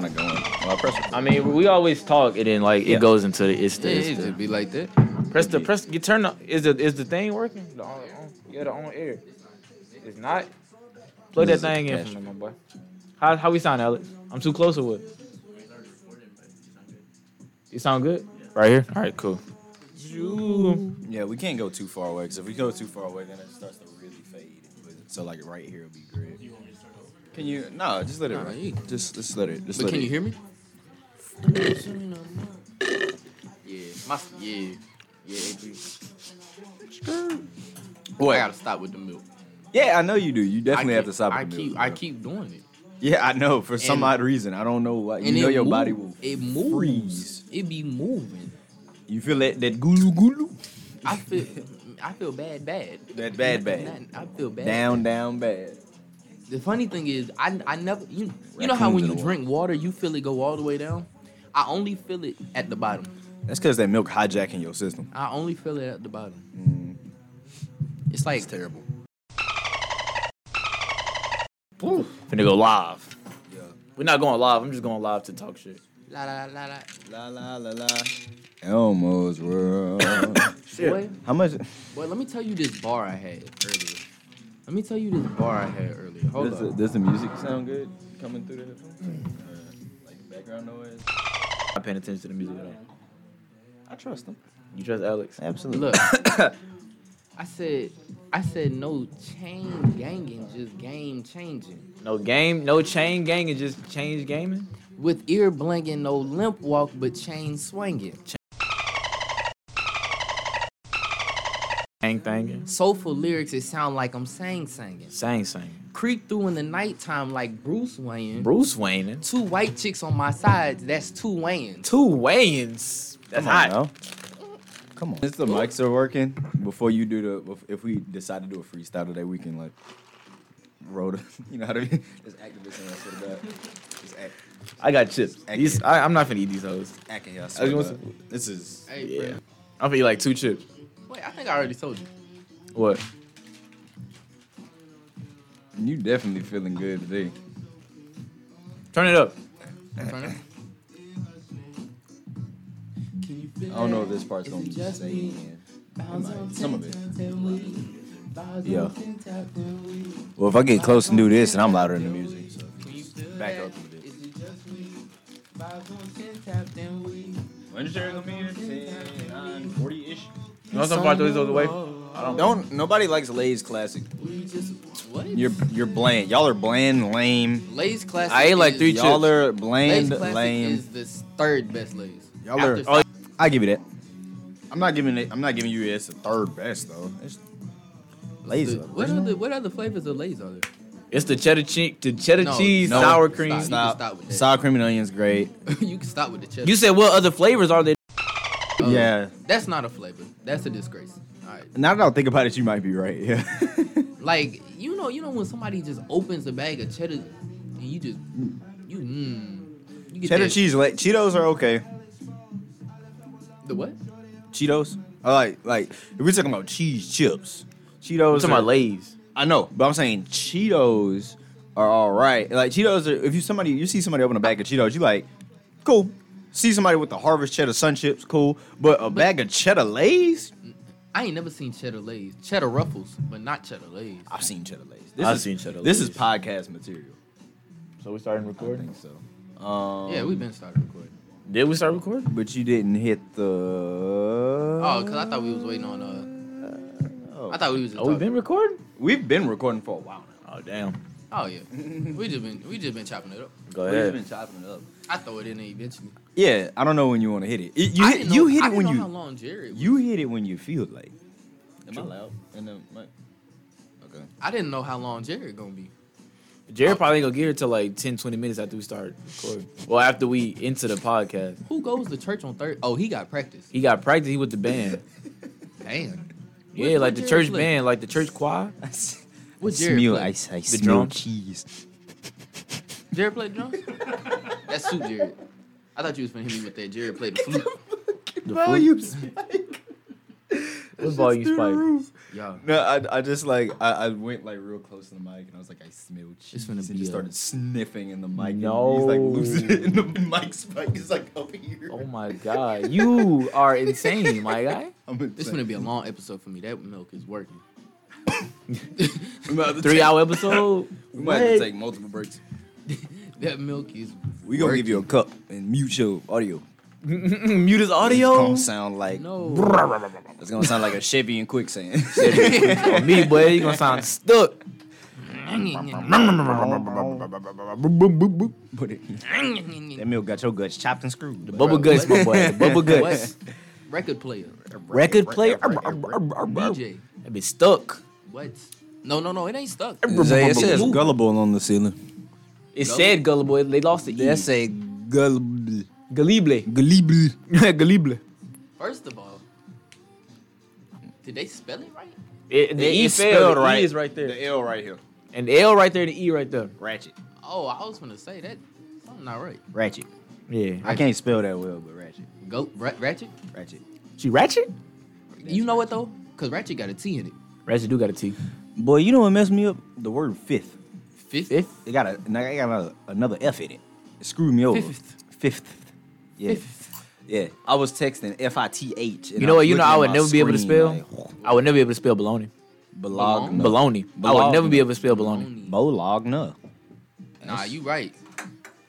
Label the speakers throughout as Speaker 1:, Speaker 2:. Speaker 1: kind of going. Well, I press.
Speaker 2: I mean, we always talk, and then like
Speaker 1: Yeah.
Speaker 2: it goes into the it's
Speaker 3: Yeah,
Speaker 2: the, it's
Speaker 3: it
Speaker 2: the-
Speaker 3: just be like that.
Speaker 2: press the press. You turn the is the is the thing working? The on, on, yeah, the on air. It's not. Plug that
Speaker 1: This is a
Speaker 2: thing in for me, my boy. How how we sound, Alex? I'm too close or what? You sound good. Right here. All right, cool. You-
Speaker 1: Yeah, we can't go too far away because if we go too far away, then it starts to really fade. But- So like right here would be great. Can you? No, just let it.
Speaker 3: Nah,
Speaker 1: run.
Speaker 3: you-
Speaker 1: Just just let it. Just
Speaker 3: But
Speaker 1: let
Speaker 3: can
Speaker 1: it.
Speaker 3: you hear me? Yeah, my yeah, yeah. it be- I gotta
Speaker 1: What?
Speaker 3: stop with the milk.
Speaker 1: Yeah, I know you do. You
Speaker 3: I
Speaker 1: definitely
Speaker 3: keep-
Speaker 1: have to stop.
Speaker 3: I
Speaker 1: with the
Speaker 3: keep
Speaker 1: milk,
Speaker 3: I
Speaker 1: bro.
Speaker 3: keep doing it.
Speaker 1: Yeah, I know. For some
Speaker 3: And-
Speaker 1: odd reason, I don't know why. You
Speaker 3: And
Speaker 1: know
Speaker 3: it
Speaker 1: your body
Speaker 3: move-
Speaker 1: will.
Speaker 3: it moves.
Speaker 1: freeze.
Speaker 3: It be moving.
Speaker 1: You feel that that gulu gulu.
Speaker 3: I feel I feel bad bad.
Speaker 1: That bad bad.
Speaker 3: Not- I feel bad.
Speaker 1: Down down bad.
Speaker 3: The funny thing is, I I never you you know how
Speaker 1: Raccoons
Speaker 3: when
Speaker 1: in the
Speaker 3: you
Speaker 1: water.
Speaker 3: drink water, you feel it go all the way down. I only feel it at the bottom.
Speaker 1: That's because that milk hijacking your system.
Speaker 3: I only feel it at the bottom.
Speaker 1: Mm.
Speaker 3: It's like terrible.
Speaker 2: Finna go live. We're not going live. I'm just going live to talk shit.
Speaker 3: La la la la.
Speaker 1: La la la la. Elmo's world.
Speaker 3: Boy,
Speaker 1: How much?
Speaker 3: boy, let me tell you this bar I had earlier. Let me tell you this bar I had earlier. Hold
Speaker 1: Does the,
Speaker 3: up.
Speaker 1: does the music sound good coming through the headphones? Or, Mm. Like background noise?
Speaker 2: I'm not paying attention to the music at all.
Speaker 1: I trust them.
Speaker 2: You trust Alex?
Speaker 1: Absolutely.
Speaker 3: Look, I said, I said no chain ganging, just game changing.
Speaker 2: No game, no chain gang, and just change gaming.
Speaker 3: With ear blinking, no limp walk, but chain swinging.
Speaker 2: Gang thangin'.
Speaker 3: Soulful lyrics, it sound like I'm sang singing.
Speaker 2: Sang sang.
Speaker 3: Creep through in the nighttime like Bruce Wayne.
Speaker 2: Bruce Wayne.
Speaker 3: Two white chicks on my sides, that's two Wayans.
Speaker 2: Two Wayans. That's
Speaker 1: Come on,
Speaker 2: hot.
Speaker 1: now. Come on. Since the mics are working, before you do the, if we decide to do a freestyle today, we can like roll the, you know how to be, just act the bitch and I swear to God. Just act,
Speaker 2: I got chips. These, I, I'm not finna eat these hoes.
Speaker 1: act in here, I
Speaker 2: I
Speaker 1: swear to
Speaker 2: was
Speaker 1: God. This is,
Speaker 3: Hey,
Speaker 2: Yeah.
Speaker 3: friend.
Speaker 2: I'm finna eat like two chips.
Speaker 3: Wait, I think I already told you.
Speaker 2: What?
Speaker 1: you definitely feeling good today.
Speaker 2: Turn it up.
Speaker 3: Turn it. Can you feel
Speaker 1: I don't know if
Speaker 3: that?
Speaker 1: this part's
Speaker 3: Is
Speaker 1: gonna
Speaker 3: it
Speaker 1: be
Speaker 3: just me?
Speaker 1: staying.
Speaker 3: Bounce
Speaker 1: Might.
Speaker 3: on
Speaker 1: Some of it.
Speaker 3: tin-tap and weed. Bounce
Speaker 1: Yeah.
Speaker 3: on tin-tap and weed.
Speaker 1: Well, if I get close and do this, and I'm louder than the music. So.
Speaker 3: Can you feel
Speaker 1: Back
Speaker 3: that?
Speaker 1: up a bit.
Speaker 3: Is it just me? Bounce on tin-tap and weed.
Speaker 1: When's Jerry gonna be here? 10, 9, 40 ish.
Speaker 2: You want some part those other way?
Speaker 1: Don't nobody likes Lay's classic.
Speaker 3: We just what?
Speaker 1: You're you're bland. Y'all are bland, lame.
Speaker 3: Lay's classic.
Speaker 2: I ate like
Speaker 3: is-
Speaker 2: three chips.
Speaker 1: Y'all are
Speaker 3: Lay's
Speaker 1: bland,
Speaker 3: classic
Speaker 1: lame.
Speaker 3: is the third best Lay's.
Speaker 1: Y'all
Speaker 3: After
Speaker 1: are.
Speaker 3: Sa-
Speaker 1: I give you that. I'm not giving it. I'm not giving you it's the third best though. It's Lay's.
Speaker 3: the- what
Speaker 1: original.
Speaker 3: other what other flavors of Lay's are there?
Speaker 2: It's the cheddar cheese, the cheddar
Speaker 3: No,
Speaker 2: cheese,
Speaker 1: no,
Speaker 2: sour cream.
Speaker 1: Stop.
Speaker 3: stop. stop with that.
Speaker 1: Sour cream and onions, great.
Speaker 3: you can stop with the chip.
Speaker 2: You said what other flavors are there?
Speaker 3: Uh,
Speaker 1: yeah.
Speaker 3: That's not a flavor. That's a disgrace. All right.
Speaker 1: Now that I think about it, you might be right. Yeah.
Speaker 3: Like you know, you know when somebody just opens a bag of cheddar, and you just you mm, you get
Speaker 1: Cheddar
Speaker 3: that-
Speaker 1: cheese, like, Cheetos are okay.
Speaker 3: The what?
Speaker 1: Cheetos. I like like if we're talking about cheese chips. Cheetos.
Speaker 2: I'm talking
Speaker 1: are-
Speaker 2: about Lay's.
Speaker 1: I know, but I'm saying Cheetos are all right. Like Cheetos are if you somebody you see somebody open a bag of Cheetos, you like, cool. See somebody with the harvest cheddar sun chips, cool. But a bag of cheddar lays,
Speaker 3: I ain't never seen cheddar lays, cheddar ruffles, but not cheddar lays.
Speaker 1: I've seen cheddar lays.
Speaker 2: I've seen cheddar
Speaker 1: This is
Speaker 2: Lay's.
Speaker 1: podcast material.
Speaker 2: So we started
Speaker 1: I
Speaker 2: recording.
Speaker 1: think so. Um,
Speaker 3: yeah, we've been starting recording.
Speaker 2: Did we start recording?
Speaker 1: But you didn't hit the.
Speaker 3: Oh,
Speaker 1: Oh,
Speaker 3: cause I thought we was waiting on uh, I thought we was. Just
Speaker 2: Oh, we've
Speaker 3: talking.
Speaker 2: been recording.
Speaker 1: we've been recording for a while now.
Speaker 2: Oh damn.
Speaker 3: Oh yeah, we just been we just been chopping it up.
Speaker 2: Go
Speaker 1: We've
Speaker 2: ahead.
Speaker 1: been chopping it up.
Speaker 3: I throw it in there eventually.
Speaker 1: Yeah, I don't know when you want to hit it. It- you
Speaker 3: I
Speaker 1: hit,
Speaker 3: didn't know-
Speaker 1: you hit
Speaker 3: I
Speaker 1: it
Speaker 3: didn't
Speaker 1: when
Speaker 3: know
Speaker 1: you
Speaker 3: how long Jerry. Was.
Speaker 1: you hit it when you feel like. Am
Speaker 2: I
Speaker 1: loud? And then mic. Okay.
Speaker 3: I didn't know how long Jerry gonna be.
Speaker 2: Jared probably ain't gonna get here till like 10, 20 minutes after we start recording. Well, after we into the podcast.
Speaker 3: Who goes to church on Thursday? Oh, he got practice.
Speaker 2: He got practice. He with the band.
Speaker 3: Damn.
Speaker 2: Yeah, like
Speaker 3: What- what
Speaker 2: the
Speaker 3: Jared
Speaker 2: church
Speaker 3: play?
Speaker 2: band, like the church choir.
Speaker 3: What Jared
Speaker 1: smell,
Speaker 3: play?
Speaker 1: I, I smell
Speaker 2: drum.
Speaker 1: cheese.
Speaker 3: Jared played drums. that suit Jared. I thought you was finna hit me with that. Jared played the flute.
Speaker 2: The
Speaker 1: Volume spike.
Speaker 2: What volume spike?
Speaker 3: Yo.
Speaker 1: No, I, I just like I, I went like real close to the mic and I was like I smell cheese
Speaker 3: gonna
Speaker 1: and
Speaker 3: be
Speaker 1: just
Speaker 3: a-
Speaker 1: started sniffing in the mic.
Speaker 2: No.
Speaker 1: and he's like losing it in the mic spike. He's like up here.
Speaker 2: Oh my god, you are insane, my guy.
Speaker 1: I'm
Speaker 3: This gonna be a long episode for me. That milk is working.
Speaker 2: Three hour episode.
Speaker 1: We might have to
Speaker 2: What?
Speaker 1: take multiple breaks.
Speaker 3: That milk is.
Speaker 1: We gonna give you a cup and mute your audio.
Speaker 2: Mute
Speaker 1: It's
Speaker 2: his audio.
Speaker 1: gonna sound like
Speaker 3: No.
Speaker 1: it's gonna sound like a Chevy and quicksand.
Speaker 2: On me, boy, you gonna sound stuck.
Speaker 1: Put it. That milk got your guts chopped and screwed. The
Speaker 2: Bubble guts, my boy. The bubble guts.
Speaker 3: What? Record player.
Speaker 2: Record player.
Speaker 3: DJ.
Speaker 2: That be stuck.
Speaker 3: What? No, no, no. It ain't stuck.
Speaker 1: Zay, it says gullible on the ceiling.
Speaker 2: It said gullible. They lost the e.
Speaker 1: That say gullible.
Speaker 2: Gullible.
Speaker 1: Gullible.
Speaker 2: Gullible.
Speaker 3: First of all, did they spell it right?
Speaker 2: It, the
Speaker 1: It-
Speaker 2: e
Speaker 1: it's
Speaker 2: failed.
Speaker 1: spelled
Speaker 2: The
Speaker 1: right.
Speaker 2: e is right there.
Speaker 1: The L right here.
Speaker 2: And the L right there, the E right there.
Speaker 1: Ratchet.
Speaker 3: Oh, I was gonna say that. Something not right.
Speaker 1: Ratchet.
Speaker 2: Yeah.
Speaker 1: I can't spell that well, but ratchet.
Speaker 3: Go ra- ratchet.
Speaker 1: Ratchet.
Speaker 2: She ratchet?
Speaker 3: you know what though? Cause ratchet got a T in it.
Speaker 2: Ratchet do got a T.
Speaker 1: Boy, you know what messed me up? The word fifth.
Speaker 3: Fifth.
Speaker 2: Fifth?
Speaker 1: It got a it got another, another F in it. It screwed me over.
Speaker 3: Fifth.
Speaker 1: Fifth. Yeah. Yeah. I was texting F I T H.
Speaker 2: You know what? You know I would never be able to spell. I would never be able to spell bologna.
Speaker 1: Bologna.
Speaker 2: Bologna. I would never be able to spell bologna.
Speaker 3: Baloney.
Speaker 1: Bologna.
Speaker 3: Nah, you right.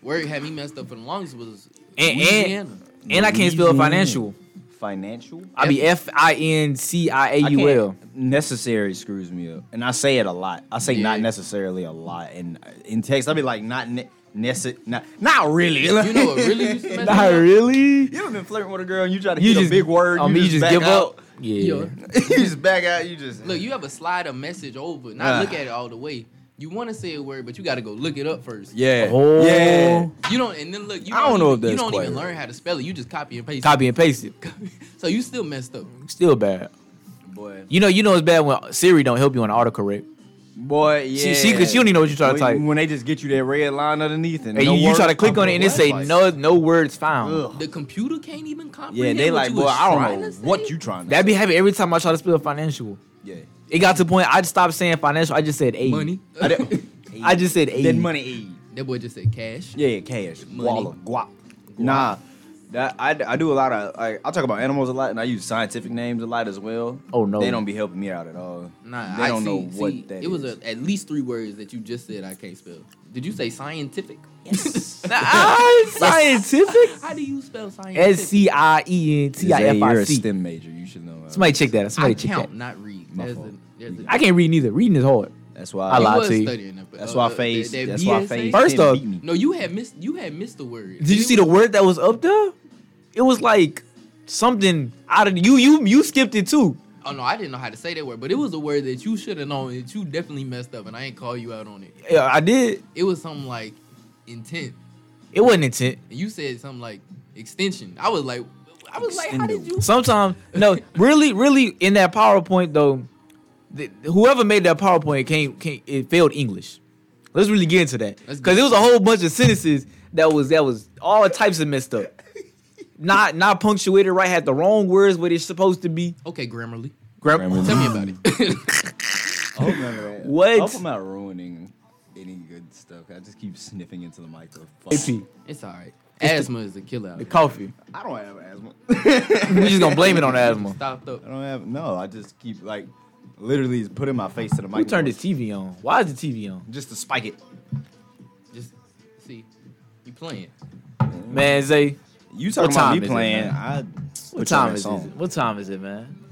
Speaker 3: Where it had me messed up for the longest was
Speaker 2: And
Speaker 3: Louisiana.
Speaker 2: and, and I can't spell
Speaker 1: Louisiana.
Speaker 2: financial.
Speaker 1: Financial.
Speaker 2: I be F I N C I A
Speaker 1: I
Speaker 2: U L.
Speaker 1: can't- Necessary screws me up, and I say it a lot. I say not
Speaker 3: Yeah.
Speaker 1: necessarily a lot, and in text I'll be like not ne- necessary, not not really.
Speaker 3: You know what really used to mess me
Speaker 2: Not
Speaker 3: up?
Speaker 2: really.
Speaker 1: You ever been flirting with a girl and you try to
Speaker 2: You
Speaker 1: you
Speaker 2: just-
Speaker 1: a big word,
Speaker 2: Um,
Speaker 1: you, just, back
Speaker 2: give
Speaker 1: out.
Speaker 2: up. Yeah.
Speaker 3: Yo.
Speaker 1: you just back out. You just
Speaker 3: Look, you have a slide a message over, not
Speaker 1: Ah.
Speaker 3: look at it all the way. You want to say a word, but you got to go look it up first.
Speaker 1: yeah,
Speaker 2: Oh.
Speaker 1: yeah.
Speaker 3: You don't, and then look. You
Speaker 1: I don't know
Speaker 3: even-
Speaker 1: if that's
Speaker 3: you don't
Speaker 1: quite
Speaker 3: even
Speaker 1: right.
Speaker 3: learn how to spell it. You just copy and paste.
Speaker 2: Copy and paste it.
Speaker 3: so you still messed up.
Speaker 2: Still bad.
Speaker 1: Boy,
Speaker 2: You know, you know it's bad when Siri don't help you on autocorrect.
Speaker 1: boy, yeah.
Speaker 2: She- she- 'cause she don't even know what you trying to
Speaker 1: when,
Speaker 2: type.
Speaker 1: When they just get you that red line underneath, and
Speaker 2: And
Speaker 1: no
Speaker 2: you, you
Speaker 1: word-
Speaker 2: try to click on it and it
Speaker 1: What?
Speaker 2: say
Speaker 1: Like,
Speaker 2: no no words found.
Speaker 1: ugh.
Speaker 3: The computer can't even
Speaker 1: Yeah,
Speaker 3: comprehend.
Speaker 1: they
Speaker 3: what
Speaker 1: like,
Speaker 3: you
Speaker 1: boy,
Speaker 3: was
Speaker 1: I
Speaker 3: trying
Speaker 1: don't know
Speaker 3: to
Speaker 1: what
Speaker 3: say.
Speaker 1: you trying to.
Speaker 2: That be
Speaker 1: say.
Speaker 2: happy every time I try to spell financial.
Speaker 1: yeah.
Speaker 2: It got to the point I stopped saying financial. I just said a
Speaker 3: money.
Speaker 1: I didn't-
Speaker 2: I just said a
Speaker 1: Then money. E.
Speaker 3: that boy just said cash.
Speaker 1: Yeah, cash.
Speaker 3: Money.
Speaker 1: Walla. Guap. Nah. That, I, I do a lot of like, I talk about animals a lot and I use scientific names a lot as well.
Speaker 2: Oh, no.
Speaker 1: they don't be helping me out at all.
Speaker 3: Nah,
Speaker 1: they
Speaker 3: I
Speaker 1: don't
Speaker 3: see,
Speaker 1: know what
Speaker 3: see,
Speaker 1: that
Speaker 3: It was
Speaker 1: is.
Speaker 3: a, at least three words that you just said I can't spell. Did you say scientific?
Speaker 2: Ah, scientific.
Speaker 3: How do you spell scientific?
Speaker 2: S C I E N T I
Speaker 1: Zay,
Speaker 2: F
Speaker 1: you're
Speaker 2: I
Speaker 1: a
Speaker 2: C.
Speaker 1: STEM major. You should know. That.
Speaker 2: Somebody check that. out.
Speaker 3: I
Speaker 2: Somebody check
Speaker 3: count,
Speaker 2: that.
Speaker 3: not read.
Speaker 1: My
Speaker 3: There's a,
Speaker 1: fault.
Speaker 3: there's a,
Speaker 2: I can't read neither. Reading is hard.
Speaker 1: That's why.
Speaker 2: I
Speaker 3: You
Speaker 2: lied
Speaker 3: was
Speaker 2: to you.
Speaker 3: studying that,
Speaker 1: That's
Speaker 3: uh,
Speaker 1: why
Speaker 3: that-
Speaker 1: phase.
Speaker 3: that
Speaker 1: That's why
Speaker 3: BSA?
Speaker 1: phase.
Speaker 2: First
Speaker 1: 10
Speaker 2: off-
Speaker 1: beat me.
Speaker 3: No, you had missed. You had missed the word.
Speaker 2: Did you see the word that was up there? It was like something out of you. You you skipped it too.
Speaker 3: Oh no, I didn't know how to say that word, but it was a word that you should have known that you definitely messed up, and I ain't call you out on it.
Speaker 2: Yeah, I did.
Speaker 3: It was something like intent,
Speaker 2: It wasn't intent.
Speaker 3: and you said something like extension. I was like, I was like, how did you?
Speaker 2: Sometimes no, really, really in that PowerPoint though, the, whoever made that PowerPoint can't, can't it failed English. Let's really get into that
Speaker 3: Let's
Speaker 2: because
Speaker 3: get
Speaker 2: it was a whole bunch of sentences that was that was all types of messed up. Not not punctuated right, had the wrong words where it's supposed to be.
Speaker 3: Okay, Grammarly,
Speaker 2: Grab-
Speaker 1: Grammarly.
Speaker 3: tell me about it.
Speaker 1: I hope none of that-
Speaker 2: What?
Speaker 1: I hope I'm not ruining any good stuff. I just keep sniffing into the microphone.
Speaker 2: AP,
Speaker 3: it's all right. Asthma is a killer. out
Speaker 2: the
Speaker 3: here.
Speaker 2: coffee.
Speaker 1: I don't have asthma.
Speaker 2: We're just gonna blame it on asthma.
Speaker 3: Stopped up.
Speaker 1: I don't have no. I just keep like literally just putting my face to the
Speaker 2: Who
Speaker 1: microphone.
Speaker 2: turned this TV on? Why is the TV on?
Speaker 1: just to spike it.
Speaker 3: Just see, you playing?
Speaker 2: Man, Zay,
Speaker 1: You talking
Speaker 2: What
Speaker 1: about
Speaker 2: time
Speaker 1: me
Speaker 2: is it,
Speaker 1: playing?
Speaker 2: man?
Speaker 1: I
Speaker 2: what time is it? What time is it, man?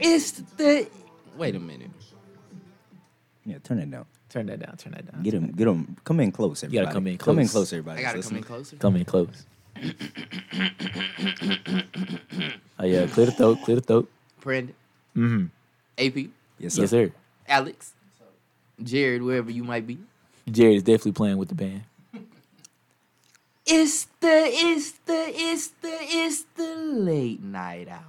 Speaker 3: It's the. Wait a minute.
Speaker 1: Yeah, turn it down.
Speaker 2: Turn that down. Turn that down.
Speaker 1: Get him, get him. Come in close, everybody.
Speaker 2: come in
Speaker 1: Come in
Speaker 2: close.
Speaker 1: close, everybody.
Speaker 3: I gotta
Speaker 1: Let's
Speaker 3: come in
Speaker 1: listen.
Speaker 3: closer.
Speaker 2: Come in close. oh yeah, clear the throat, clear the throat.
Speaker 3: Brandon,
Speaker 2: Mm-hmm.
Speaker 3: AP,
Speaker 1: Yes, sir.
Speaker 2: Yes, sir.
Speaker 3: Alex, Jared, wherever you might be.
Speaker 2: Jerry is definitely playing with the band.
Speaker 3: It's the it's the it's the it's the late night hour.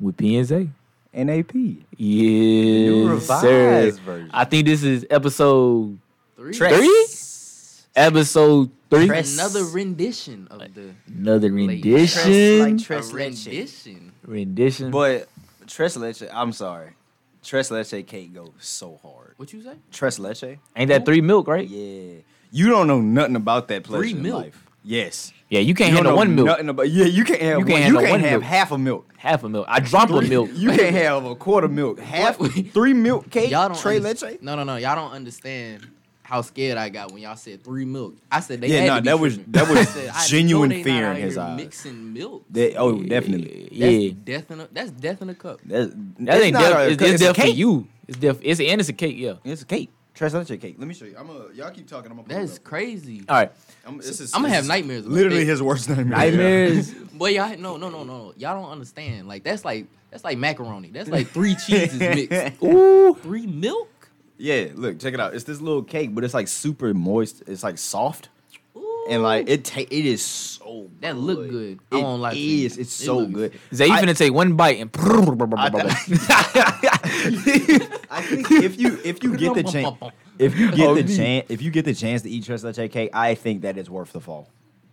Speaker 2: With PNZ.
Speaker 1: NAP.
Speaker 2: Yes, sir.
Speaker 1: revised version.
Speaker 2: I think this is episode
Speaker 3: Three.
Speaker 2: three? episode three.
Speaker 1: Tres.
Speaker 3: Another rendition of the
Speaker 2: Another
Speaker 3: late
Speaker 2: rendition.
Speaker 3: night. A rendition.
Speaker 2: rendition.
Speaker 1: But Tres Leche, I'm sorry. Tres leche cake goes so hard.
Speaker 3: What you say?
Speaker 1: Tres leche?
Speaker 2: Ain't that three milk, right?
Speaker 1: Yeah. You don't know nothing about that pleasure
Speaker 3: Three
Speaker 1: in
Speaker 3: milk?
Speaker 1: life. Yes.
Speaker 2: Yeah, you can't
Speaker 1: You don't
Speaker 2: handle
Speaker 1: know
Speaker 2: one milk,
Speaker 1: Nothing about, yeah, you can't have
Speaker 2: You
Speaker 1: you
Speaker 2: can't
Speaker 1: can't,
Speaker 2: handle
Speaker 1: you
Speaker 2: one
Speaker 1: can't have
Speaker 2: milk.
Speaker 1: half a milk.
Speaker 2: half a milk. I drop a milk.
Speaker 1: You can't have a quarter milk. Half
Speaker 3: Wait.
Speaker 1: three milk cake.
Speaker 3: Y'all don't
Speaker 1: Tres
Speaker 3: underst-
Speaker 1: leche?
Speaker 3: No, no, no. Y'all don't understand how scared I got when y'all said three milk. I said they
Speaker 1: Yeah,
Speaker 3: had
Speaker 1: nah,
Speaker 3: to be
Speaker 1: that was-
Speaker 3: tripping.
Speaker 1: that
Speaker 3: I
Speaker 1: was
Speaker 3: said, I know
Speaker 1: genuine
Speaker 3: they not
Speaker 1: fear
Speaker 3: out
Speaker 1: in his
Speaker 3: here
Speaker 1: eyes.
Speaker 3: Mixing milk.
Speaker 1: That- oh, definitely.
Speaker 2: Yeah,
Speaker 3: That's
Speaker 2: yeah.
Speaker 3: death in a that's death in a cup.
Speaker 1: That's,
Speaker 2: that
Speaker 1: it's
Speaker 2: ain't
Speaker 1: not
Speaker 2: death.
Speaker 1: a-
Speaker 2: It's, it's,
Speaker 1: a
Speaker 2: death for
Speaker 1: cake.
Speaker 2: you. It's death. It's and it's a cake. Yeah.
Speaker 1: It's a cake. Tres leche cake. Let me show you. I'm a, y'all keep talking. I'm gonna. pull it
Speaker 3: That's
Speaker 1: up.
Speaker 3: crazy.
Speaker 2: All right.
Speaker 1: I'm, this is-
Speaker 3: I'm gonna
Speaker 1: this
Speaker 3: have
Speaker 1: is
Speaker 3: nightmares. About
Speaker 1: Literally
Speaker 3: this.
Speaker 1: his worst nightmare.
Speaker 2: Nightmares.
Speaker 3: But y'all no no no no. Y'all don't understand. Like that's like that's like macaroni. That's like three cheeses mixed.
Speaker 2: Ooh.
Speaker 3: Three milk?
Speaker 1: Yeah, look, check it out. It's this little cake, but it's like super moist. It's like soft,
Speaker 3: Ooh.
Speaker 1: and like it ta- it is so.
Speaker 3: That look good. I
Speaker 1: It
Speaker 3: won't lie to you.
Speaker 1: is. It's
Speaker 3: It
Speaker 1: so
Speaker 3: look
Speaker 1: good.
Speaker 2: Zay, you
Speaker 1: I-
Speaker 2: finna take one bite and.
Speaker 1: I, I think if you if you get the chance, if you get the chance, if you get the chance to eat tres leche cake, I think that is worth the fall.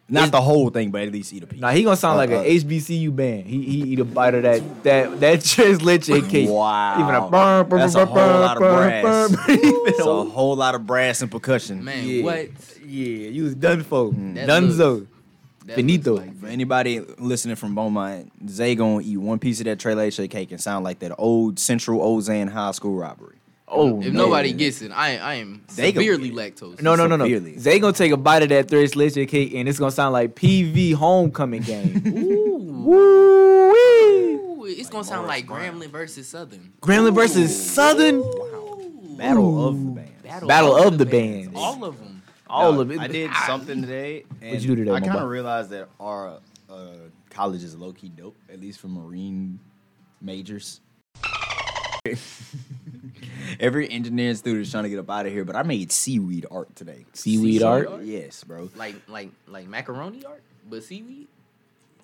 Speaker 1: Not the whole thing, but at least eat a piece.
Speaker 2: Nah, he gonna sound like
Speaker 1: Uh, uh.
Speaker 2: an HBCU band. He he eat a bite of that that that cheese leche cake.
Speaker 1: Wow,
Speaker 2: Even a burn, burn,
Speaker 1: that's a
Speaker 2: burn,
Speaker 1: whole lot of
Speaker 2: burn,
Speaker 1: brass.
Speaker 2: burn, burn.
Speaker 1: It's a whole lot of brass and percussion.
Speaker 3: Man,
Speaker 2: Yeah.
Speaker 3: what?
Speaker 2: Yeah, you was done for.
Speaker 1: Mm.
Speaker 3: That
Speaker 2: Dunzo.
Speaker 3: looks- That
Speaker 2: Finito.
Speaker 3: looks like-
Speaker 1: For anybody listening from Beaumont, Zay gonna eat one piece of that Trey Leche cake and sound like that old Central Ozan High School robbery.
Speaker 2: Oh,
Speaker 3: If
Speaker 2: no.
Speaker 3: nobody gets it, I I am
Speaker 1: They gonna
Speaker 3: severely lactose.
Speaker 2: No, no, no, no.
Speaker 1: severely.
Speaker 2: They gonna take a bite of that Thirst Leche cake and it's gonna sound like PV homecoming game.
Speaker 3: Ooh.
Speaker 2: Woo-wee.
Speaker 3: Ooh, it's gonna sound like Gremlin versus Southern.
Speaker 2: Gremlin versus Southern.
Speaker 3: Ooh.
Speaker 1: Battle of the bands.
Speaker 2: Battle of the bands.
Speaker 3: All of them.
Speaker 2: All
Speaker 1: Now,
Speaker 2: of it. Ah.
Speaker 1: I did something today. And
Speaker 2: you do today,
Speaker 1: I
Speaker 2: my
Speaker 1: kind
Speaker 2: boy?
Speaker 1: of realized that our uh, college is low key dope, at least for Marine majors. Every engineering student is trying to get up out of here, but I made seaweed art today.
Speaker 2: Seaweed art?
Speaker 1: Yes, bro.
Speaker 3: Like like like macaroni art, but seaweed.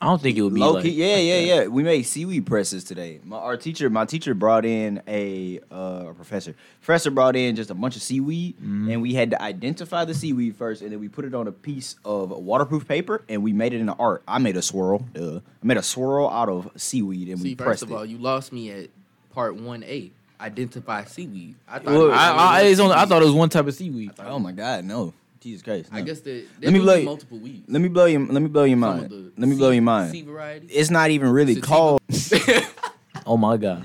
Speaker 2: I don't think it would be
Speaker 1: Low
Speaker 2: like.
Speaker 1: key, yeah, yeah, yeah. We made seaweed presses today. My our teacher, my teacher brought in a uh, a professor. Professor brought in just a bunch of seaweed,
Speaker 2: Mm-hmm.
Speaker 1: and we had to identify the seaweed first, and then we put it on a piece of waterproof paper, and we made it into art. I made a swirl. Duh. I made a swirl out of seaweed, and
Speaker 3: See,
Speaker 1: we
Speaker 3: first
Speaker 1: pressed
Speaker 3: of all,
Speaker 1: it.
Speaker 3: you lost me at part one A. Identify seaweed. I thought.
Speaker 2: Well,
Speaker 3: it was
Speaker 2: I, I,
Speaker 3: only
Speaker 2: it's
Speaker 3: one
Speaker 2: only, I
Speaker 3: seaweed.
Speaker 2: thought it was one type of seaweed.
Speaker 1: Oh my god, no! Jesus Christ!
Speaker 3: I
Speaker 1: no.
Speaker 3: guess that
Speaker 1: me
Speaker 3: there could
Speaker 1: blow
Speaker 3: be
Speaker 1: you-
Speaker 3: multiple weeds.
Speaker 1: Let me blow your let me blow your
Speaker 3: Some of
Speaker 1: mind.
Speaker 3: the
Speaker 1: Let me
Speaker 3: sea-
Speaker 1: blow your
Speaker 3: Sea
Speaker 1: mind.
Speaker 3: varieties.
Speaker 1: It's not even really
Speaker 3: Sativa.
Speaker 1: called.
Speaker 2: Oh my god.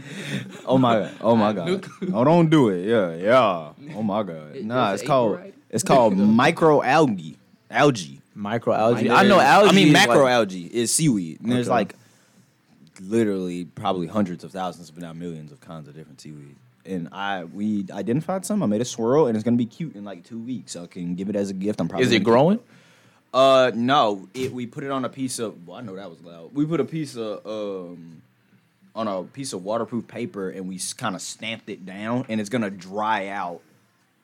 Speaker 1: Oh my god. Oh my
Speaker 3: No
Speaker 1: god.
Speaker 3: clue.
Speaker 1: Oh, don't do it. Yeah, yeah. Oh my god.
Speaker 3: It-
Speaker 1: Nah, it's
Speaker 3: it's an
Speaker 1: called
Speaker 3: acorite?
Speaker 1: it's called microalgae. Algae.
Speaker 2: Microalgae. I know algae.
Speaker 1: I mean
Speaker 2: is like-
Speaker 1: macroalgae is seaweed. And there's
Speaker 2: Okay.
Speaker 1: like literally probably hundreds of thousands, but not millions of kinds of different seaweed. And I we identified some. I made a swirl, and it's gonna be cute in like two weeks. I can give it as a gift. I'm probably
Speaker 2: Is it
Speaker 1: gonna-
Speaker 2: growing?
Speaker 1: uh, no. It we put it on a piece of. Well, I know that was loud. We put a piece of um on a piece of waterproof paper, and we kind of stamped it down, and it's gonna dry out,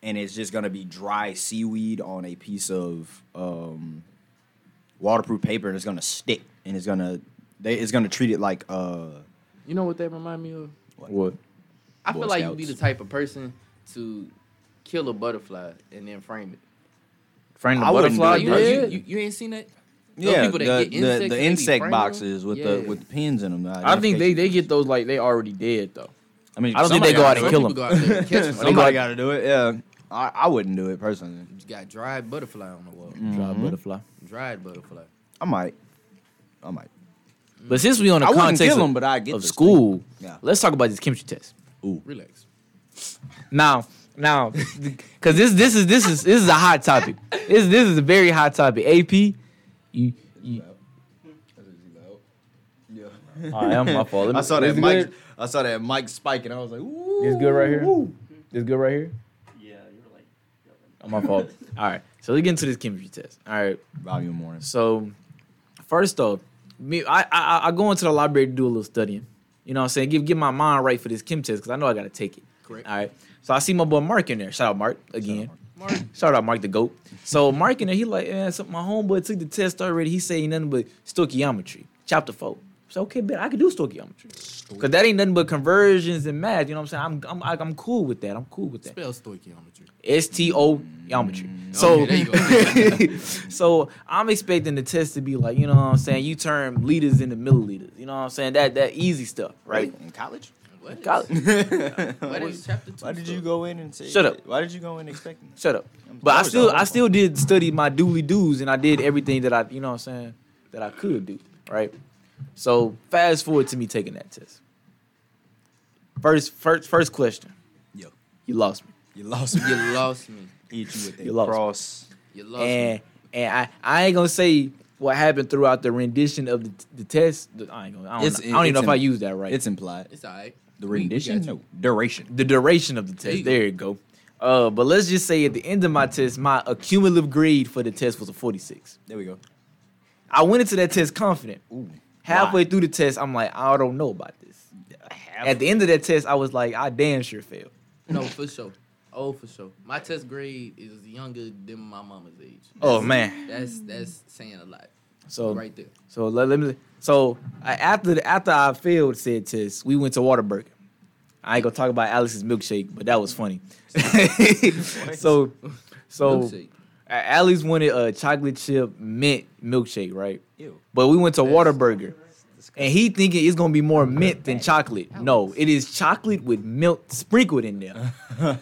Speaker 1: and it's just gonna be dry seaweed on a piece of um waterproof paper, and it's gonna stick, and it's gonna they it's gonna treat it like uh
Speaker 3: You know what that remind me of?
Speaker 2: What?
Speaker 3: I
Speaker 1: Boy
Speaker 3: feel like you'd be the
Speaker 1: Scouts.
Speaker 3: type of person to kill a butterfly and then frame it.
Speaker 2: Frank the
Speaker 1: I wouldn't
Speaker 2: butterfly.
Speaker 1: do
Speaker 3: you,
Speaker 1: it.
Speaker 2: bro?
Speaker 3: you, you, you ain't seen that? Those people that
Speaker 1: the,
Speaker 3: get
Speaker 1: the-
Speaker 3: insects,
Speaker 1: the
Speaker 3: they be
Speaker 1: insect
Speaker 3: framing
Speaker 1: boxes
Speaker 3: them?
Speaker 1: with the
Speaker 3: Yeah.
Speaker 1: with the pins in them.
Speaker 2: I think they, they get those like they already dead though.
Speaker 1: I mean,
Speaker 2: I don't think they
Speaker 1: somebody
Speaker 2: go out
Speaker 1: gotta do
Speaker 2: and kill
Speaker 1: it.
Speaker 2: them.
Speaker 3: Catch
Speaker 2: they
Speaker 3: them.
Speaker 2: go out-
Speaker 1: Somebody got to do it. Yeah, I, I wouldn't do it personally.
Speaker 3: got dried butterfly on the wall.
Speaker 2: Dry butterfly.
Speaker 3: Dried butterfly.
Speaker 1: I might. I might.
Speaker 2: But since we on the
Speaker 1: I wouldn't
Speaker 2: context
Speaker 1: kill
Speaker 2: of,
Speaker 1: him, but I get
Speaker 2: of
Speaker 1: this
Speaker 2: school,
Speaker 1: thing. Yeah.
Speaker 2: let's talk about this chemistry test.
Speaker 3: Relax.
Speaker 2: Now, now, because this this is this is this is a hot topic. This this is a very hot topic. AP, you. you all right, I'm my fault. Let me-
Speaker 1: I saw
Speaker 2: this
Speaker 1: that Mike.
Speaker 2: good?
Speaker 1: I saw that Mike spike, and I was like, "Ooh."
Speaker 2: This good right here. This good right here.
Speaker 4: Yeah, you're like.
Speaker 2: Oh, my fault. All right, so let's get into this chemistry test. All right,
Speaker 1: Bobby Morris.
Speaker 2: So, first off, me I, I I go into the library to do a little studying. You know what I'm saying? Give get my mind right for this chem test because I know I gotta take it.
Speaker 3: Correct.
Speaker 2: All right. So I see my boy Mark in there. Shout out Mark again.
Speaker 3: Mark.
Speaker 2: Shout out Mark the goat. So Mark in there, he like, eh, so my homeboy took the test already. He saying nothing but stoichiometry, chapter four. So okay, bet I could do stoichiometry because that ain't nothing but conversions and math. You know what I'm saying? I'm I'm I'm cool with that. I'm cool with that.
Speaker 3: Spell stoichiometry.
Speaker 2: S T O geometry.
Speaker 3: Mm.
Speaker 2: So,
Speaker 3: Oh, there you
Speaker 2: so I'm expecting the test to be like, you know what I'm saying? You turn liters into milliliters. You know what I'm saying? That that easy stuff, right?
Speaker 1: in college.
Speaker 3: What is,
Speaker 2: College.
Speaker 3: what is chapter two?
Speaker 1: Why did
Speaker 3: for?
Speaker 1: you go in and say?
Speaker 2: Shut up.
Speaker 1: Why did you go in expecting? that?
Speaker 2: Shut up.
Speaker 1: I'm
Speaker 2: But I
Speaker 1: sorry,
Speaker 2: still
Speaker 1: dog.
Speaker 2: I still did study my doobly doos and I did everything that I you know what I'm saying that I could do. Right. So fast forward to me taking that test. First first first question.
Speaker 1: Yo,
Speaker 2: You lost me.
Speaker 1: you lost me.
Speaker 3: You lost me.
Speaker 1: Hit you with that
Speaker 2: You lost me.
Speaker 1: cross.
Speaker 3: You lost me.
Speaker 2: and and I, I ain't gonna say what happened throughout the rendition of the, the test. I ain't gonna I don't,
Speaker 1: It's-
Speaker 2: know, I don't even
Speaker 1: it's
Speaker 2: know if I
Speaker 1: in-
Speaker 2: used that right.
Speaker 1: It's implied.
Speaker 3: It's all right.
Speaker 1: The
Speaker 3: We- we
Speaker 1: rendition?
Speaker 3: got you.
Speaker 1: No, duration.
Speaker 2: the duration of the test. There you go. Uh, but let's just say at the end of my test, my accumulative grade for the test was a 46.
Speaker 1: There we go.
Speaker 2: I went into that test confident.
Speaker 1: Ooh.
Speaker 2: Halfway through the test, I'm like, I don't know about this. At the end of that test, I was like, I damn sure failed.
Speaker 3: No, for sure. Oh, for sure. My test grade is younger than my mama's age.
Speaker 2: Oh man.
Speaker 3: That's that's saying a lot.
Speaker 2: So
Speaker 3: right there.
Speaker 2: so let, let me. So I, after the, after I failed said test, we went to Waterburger. I ain't gonna talk about Alex's milkshake, but that was funny. so so
Speaker 3: Milkshake.
Speaker 2: uh, Alex wanted a chocolate chip mint milkshake, right?
Speaker 1: Ew.
Speaker 2: But we went to
Speaker 3: That's-
Speaker 2: Waterburger. And he thinking it's gonna be more mint than chocolate. No,
Speaker 3: Alex.
Speaker 2: it is chocolate with milk sprinkled in there.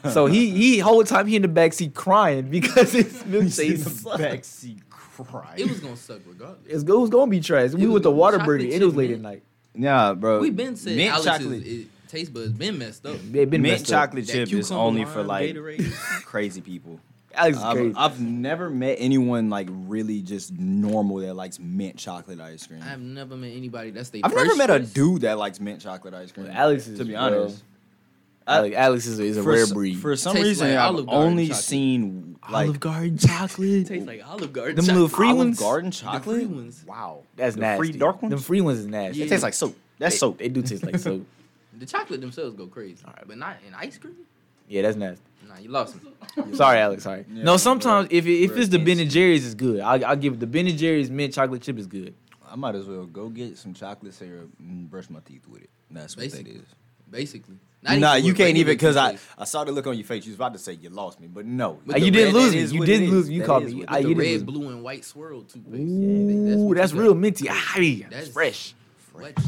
Speaker 2: so he he whole time he in the backseat crying because his milkshake sucked.
Speaker 1: backseat crying.
Speaker 3: It was gonna suck regardless.
Speaker 2: It's, it was gonna be trash. We
Speaker 3: was
Speaker 2: went to
Speaker 3: gonna be
Speaker 2: Waterburger.
Speaker 3: chocolate
Speaker 2: It was
Speaker 3: chip
Speaker 2: late at
Speaker 3: mint.
Speaker 2: night.
Speaker 1: Nah, bro.
Speaker 3: We've been saying
Speaker 1: mint
Speaker 3: Alex's
Speaker 1: chocolate.
Speaker 3: It, taste buds been messed up.
Speaker 2: They been
Speaker 1: mint
Speaker 2: messed up.
Speaker 1: chocolate
Speaker 3: That
Speaker 1: chip is
Speaker 3: cucumber
Speaker 1: only for
Speaker 3: lime
Speaker 1: like
Speaker 3: Gatorade.
Speaker 1: crazy people.
Speaker 2: Alex is crazy.
Speaker 1: I've, I've never met anyone like really just normal that likes mint chocolate ice cream.
Speaker 3: I've
Speaker 1: I've,
Speaker 3: never met anybody that's they.
Speaker 1: never
Speaker 3: first
Speaker 1: met a
Speaker 3: choice.
Speaker 1: dude that likes mint chocolate ice cream.
Speaker 2: Well, Alex is
Speaker 1: to be
Speaker 2: uh,
Speaker 1: honest,
Speaker 2: Alex, Alex is, a- is a
Speaker 1: for,
Speaker 2: rare
Speaker 1: s-
Speaker 2: breed.
Speaker 1: for some
Speaker 3: Tastes
Speaker 1: reason,
Speaker 3: like
Speaker 1: I've
Speaker 3: Olive Garden
Speaker 1: only
Speaker 3: chocolate.
Speaker 1: seen like
Speaker 2: Olive Garden chocolate.
Speaker 3: Tastes like Olive Garden.
Speaker 2: Them little
Speaker 3: chocolate.
Speaker 2: free
Speaker 1: Olive
Speaker 2: ones?
Speaker 1: Garden
Speaker 3: free
Speaker 1: chocolate.
Speaker 3: ones.
Speaker 1: Wow,
Speaker 2: That's
Speaker 1: the
Speaker 2: nasty.
Speaker 1: Free dark ones.
Speaker 2: Them free ones is nasty.
Speaker 1: It
Speaker 3: Yeah.
Speaker 1: tastes like soap. That's
Speaker 2: they,
Speaker 1: soap.
Speaker 2: They do taste like soap.
Speaker 3: The chocolate themselves go crazy.
Speaker 2: Alright.
Speaker 3: But not in ice cream.
Speaker 2: Yeah, that's nasty.
Speaker 3: Nah, you lost me.
Speaker 2: Sorry, Alex. Sorry.
Speaker 1: Yeah,
Speaker 2: no, sometimes if it, if
Speaker 3: we're
Speaker 2: it's the Ben
Speaker 3: against
Speaker 2: and Jerry's, is good. I'll, I'll give it the Ben and Jerry's mint chocolate chip is good.
Speaker 1: I might as well go get some chocolate syrup and brush my teeth with it. That's what
Speaker 3: Basically.
Speaker 1: that is.
Speaker 3: Basically.
Speaker 1: nah,
Speaker 3: even
Speaker 1: you
Speaker 3: with
Speaker 1: can't even
Speaker 3: regular
Speaker 1: because I,
Speaker 3: toothpaste.
Speaker 1: I saw the look on your face. You was about to say you lost me, but no,
Speaker 3: But
Speaker 2: Uh,
Speaker 1: The
Speaker 2: you
Speaker 1: red-
Speaker 2: didn't lose
Speaker 1: that
Speaker 2: me.
Speaker 1: is
Speaker 2: You
Speaker 1: what it
Speaker 2: didn't
Speaker 1: is.
Speaker 2: lose me. You
Speaker 1: That
Speaker 2: called
Speaker 1: is
Speaker 2: me.
Speaker 1: what
Speaker 2: I-
Speaker 1: it
Speaker 2: you
Speaker 3: the
Speaker 1: is.
Speaker 2: didn't lose
Speaker 3: red,
Speaker 2: me.
Speaker 3: blue, and white swirl toothpaste. Yeah,
Speaker 2: Ooh,
Speaker 3: what
Speaker 2: that's
Speaker 3: you got.
Speaker 2: real minty. Aye, that's
Speaker 3: That's-
Speaker 2: fresh.
Speaker 1: Fresh.
Speaker 3: What?
Speaker 1: Hella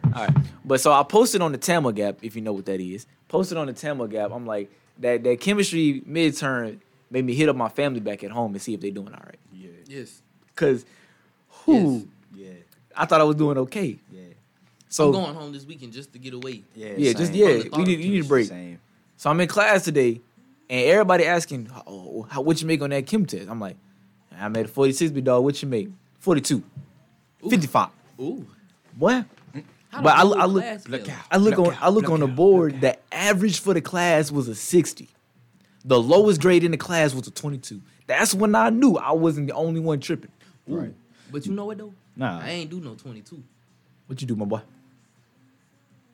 Speaker 1: fresh.
Speaker 2: All right, but so I posted on the Tamil Gap, if you know what that is. Posted on the Tamil Gap. I'm like that that chemistry midterm made me hit up my family back at home and see if they doing all right.
Speaker 1: Yeah,
Speaker 3: Yes.
Speaker 2: Cause, who
Speaker 3: Yes.
Speaker 1: yeah,
Speaker 2: I thought I was doing okay.
Speaker 1: yeah,
Speaker 2: So
Speaker 3: I'm going home this weekend just to get away.
Speaker 1: yeah.
Speaker 2: yeah, just
Speaker 1: same.
Speaker 2: yeah.
Speaker 3: From the
Speaker 2: We need you need a break.
Speaker 1: Same.
Speaker 2: So I'm in class today, and everybody asking, "Oh, how, what you make on that chem test?" I'm like, "I made a 46, big dog. What you make? 42, 55.
Speaker 3: Ooh.
Speaker 2: What?"
Speaker 3: How
Speaker 2: But
Speaker 3: the
Speaker 2: I-
Speaker 3: whole
Speaker 2: I look-
Speaker 3: class
Speaker 1: look
Speaker 3: felt.
Speaker 1: out.
Speaker 2: I look
Speaker 1: Look
Speaker 2: on
Speaker 1: out,
Speaker 2: I look
Speaker 1: look
Speaker 2: on the
Speaker 1: out,
Speaker 2: board. The average for the class was a 60. The lowest grade in the class was a 22. That's when I knew I wasn't the only one tripping.
Speaker 3: Ooh.
Speaker 1: Right.
Speaker 3: But you know what though?
Speaker 1: Nah.
Speaker 3: I ain't do no 22.
Speaker 2: What you do, my boy?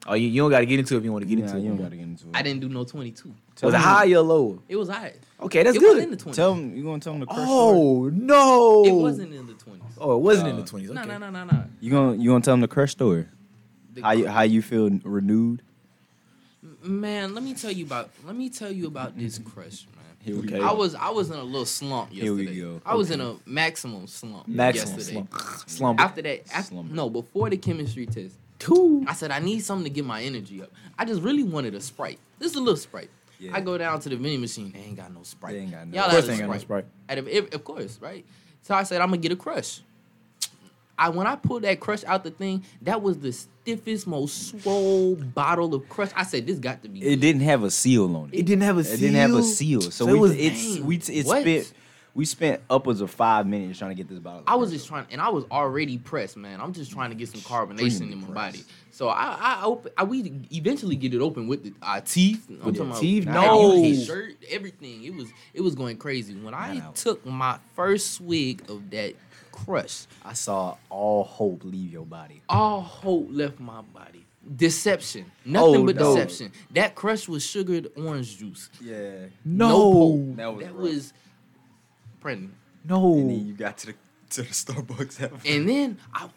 Speaker 2: Oh, you, you don't got to get into it if you want to get
Speaker 1: Nah,
Speaker 2: into it.
Speaker 1: you
Speaker 2: my
Speaker 1: don't
Speaker 2: boy.
Speaker 1: gotta get into it.
Speaker 3: I didn't do no 22.
Speaker 2: was it
Speaker 1: me-
Speaker 2: higher or lower?
Speaker 3: It was high.
Speaker 2: Okay, that's
Speaker 3: it
Speaker 2: good.
Speaker 3: was in the 20s.
Speaker 1: Tell him you gonna tell him the curse. story?
Speaker 2: Oh no!
Speaker 3: It wasn't in the 20s.
Speaker 2: Oh, it wasn't in
Speaker 1: Uh,
Speaker 2: the twenties.
Speaker 3: No,
Speaker 2: Okay.
Speaker 3: no, no, no, no.
Speaker 1: You gonna you gonna tell him the curse story?
Speaker 3: The-
Speaker 1: How you how you feel renewed?
Speaker 3: Man, let me tell you about let me tell you about this crush, man.
Speaker 1: Mm-hmm. Here we
Speaker 2: Okay.
Speaker 1: go.
Speaker 3: I was I was in a little slump yesterday.
Speaker 1: Here we go.
Speaker 3: I was in a maximum slump
Speaker 2: Maximum
Speaker 3: yesterday.
Speaker 2: slump. Slump.
Speaker 3: After that, after,
Speaker 1: Slump.
Speaker 3: no, before the chemistry test,
Speaker 2: Two.
Speaker 3: I said I need something to get my energy up. I just really wanted a Sprite. This is a little Sprite.
Speaker 1: Yeah.
Speaker 3: I go down to the vending machine. They ain't got no Sprite.
Speaker 1: They ain't got no-
Speaker 3: Y'all
Speaker 1: Of
Speaker 3: had
Speaker 1: course
Speaker 3: a
Speaker 1: they ain't
Speaker 2: got no Sprite.
Speaker 3: Sprite. Out of ev- of course, right? So I said I'm gonna get a crush. I when I pulled that crush out the thing, that was the stiffest, most swole bottle of crush. I said this got to be.
Speaker 1: It
Speaker 3: good."
Speaker 1: didn't have a seal on it.
Speaker 2: It didn't have a
Speaker 1: It didn't have a
Speaker 2: seal?
Speaker 1: seal. So,
Speaker 2: So
Speaker 1: we
Speaker 2: it was-
Speaker 1: it's
Speaker 3: Dang,
Speaker 1: we it
Speaker 3: what?
Speaker 1: spent we spent upwards of five minutes trying to get this bottle.
Speaker 3: I was just trying, and I was already pressed, man. I'm just trying to get some carbonation
Speaker 1: Extremely
Speaker 3: in my
Speaker 1: pressed.
Speaker 3: body. So I, I, open, I we eventually get it open with the, our teeth. I'm
Speaker 2: With your
Speaker 3: talking about-
Speaker 2: teeth?
Speaker 3: I
Speaker 2: No.
Speaker 3: used his shirt, everything. It was, it was going crazy. When I
Speaker 1: Nah.
Speaker 3: took my first swig of that crush,
Speaker 1: I saw all hope leave your body.
Speaker 3: all hope left my body. Deception, nothing
Speaker 2: Oh,
Speaker 3: but
Speaker 2: no.
Speaker 3: deception. That crush was sugared orange juice.
Speaker 1: Yeah.
Speaker 2: No.
Speaker 1: That was
Speaker 3: that
Speaker 1: rough.
Speaker 3: was, Brendan.
Speaker 1: And then
Speaker 2: No.
Speaker 1: you got to the to the Starbucks after.
Speaker 3: And then I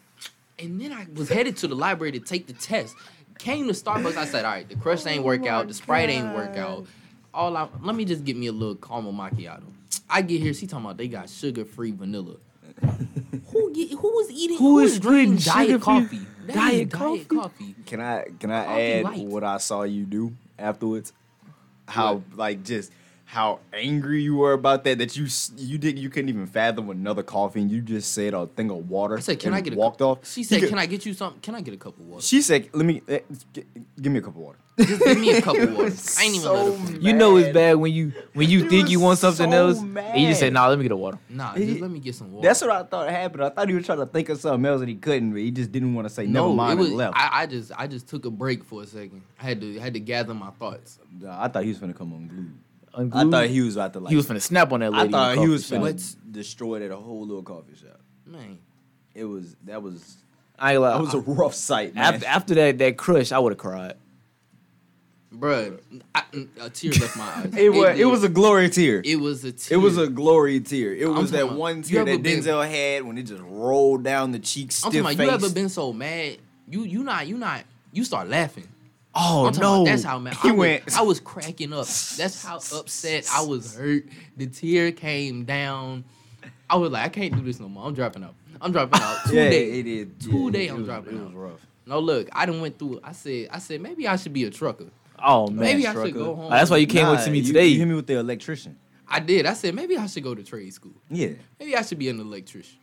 Speaker 3: and then I was headed to the library to take the test. Came to Starbucks, I said, all right, the crush ain't work out, the sprite ain't work out. All I let me just get me a little caramel macchiato. I get here, she talking about they got sugar free vanilla. who get, who was eating
Speaker 2: Who is
Speaker 3: drinking
Speaker 2: drinking
Speaker 3: diet
Speaker 2: sugar-free
Speaker 3: coffee? That is
Speaker 2: diet
Speaker 3: diet
Speaker 2: coffee?
Speaker 3: coffee.
Speaker 1: Can I can I
Speaker 3: I'll be
Speaker 1: add
Speaker 3: light.
Speaker 1: what I saw you do afterwards? How like just how angry you were about that that you s- you didn't you couldn't even fathom another coffee and you just said a thing of water.
Speaker 3: I said, "Can
Speaker 1: and
Speaker 3: I get a
Speaker 1: walked
Speaker 3: cup?
Speaker 1: off?"
Speaker 3: She
Speaker 1: You
Speaker 3: said,
Speaker 1: could-
Speaker 3: "Can I get you something? Can I get a cup of water?
Speaker 1: She said, "Let me eh, g- give me a cup of water."
Speaker 3: Just give me a cup of
Speaker 1: It
Speaker 3: water.
Speaker 1: was
Speaker 3: I ain't even
Speaker 1: so
Speaker 3: let her finish.
Speaker 2: You know it's
Speaker 1: mad.
Speaker 2: bad when you when you
Speaker 1: He
Speaker 2: think you
Speaker 1: was
Speaker 2: want something
Speaker 1: so
Speaker 2: else and you just say,
Speaker 1: mad.
Speaker 2: "Nah, let me get a water."
Speaker 3: Nah,
Speaker 1: He-
Speaker 3: just let me get some water.
Speaker 1: That's what I thought happened. I thought he was trying to think of something else and he couldn't. But he just didn't want to say never mind
Speaker 3: it was,
Speaker 1: and left. I,
Speaker 3: I, I just I just took a break for a second. I had to had to gather my thoughts.
Speaker 1: I thought he was gonna come unglued. I
Speaker 2: Unglued.
Speaker 1: thought he was about to like.
Speaker 2: he was finna snap on that
Speaker 1: I
Speaker 2: lady.
Speaker 1: thought he was
Speaker 2: finna.
Speaker 1: finna destroy at a whole little coffee shop.
Speaker 3: Man,
Speaker 1: It was that was
Speaker 2: I ain't gonna lie.
Speaker 1: that was a rough sight, man.
Speaker 2: after, after that that crush, I would have cried.
Speaker 3: bruh, I, a tear left my eyes.
Speaker 1: it was it
Speaker 3: did.
Speaker 1: was a glory tear. It,
Speaker 3: it was a tear.
Speaker 1: was a glory tear. It
Speaker 3: I'm
Speaker 1: was that
Speaker 3: talking-
Speaker 1: one
Speaker 3: you
Speaker 1: tear
Speaker 3: ever
Speaker 1: that
Speaker 3: been-
Speaker 1: Denzel had when it just rolled down the cheek,
Speaker 3: I'm
Speaker 1: stiff
Speaker 3: talking
Speaker 1: face.
Speaker 3: about you ever been so mad? You you not you not you start laughing.
Speaker 2: Oh
Speaker 3: I'm talking
Speaker 2: no!
Speaker 3: about that's how mad
Speaker 1: He
Speaker 3: I, was-
Speaker 1: went-
Speaker 3: I was cracking up. That's how upset I was hurt. The tear came down. I was like, I can't do this no more. I'm dropping out. I'm dropping out. Two
Speaker 1: yeah,
Speaker 3: days.
Speaker 1: it did.
Speaker 3: Two
Speaker 1: yeah,
Speaker 3: day
Speaker 1: it
Speaker 3: I'm
Speaker 1: was-
Speaker 3: dropping
Speaker 1: It was
Speaker 3: out.
Speaker 1: rough.
Speaker 3: No, look, I done went through. it. I said, I said maybe I should be a trucker.
Speaker 2: oh man,
Speaker 3: maybe I
Speaker 2: Strucker.
Speaker 3: should go home.
Speaker 2: that's why you came
Speaker 1: Nah,
Speaker 2: up to me
Speaker 1: you-
Speaker 2: today.
Speaker 1: You hit me with the electrician.
Speaker 3: I did. I said maybe I should go to trade school.
Speaker 1: Yeah,
Speaker 3: Maybe I should be an electrician.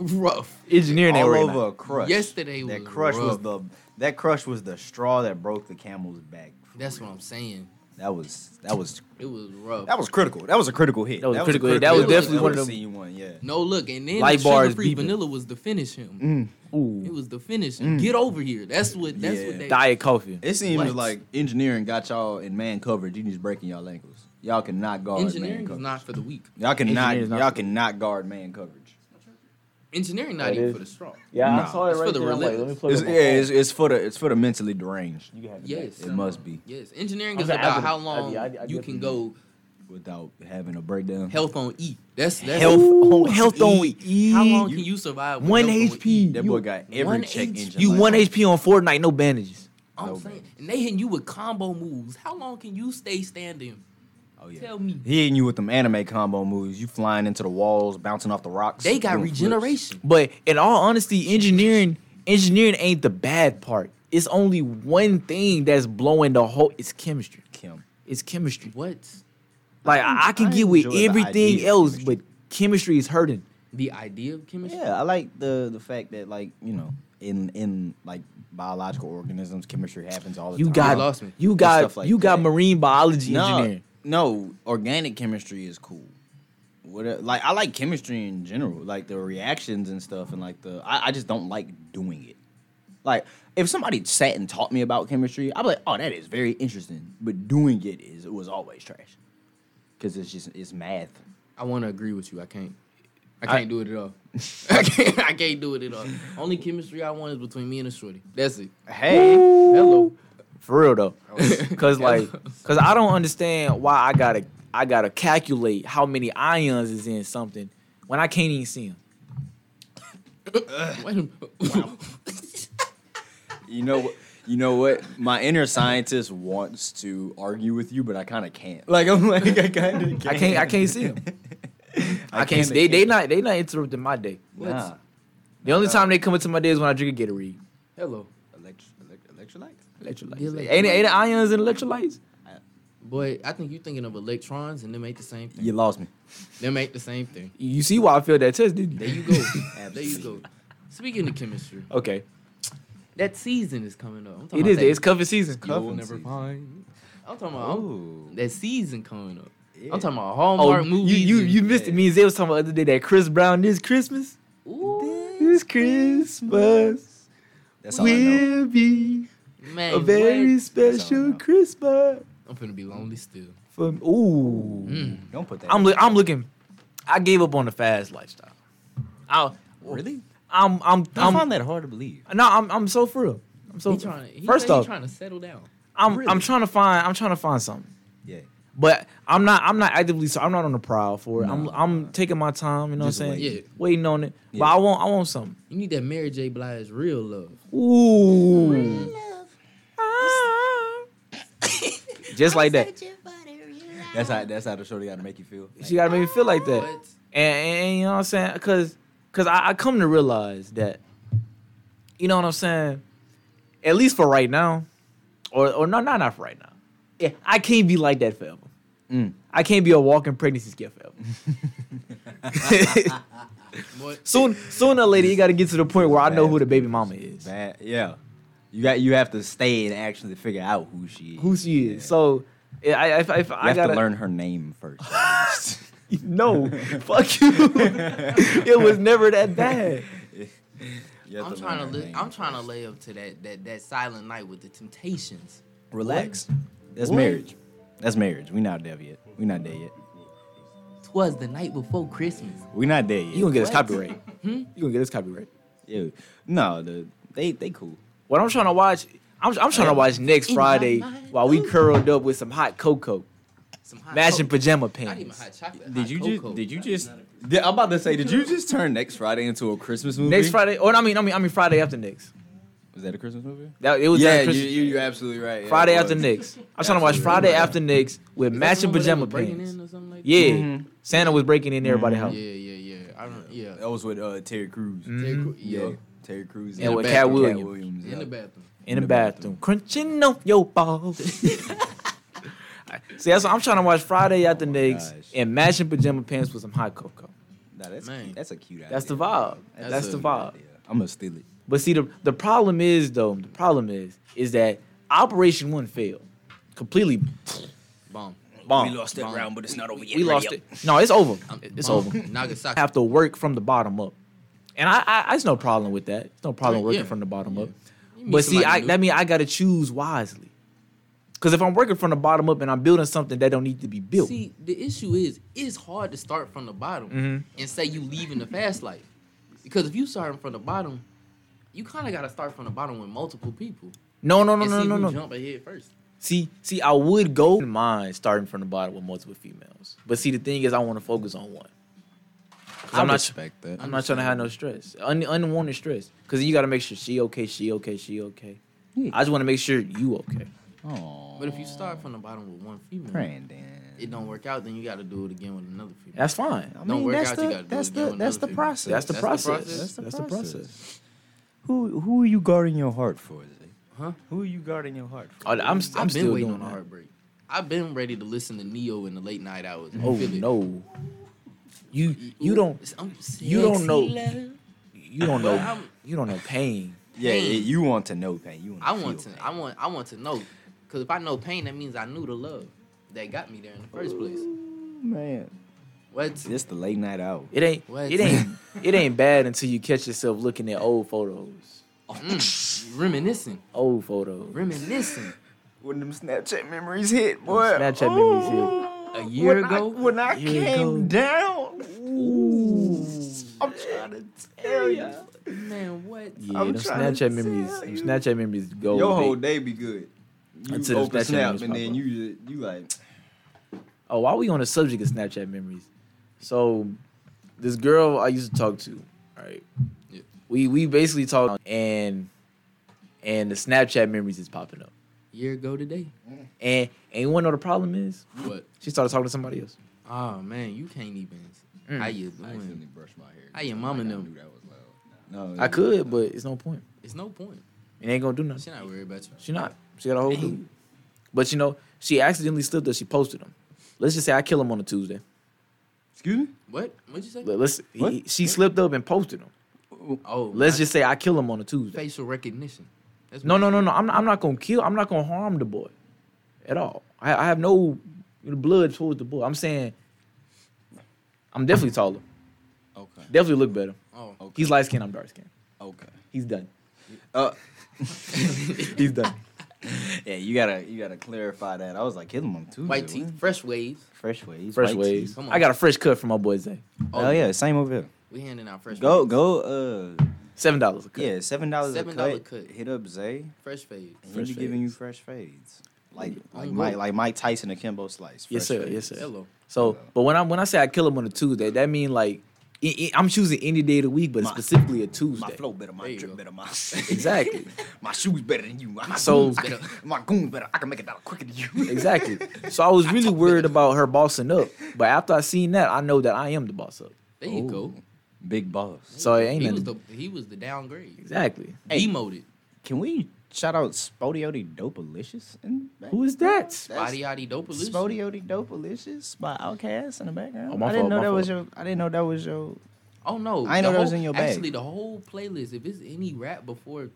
Speaker 3: Rough.
Speaker 2: Engineering
Speaker 1: all
Speaker 2: ain't right
Speaker 1: over
Speaker 2: now.
Speaker 1: a crush.
Speaker 3: Yesterday was
Speaker 1: that crush was
Speaker 3: rough.
Speaker 1: the that crush was the straw that broke the camel's back. for
Speaker 3: That's
Speaker 1: real.
Speaker 3: what I'm saying.
Speaker 1: That was that was
Speaker 3: It was rough.
Speaker 1: that was critical. That was a critical hit.
Speaker 2: That was a critical hit. That
Speaker 3: was
Speaker 2: definitely one of them-
Speaker 1: Seen one, yeah.
Speaker 3: no, look, and then
Speaker 2: Light
Speaker 3: the
Speaker 2: bars
Speaker 3: sugar-free
Speaker 2: beeping.
Speaker 3: vanilla was to finish him. It
Speaker 2: Ooh,
Speaker 3: was the finish. him. Get over here. That's what. That's
Speaker 1: Yeah.
Speaker 3: what. They,
Speaker 2: diet coffee.
Speaker 1: It seems
Speaker 3: What?
Speaker 1: like engineering got y'all in man coverage. You just breaking y'all ankles. Y'all cannot guard man
Speaker 3: engineering is
Speaker 1: coverage.
Speaker 3: not for the weak.
Speaker 1: y'all cannot.
Speaker 2: Engineering's not-
Speaker 1: y'all cannot guard man coverage.
Speaker 3: Engineering not
Speaker 2: That
Speaker 3: even
Speaker 2: is-
Speaker 3: for the strong.
Speaker 1: Yeah, I Nah. saw
Speaker 3: it It's right for the there. I'm like, relentless.
Speaker 2: plug
Speaker 1: It's, yeah, it's, it's for the it's for the mentally deranged.
Speaker 3: Yes.
Speaker 1: It must be
Speaker 3: Yes. Engineering
Speaker 2: I'm
Speaker 3: is
Speaker 2: saying, I
Speaker 3: about
Speaker 2: get it.
Speaker 3: how
Speaker 2: I
Speaker 3: long
Speaker 2: get- I get- I
Speaker 3: you
Speaker 2: get
Speaker 3: can
Speaker 2: it.
Speaker 3: go
Speaker 1: without having a breakdown.
Speaker 3: health on E. That's that's
Speaker 1: Health
Speaker 2: Ooh,
Speaker 1: on
Speaker 2: health on E.
Speaker 3: How long can you survive? with
Speaker 2: One
Speaker 3: health on E?
Speaker 2: HP.
Speaker 1: that
Speaker 2: you-
Speaker 1: boy got every
Speaker 3: one
Speaker 1: check
Speaker 3: H-
Speaker 1: engine.
Speaker 2: You
Speaker 1: light
Speaker 2: one
Speaker 1: on.
Speaker 2: HP on Fortnite, no bandages.
Speaker 3: I'm
Speaker 1: No,
Speaker 3: saying,
Speaker 1: man.
Speaker 3: and they hitting you with combo moves. How long can you stay standing?
Speaker 1: Oh yeah.
Speaker 3: Tell me.
Speaker 1: He hitting you with them anime combo moves. You flying into the walls, bouncing off the rocks.
Speaker 3: They got
Speaker 1: doing flips.
Speaker 3: regeneration.
Speaker 2: But in all honesty, engineering engineering ain't the bad part. It's only one thing that's blowing the whole. It's chemistry.
Speaker 1: Kim.
Speaker 2: It's chemistry.
Speaker 3: What?
Speaker 2: Like I, I can
Speaker 1: I
Speaker 2: get with
Speaker 1: enjoy the idea
Speaker 2: everything
Speaker 1: of
Speaker 2: else,
Speaker 1: chemistry.
Speaker 2: but chemistry is hurting.
Speaker 3: The idea of chemistry.
Speaker 1: Yeah, I like the the fact that like you know in in like biological organisms, chemistry happens all the
Speaker 2: You
Speaker 1: time.
Speaker 2: got
Speaker 3: lost me.
Speaker 2: you
Speaker 1: With
Speaker 2: got
Speaker 1: stuff like
Speaker 2: you got
Speaker 1: that.
Speaker 2: marine biology
Speaker 1: no,
Speaker 2: engineering.
Speaker 1: no organic chemistry is cool. What e- like I like chemistry in general, like the reactions and stuff, and like the I, I just don't like doing it. Like if somebody sat and taught me about chemistry, I'd be like, oh, that is very interesting. But doing it is it was always trash because it's just it's math.
Speaker 3: I want to agree with you. I can't. I
Speaker 2: I-
Speaker 3: can't do it at all. I can't. I can't do it at all. Only chemistry I want is between me and a shorty. That's it.
Speaker 1: Hey,
Speaker 3: Hello.
Speaker 2: For real though, because like, because I don't understand why I gotta I gotta calculate how many ions is in something when I can't even see them.
Speaker 3: Wait a
Speaker 1: You know, what- you know what? My inner scientist wants to argue with you, but I kind of can't. Like I'm like I kind of can't.
Speaker 2: I can't I can't see them. I, can't.
Speaker 1: kinda
Speaker 2: They they not they not interrupting my day.
Speaker 1: Nah.
Speaker 2: The only time they come into my day is when I drink a Gatorade.
Speaker 3: Hello.
Speaker 1: Elect- elect- electrolytes?
Speaker 2: Electrolytes.
Speaker 3: Electrolytes.
Speaker 2: Ain't it- ain't it ions and electrolytes?
Speaker 3: Boy, I think you're thinking of electrons, and they make the same thing.
Speaker 1: You lost me.
Speaker 3: They make the same thing.
Speaker 2: You see why I failed that test, didn't
Speaker 3: There
Speaker 2: you?
Speaker 3: you go. there you go. Speaking of chemistry,
Speaker 2: Okay,
Speaker 3: that season is coming up. I'm talking
Speaker 2: it
Speaker 3: about
Speaker 2: is.
Speaker 3: that
Speaker 2: It's cuffing season.
Speaker 1: Cuffing
Speaker 3: You'll never
Speaker 1: season.
Speaker 3: find. I'm talking about
Speaker 1: Ooh.
Speaker 3: that season coming up.
Speaker 1: Yeah.
Speaker 3: I'm talking about
Speaker 2: Oh,
Speaker 3: Hallmark movies.
Speaker 2: you you
Speaker 3: and-
Speaker 2: you missed it. Me and Zay was talking about the other day that Chris Brown this Christmas.
Speaker 3: Ooh,
Speaker 2: This Christmas
Speaker 1: That's all I know.
Speaker 2: will be
Speaker 3: man,
Speaker 2: a very
Speaker 3: what?
Speaker 1: all I
Speaker 2: special
Speaker 1: know.
Speaker 2: Christmas
Speaker 3: I'm finna be lonely still.
Speaker 2: for me. Ooh,
Speaker 3: Mm.
Speaker 1: Don't put that.
Speaker 2: I'm
Speaker 1: in.
Speaker 2: look. I'm looking. I gave up on the fast lifestyle. I
Speaker 1: really.
Speaker 2: I'm I'm
Speaker 1: I
Speaker 2: I'm
Speaker 1: find that hard to believe.
Speaker 2: No, I'm I'm so for real. I'm so
Speaker 3: He trying, he
Speaker 2: first off,
Speaker 3: trying to settle down.
Speaker 2: I'm
Speaker 1: Really?
Speaker 2: I'm trying to find I'm trying to find something,
Speaker 1: Yeah.
Speaker 2: but I'm not I'm not actively so I'm not on the prowl for it. I'm
Speaker 1: Nah.
Speaker 2: I'm taking my time. You know
Speaker 1: Just
Speaker 2: what I'm saying?
Speaker 3: wait. Yeah.
Speaker 2: Waiting on it, but
Speaker 1: Yeah.
Speaker 2: I want I want something.
Speaker 3: You need that Mary J. Blige real love.
Speaker 2: Ooh. Ah. Just like that.
Speaker 1: That's how. That's how the shorty got to make you feel.
Speaker 2: She gotta make me feel like that. And,
Speaker 3: What?
Speaker 2: and, and you know what I'm saying? Cause, cause I, I come to realize that, you know what I'm saying? at least for right now, or or no, not not for right now. Yeah, Mm. I can't be like that forever. I can't be a walking pregnancy scare forever.
Speaker 3: But
Speaker 2: soon, sooner or later, you got to get to the point where I know who the baby mama is,
Speaker 1: Bad. Yeah. You got you have to stay and actually figure out who she is.
Speaker 2: who she is. So, yeah, I, if, if
Speaker 1: you
Speaker 2: I
Speaker 1: have
Speaker 2: gotta
Speaker 1: to learn her name first.
Speaker 2: no, fuck you. it was never that bad.
Speaker 1: You have
Speaker 3: I'm
Speaker 1: learn
Speaker 3: trying to
Speaker 1: her
Speaker 3: li-
Speaker 1: name
Speaker 3: I'm trying to
Speaker 1: first.
Speaker 3: lay up to that that that silent night with the Temptations.
Speaker 1: relax. That's
Speaker 3: What?
Speaker 1: marriage. That's marriage. We not there yet. We not there yet.
Speaker 3: Twas the night before Christmas.
Speaker 1: We not there yet.
Speaker 2: You gonna get us
Speaker 3: What?
Speaker 2: copyright? You gonna get us copyright?
Speaker 1: Yeah. No, the, they they cool.
Speaker 2: What I'm trying to watch, I'm, I'm trying to watch next
Speaker 3: In my
Speaker 2: Friday
Speaker 3: mind.
Speaker 2: while we
Speaker 3: Ooh.
Speaker 2: curled up with some hot cocoa,
Speaker 3: Some hot
Speaker 2: matching
Speaker 3: cocoa.
Speaker 2: pajama
Speaker 3: Not even
Speaker 2: pants.
Speaker 3: hot chocolate.
Speaker 1: Did
Speaker 3: hot
Speaker 1: you
Speaker 3: cocoa.
Speaker 1: just did you just did, I'm about to say did you just turn next Friday into a Christmas movie?
Speaker 2: Next Friday, or I mean, I mean, I mean Friday after next.
Speaker 1: was that a Christmas movie?
Speaker 2: That it was
Speaker 1: yeah,
Speaker 2: during
Speaker 1: you,
Speaker 2: Christmas-
Speaker 1: you you're absolutely right. Yeah,
Speaker 2: Friday
Speaker 1: it
Speaker 2: after
Speaker 1: was.
Speaker 2: next. I'm trying to watch
Speaker 1: Absolutely
Speaker 2: Friday
Speaker 1: right.
Speaker 2: after next with
Speaker 3: Is that
Speaker 2: matching
Speaker 3: the one where they
Speaker 2: pajama
Speaker 3: were breaking
Speaker 2: pants.
Speaker 3: in or something like that?
Speaker 2: Yeah,
Speaker 1: Mhm.
Speaker 2: Santa was breaking in everybody's house,
Speaker 3: Yeah, yeah, yeah. I don't. Yeah.
Speaker 1: That was with uh, Terry Crews.
Speaker 2: Mm.
Speaker 3: Terry
Speaker 2: Mhm.
Speaker 3: Crew- yeah.
Speaker 1: Mm-hmm. Yeah, Terry Crews
Speaker 2: And
Speaker 1: the
Speaker 2: with
Speaker 1: bathroom,
Speaker 2: Cat Williams.
Speaker 1: Williams,
Speaker 3: In the
Speaker 1: yeah.
Speaker 3: bathroom.
Speaker 2: in the bathroom, crunching on your balls. See, that's what I'm trying to watch Friday after
Speaker 1: Oh my
Speaker 2: next
Speaker 1: gosh.
Speaker 2: and matching pajama pants with some hot cocoa.
Speaker 1: Nah, that's
Speaker 3: Man.
Speaker 1: cute. that's a cute idea.
Speaker 2: That's the vibe.
Speaker 1: That's
Speaker 2: that's
Speaker 3: a-
Speaker 2: the
Speaker 1: cute
Speaker 2: vibe.
Speaker 1: idea. I'm gonna steal it.
Speaker 2: But see, the the problem is though, the problem is is that Operation One failed completely.
Speaker 3: Bomb.
Speaker 2: Bomb.
Speaker 1: We lost that round, but it's not over yet.
Speaker 2: we lost it. No, it's over.
Speaker 3: Um,
Speaker 2: It's
Speaker 3: bomb.
Speaker 2: over.
Speaker 3: Nagasaki.
Speaker 2: Have to work from the bottom up, and I, I, I there's no problem with that. There's no problem
Speaker 3: Yeah,
Speaker 2: working
Speaker 3: yeah.
Speaker 2: from the bottom up.
Speaker 3: You meet
Speaker 2: But see,
Speaker 3: somebody
Speaker 2: I,
Speaker 3: new.
Speaker 2: that mean I got to choose wisely. Because if I'm working from the bottom up and I'm building something that don't need to be built,
Speaker 3: See, the issue is it's hard to start from the bottom
Speaker 2: Mm-hmm.
Speaker 3: and say you leaving the fast life. Because if you starting from the bottom, you kind of got to start from the bottom with multiple people.
Speaker 2: no, no, no,
Speaker 3: and
Speaker 2: no,
Speaker 3: see
Speaker 2: no,
Speaker 3: who
Speaker 2: no.
Speaker 3: jump ahead first.
Speaker 2: See, see, I would go in mine starting from the bottom with multiple females. But see, the thing is, I want to focus on one. 'Cause I'm not.
Speaker 1: respect that.
Speaker 2: I'm not trying to have no stress, Un- unwanted stress. Cause you gotta make sure she okay, she okay, she okay. I just want to make sure you okay.
Speaker 1: Aw,
Speaker 3: But if you start from the bottom with one female,
Speaker 1: Brandon.
Speaker 3: it don't work out, then you got to do it again with another female.
Speaker 2: That's fine.
Speaker 1: I
Speaker 3: don't
Speaker 1: mean,
Speaker 3: work
Speaker 1: that's
Speaker 3: out, you
Speaker 1: the
Speaker 3: gotta do
Speaker 1: that's
Speaker 3: it again
Speaker 1: the
Speaker 3: with
Speaker 1: that's the
Speaker 3: another
Speaker 1: process.
Speaker 2: That's the
Speaker 3: That's the
Speaker 2: process.
Speaker 3: process.
Speaker 2: That's the, process.
Speaker 1: Who who are you guarding your heart for? Zay?
Speaker 3: Huh?
Speaker 1: Who are you guarding your heart for?
Speaker 2: Oh, I'm, st-
Speaker 3: I've
Speaker 2: I'm
Speaker 3: been
Speaker 2: still
Speaker 3: waiting
Speaker 2: doing
Speaker 3: on a
Speaker 2: that.
Speaker 3: heartbreak. I've been ready to listen to Neo in the late night hours. I
Speaker 2: Oh
Speaker 3: feel it.
Speaker 2: no, you
Speaker 3: Ooh,
Speaker 2: you don't
Speaker 3: I'm
Speaker 2: you don't
Speaker 3: sexy
Speaker 2: know.
Speaker 3: love.
Speaker 2: you don't
Speaker 3: But
Speaker 2: know
Speaker 3: I'm-
Speaker 2: you don't know pain.
Speaker 1: Yeah,
Speaker 3: Pain.
Speaker 1: it- you want to know pain. You want.
Speaker 3: I want to.
Speaker 1: feel
Speaker 3: I want. I want to know. Cause if I know pain, that means I knew the love that got me there in the first place.
Speaker 1: pain. man.
Speaker 3: What?
Speaker 1: It's the late night hour.
Speaker 2: It ain't
Speaker 3: What?
Speaker 2: it ain't it ain't bad until you catch yourself looking at old photos,
Speaker 3: Mm, reminiscing.
Speaker 2: old photos.
Speaker 3: Reminiscing.
Speaker 1: When them Snapchat memories hit, boy.
Speaker 2: Snapchat memories hit.
Speaker 3: A year
Speaker 1: when I-
Speaker 3: ago?
Speaker 1: when I
Speaker 2: Year
Speaker 1: came
Speaker 2: ago.
Speaker 1: down, ooh, I'm trying to tell you,
Speaker 3: Man, what?
Speaker 2: Yeah,
Speaker 1: I'm
Speaker 2: them
Speaker 1: trying to
Speaker 2: Snapchat memories,
Speaker 1: tell
Speaker 2: them
Speaker 1: you.
Speaker 2: Snapchat memories go.
Speaker 1: your
Speaker 2: they-
Speaker 1: whole day be good. You
Speaker 2: Until the
Speaker 1: open
Speaker 2: Snapchat
Speaker 1: Snap
Speaker 2: memories
Speaker 1: and
Speaker 2: pop
Speaker 1: then
Speaker 2: up.
Speaker 1: you you like
Speaker 2: Oh, while we on the subject of Snapchat memories, so this girl I used to talk to, right?
Speaker 3: Yeah.
Speaker 2: We we basically talk and and the Snapchat memories is popping up.
Speaker 3: Year ago today.
Speaker 2: And and you wanna know the problem is?
Speaker 3: What?
Speaker 2: She started talking to somebody else.
Speaker 3: Oh man, you can't even.
Speaker 2: Mm.
Speaker 3: How you
Speaker 4: I accidentally
Speaker 3: doing?
Speaker 4: brushed my hair.
Speaker 3: How your mama
Speaker 4: Like, I
Speaker 3: know?
Speaker 4: knew that was loud.
Speaker 1: no.
Speaker 2: I could, but it's no point.
Speaker 3: It's no point.
Speaker 2: It ain't gonna do nothing.
Speaker 3: She not worried about you.
Speaker 2: She not. She got a whole dude. But you know, she accidentally slipped us. She posted them. Let's just say I kill him on a Tuesday.
Speaker 1: Excuse me.
Speaker 3: What? What'd you say?
Speaker 2: Let- Let's.
Speaker 1: What?
Speaker 2: he- she slipped up and posted them.
Speaker 3: Oh,
Speaker 2: Let's
Speaker 3: not
Speaker 2: just say I kill him on a Tuesday.
Speaker 3: facial recognition. That's
Speaker 2: No,
Speaker 3: what-
Speaker 2: no, no, no. I'm not, I'm not gonna kill. I'm not gonna harm the boy, at all. I, I have no you know, blood towards the boy. I'm saying, I'm definitely taller.
Speaker 4: Okay.
Speaker 2: Definitely look better.
Speaker 3: Oh,
Speaker 4: Okay.
Speaker 2: He's light skinned. I'm dark skinned.
Speaker 4: Okay.
Speaker 2: He's done.
Speaker 1: Uh,
Speaker 2: He's done.
Speaker 1: yeah, you gotta you gotta clarify that. I was like, hit him on Tuesday.
Speaker 3: white
Speaker 1: what?
Speaker 3: teeth, fresh waves.
Speaker 1: Fresh waves.
Speaker 2: Fresh
Speaker 1: white
Speaker 2: waves.
Speaker 1: teeth.
Speaker 3: Come on.
Speaker 2: I got a fresh cut from my boy Zay.
Speaker 1: Oh yeah, same over here.
Speaker 3: We handing out fresh.
Speaker 1: Go
Speaker 3: waves.
Speaker 1: go. Uh,
Speaker 2: Seven dollars a cut.
Speaker 1: yeah, seven dollars.
Speaker 3: Seven
Speaker 1: Seven
Speaker 3: dollar
Speaker 1: dollar
Speaker 3: cut.
Speaker 1: Hit up Zay.
Speaker 3: Fresh fade.
Speaker 1: And
Speaker 2: Fresh
Speaker 1: he be giving you
Speaker 2: fades.
Speaker 1: fresh fades. Mm-hmm. Like
Speaker 3: I'm
Speaker 1: like
Speaker 3: good.
Speaker 1: Mike like Mike Tyson and Kimbo Slice.
Speaker 2: Yes,
Speaker 1: fresh
Speaker 2: sir. Yes,
Speaker 1: fades.
Speaker 2: sir.
Speaker 3: Hello.
Speaker 2: So, but when I when I say I kill him on a Tuesday, that mean like i- i- I'm choosing any day of the week, but
Speaker 1: My-
Speaker 2: specifically a Tuesday.
Speaker 1: My flow better,
Speaker 3: There
Speaker 1: my
Speaker 3: you
Speaker 1: drip
Speaker 3: go.
Speaker 1: better, my
Speaker 2: Exactly.
Speaker 1: my shoes better than you. My
Speaker 2: soul's
Speaker 1: goons better. My goons better. I can make a dollar quicker than you.
Speaker 2: exactly. So I was really worried about her bossing up, but after I seen that, I know that I am the boss up.
Speaker 3: There you go.
Speaker 1: Big boss.
Speaker 2: So it Oh. ain't
Speaker 3: He was
Speaker 2: nothing.
Speaker 3: the he was the downgrade.
Speaker 2: exactly.
Speaker 3: Demoted.
Speaker 1: Can we shout out Spodiody Dopalicious? in the
Speaker 2: Who is that?
Speaker 1: background?
Speaker 3: Body yaddy
Speaker 1: That's
Speaker 3: dopalicious.
Speaker 1: Spodiody Dopalicious by Outkast in the background.
Speaker 2: Oh, my
Speaker 1: I didn't
Speaker 2: fault,
Speaker 1: know
Speaker 2: my
Speaker 1: that was
Speaker 2: fault.
Speaker 1: your. I didn't know that was your.
Speaker 3: Oh no!
Speaker 1: I ain't know
Speaker 3: the
Speaker 1: that was
Speaker 3: whole-
Speaker 1: in your bag.
Speaker 3: Actually, the whole playlist, if it's any rap before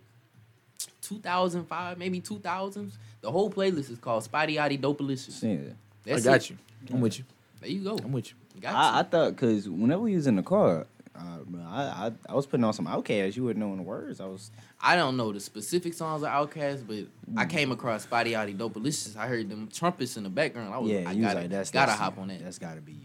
Speaker 3: 2005, maybe 2000s, the whole playlist is called Spotty Yaddy Dopalicious.
Speaker 1: Yeah.
Speaker 3: That's
Speaker 2: I got
Speaker 3: it.
Speaker 2: you. I'm with you.
Speaker 3: There you go.
Speaker 2: I'm with you.
Speaker 3: Got
Speaker 1: I, I
Speaker 3: you.
Speaker 1: thought because whenever we was in the car, uh, I, I I was putting on some Outkast. You wouldn't know the words. I was
Speaker 3: I, don't know the specific songs of Outkast, but I
Speaker 1: Mm.
Speaker 3: came across Spotty Yaddy Dopalicious. I heard them trumpets in the background. I was,
Speaker 1: yeah.
Speaker 3: I
Speaker 1: you was
Speaker 3: gotta,
Speaker 1: like that's
Speaker 3: gotta
Speaker 1: that's
Speaker 3: hop
Speaker 1: you.
Speaker 3: on that.
Speaker 1: That's gotta be you.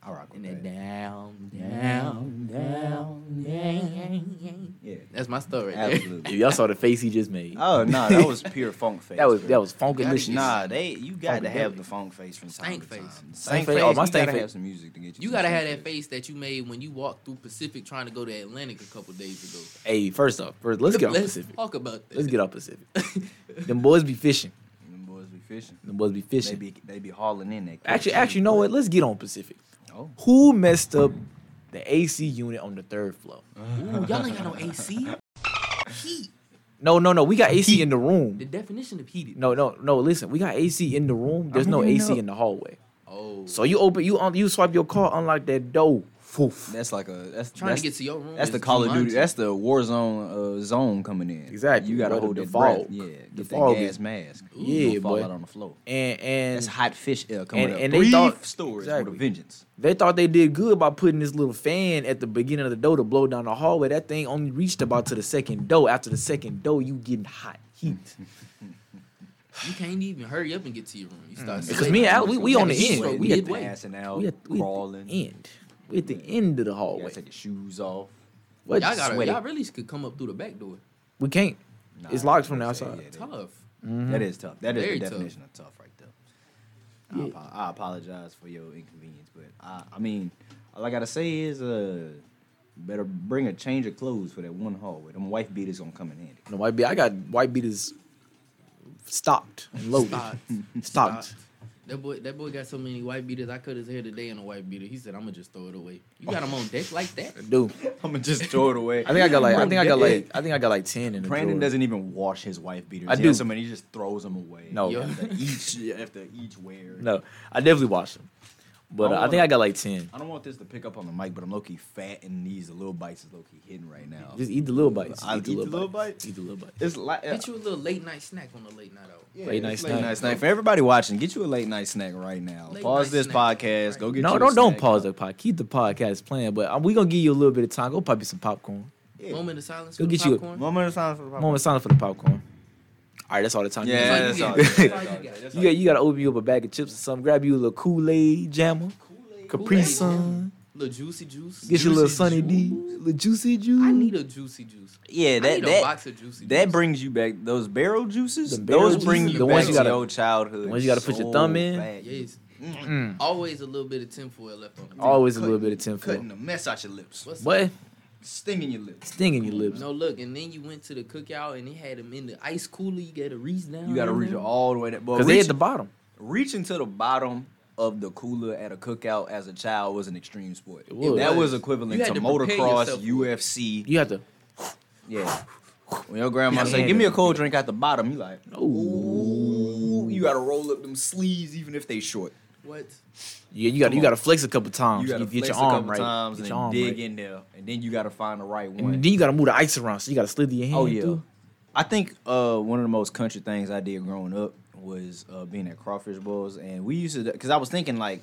Speaker 1: I rock with
Speaker 3: and then
Speaker 1: that.
Speaker 3: down, down, down, down, down.
Speaker 1: Yeah,
Speaker 3: That's my story. Right there.
Speaker 1: absolutely.
Speaker 2: If y'all saw the face he just made.
Speaker 1: oh no, that was pure funk face.
Speaker 2: that was
Speaker 1: bro.
Speaker 2: that was funky.
Speaker 3: That is-
Speaker 1: Nah, they you got to have
Speaker 2: Funkadelic.
Speaker 1: the funk face from time
Speaker 3: Stank
Speaker 1: to time.
Speaker 3: face.
Speaker 1: Stank
Speaker 2: face. Oh, my
Speaker 1: you
Speaker 2: stank
Speaker 1: gotta
Speaker 2: face.
Speaker 1: have some music to get you.
Speaker 3: You
Speaker 1: to
Speaker 3: gotta
Speaker 1: stank
Speaker 3: have that face that you made when you walked through Pacific trying to go to Atlantic a couple days ago.
Speaker 2: Hey, first off, first let's get off
Speaker 3: Let's
Speaker 2: Pacific.
Speaker 3: talk about
Speaker 2: Let's
Speaker 3: this.
Speaker 2: get off Pacific. Them boys be fishing.
Speaker 1: Them boys be fishing.
Speaker 2: Them boys be
Speaker 1: They
Speaker 2: fishing.
Speaker 1: be they be hauling in that.
Speaker 2: Actually,
Speaker 1: cocaine,
Speaker 2: actually, you know
Speaker 1: bro.
Speaker 2: what? Let's get on Pacific.
Speaker 1: Oh.
Speaker 2: Who messed up the AC unit on the third floor?
Speaker 3: Ooh, y'all ain't got no AC. Heat.
Speaker 2: No, no, no. We got AC in the
Speaker 3: The
Speaker 2: room.
Speaker 3: definition of heated.
Speaker 2: No, no, no. Listen, we got AC in the room. There's no
Speaker 1: heating
Speaker 2: AC
Speaker 1: up.
Speaker 2: in the hallway.
Speaker 3: Oh.
Speaker 2: So you open, you un- you swipe your car, unlock that door. Foof.
Speaker 1: That's like a that's
Speaker 3: trying
Speaker 1: that's,
Speaker 3: to get to your room.
Speaker 1: That's
Speaker 3: is
Speaker 1: the Call of Duty.
Speaker 3: Jumanji.
Speaker 1: That's the war zone uh, zone coming in.
Speaker 2: Exactly,
Speaker 1: You gotta
Speaker 2: where the-
Speaker 1: hold
Speaker 2: the
Speaker 1: that breath.
Speaker 2: fog.
Speaker 1: Yeah,
Speaker 2: The
Speaker 1: get that
Speaker 2: fog
Speaker 1: gas
Speaker 2: is-
Speaker 1: mask.
Speaker 2: Ooh. Yeah,
Speaker 1: Don't fall
Speaker 2: boy.
Speaker 1: out on the floor.
Speaker 2: And
Speaker 1: That's
Speaker 2: and
Speaker 1: hot fish air coming
Speaker 2: And-
Speaker 1: up.
Speaker 2: and they
Speaker 1: Brief
Speaker 2: thought-
Speaker 1: stories with
Speaker 2: Exactly.
Speaker 1: a vengeance.
Speaker 2: they thought they did good by putting this little fan at the beginning of the door to blow down the hallway. That thing only reached about to the second door. After the second door, you getting hot heat.
Speaker 3: you can't even hurry up and get to your room. You start
Speaker 2: Because Mm. me and Al, we, we on the
Speaker 3: Yeah, so
Speaker 2: end. We
Speaker 3: had
Speaker 1: get
Speaker 2: at the,
Speaker 1: the
Speaker 3: midway.
Speaker 1: ass and out,
Speaker 2: we at, we at
Speaker 1: crawling.
Speaker 2: the end. We at the end of the
Speaker 1: You
Speaker 2: hallway.
Speaker 1: gotta take your shoes off.
Speaker 2: What?
Speaker 3: Y'all gotta,
Speaker 1: Sweaty.
Speaker 3: y'all really could come up through the back door.
Speaker 2: We can't.
Speaker 1: Nah,
Speaker 2: it's locked from the
Speaker 1: yeah, yeah,
Speaker 2: outside.
Speaker 1: that-
Speaker 3: Tough.
Speaker 2: Mm-hmm.
Speaker 1: That is tough. That is
Speaker 3: Very
Speaker 1: the
Speaker 3: tough.
Speaker 1: definition of tough right there. I,
Speaker 2: Yeah.
Speaker 1: apo- I apologize for your inconvenience, but I, I mean, all I gotta say is, uh, better bring a change of clothes for that one hallway. Them wife beaters gonna come in handy.
Speaker 2: No, white beat. I got white beaters stocked and loaded.
Speaker 3: Stocked.
Speaker 2: Stocked.
Speaker 3: Stocked. That boy, that boy got so many white beaters. I cut his hair today in a white beater. He said, "I'm gonna just throw it away." You got him on deck like that?
Speaker 2: Dude,
Speaker 1: I'm gonna just throw it away.
Speaker 2: I think I got like I think I got like I think I got like ten in the
Speaker 1: Brandon
Speaker 2: drawer.
Speaker 1: doesn't even wash his wife beaters.
Speaker 2: I
Speaker 1: I he
Speaker 2: do.
Speaker 1: do. So many, he just throws them away.
Speaker 2: No.
Speaker 3: Yo.
Speaker 1: after each after each wear.
Speaker 2: No, I definitely watched them, but
Speaker 1: I
Speaker 2: uh, I think
Speaker 1: wanna-
Speaker 2: I got like ten.
Speaker 1: I don't want this to pick up on the mic, but I'm low key fat and these little bites is low key hidden right now.
Speaker 2: Just eat the little bites.
Speaker 1: I'll
Speaker 2: eat the
Speaker 1: eat
Speaker 2: little,
Speaker 1: the little bites.
Speaker 2: bites. Eat the little bites.
Speaker 1: It's like
Speaker 3: Get you a little late night snack on the late night out.
Speaker 1: Yeah,
Speaker 2: Late
Speaker 1: it's
Speaker 2: night snack.
Speaker 1: For everybody watching, get you a late night snack right now.
Speaker 3: Late
Speaker 1: pause
Speaker 3: night
Speaker 1: this
Speaker 3: snack.
Speaker 1: podcast. Go get
Speaker 2: No,
Speaker 1: you
Speaker 2: don't
Speaker 1: a
Speaker 2: don't
Speaker 1: snack.
Speaker 2: pause the pod. Keep the podcast playing, but um, we gonna give you a little bit of time. Go pop you some popcorn.
Speaker 1: Yeah.
Speaker 3: Moment of silence.
Speaker 2: Go
Speaker 3: for the
Speaker 2: get you a-
Speaker 3: popcorn.
Speaker 1: Moment of silence for the
Speaker 2: Moment of silence for the popcorn. All right, that's all the time. you
Speaker 1: Yeah,
Speaker 2: got.
Speaker 1: that's
Speaker 3: That's all
Speaker 1: all.
Speaker 3: you
Speaker 1: That's
Speaker 3: get.
Speaker 1: all
Speaker 3: That's all you get.
Speaker 1: That's
Speaker 2: you
Speaker 1: all
Speaker 2: got you gotta open you up a bag of chips or something. Grab you a little Kool Aid jammer, Capri
Speaker 3: Kool-Aid
Speaker 2: Sun.
Speaker 3: Little juicy juice.
Speaker 2: Get you a little
Speaker 1: Juicy
Speaker 2: Sunny D,
Speaker 1: Juice.
Speaker 2: little Juicy Juice.
Speaker 3: I need a juicy juice.
Speaker 1: Yeah,
Speaker 3: I
Speaker 1: that
Speaker 3: need a
Speaker 1: that
Speaker 3: box of juicy
Speaker 1: that
Speaker 3: juice.
Speaker 1: brings you back those barrel juices.
Speaker 2: The barrel
Speaker 1: those bring
Speaker 2: juices,
Speaker 1: you
Speaker 2: the
Speaker 1: back
Speaker 2: ones you gotta-
Speaker 1: to your childhood.
Speaker 2: the ones you gotta put your thumb in.
Speaker 1: bad.
Speaker 3: Yes.
Speaker 2: Mm.
Speaker 3: Always a little bit of tinfoil left on the top.
Speaker 2: Always a little bit of
Speaker 1: Cutting the
Speaker 2: tinfoil.
Speaker 1: mess out your lips,
Speaker 3: What's
Speaker 2: What?
Speaker 1: stinging your lips.
Speaker 2: Stinging your
Speaker 3: up?
Speaker 2: lips.
Speaker 3: No, look, and then you went to the cookout and they had them in the ice cooler. You got to reach down.
Speaker 1: You gotta
Speaker 3: in
Speaker 1: reach
Speaker 3: there.
Speaker 1: all the way. That, but
Speaker 2: Because Mm-hmm. they
Speaker 1: reach,
Speaker 2: at the bottom.
Speaker 1: reaching to the bottom of the cooler at a cookout as a child was an extreme sport.
Speaker 2: was.
Speaker 1: That was
Speaker 3: You
Speaker 1: equivalent
Speaker 3: had
Speaker 1: to
Speaker 3: to prepare
Speaker 1: motocross,
Speaker 3: yourself.
Speaker 1: UFC.
Speaker 2: You have to.
Speaker 1: Yeah. When your grandma
Speaker 2: Yeah,
Speaker 1: say,
Speaker 2: man.
Speaker 1: "Give me a cold drink at the bottom," you like,
Speaker 2: Ooh.
Speaker 1: "Ooh, you gotta roll up them sleeves, even if they short.
Speaker 3: What?
Speaker 2: Yeah, you got to
Speaker 1: Come
Speaker 2: you
Speaker 1: on.
Speaker 2: got to flex a couple times.
Speaker 1: You
Speaker 2: You
Speaker 1: gotta
Speaker 2: get
Speaker 1: flex
Speaker 2: your
Speaker 1: a
Speaker 2: arm
Speaker 1: couple
Speaker 2: right.
Speaker 1: times
Speaker 2: Get
Speaker 1: and
Speaker 2: your arm
Speaker 1: then dig
Speaker 2: right.
Speaker 1: in there, and then you gotta find the right one.
Speaker 2: And then you got to move the ice around, so you got to slither your hand.
Speaker 1: oh yeah,
Speaker 2: through.
Speaker 1: I think uh, one of the most country things I did growing up was uh, being at crawfish bowls, and we used to because I was thinking like.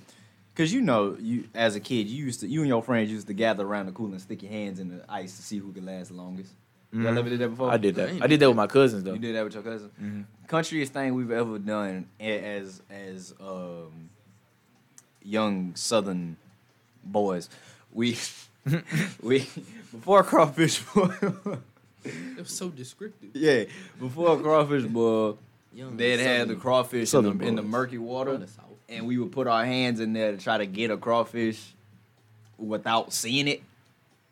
Speaker 1: Cause you know, you as a kid, you used to you and your friends used to gather around the cooler and stick your hands in the ice to see who could last the longest. Y'all ever did that before?
Speaker 2: Mm-hmm. I did
Speaker 3: I
Speaker 2: that.
Speaker 3: ain't
Speaker 2: I did that with my cousins though. Mm-hmm.
Speaker 1: You did that with your cousin. Countryest thing we've ever done a- as as um, young Southern boys. We we before crawfish boil.
Speaker 3: It was so descriptive.
Speaker 1: yeah, before crawfish boil,
Speaker 3: Young
Speaker 1: they'd had the
Speaker 3: southern-
Speaker 1: crawfish in the,
Speaker 2: Southern
Speaker 1: in the
Speaker 2: boys.
Speaker 1: murky water,
Speaker 3: From the south.
Speaker 1: and we would put our hands in there to try to get a crawfish without seeing it.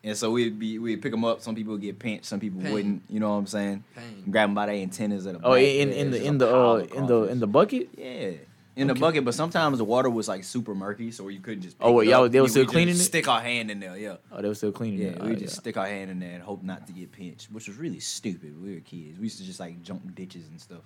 Speaker 1: And so we'd be we'd pick them up. Some people would get pinched, some people
Speaker 3: Pain.
Speaker 1: wouldn't. You know what I'm saying?
Speaker 3: Pain.
Speaker 1: Grab them by their antennas at a
Speaker 2: Oh, in in the in the uh, in the in the bucket.
Speaker 1: yeah. in the bucket, but sometimes the water was like super murky, so you couldn't just.
Speaker 2: Oh,
Speaker 1: pick
Speaker 2: wait,
Speaker 1: it
Speaker 2: y'all-
Speaker 1: up.
Speaker 2: they
Speaker 1: We
Speaker 2: was still
Speaker 1: would just
Speaker 2: cleaning it?
Speaker 1: Stick our hand in there, yeah,
Speaker 2: Oh, they were still cleaning
Speaker 1: yeah.
Speaker 2: it.
Speaker 1: we
Speaker 2: Oh,
Speaker 1: would just stick our hand in there and hope not to get pinched, which was really stupid. We were kids. We used to just like jump ditches and stuff.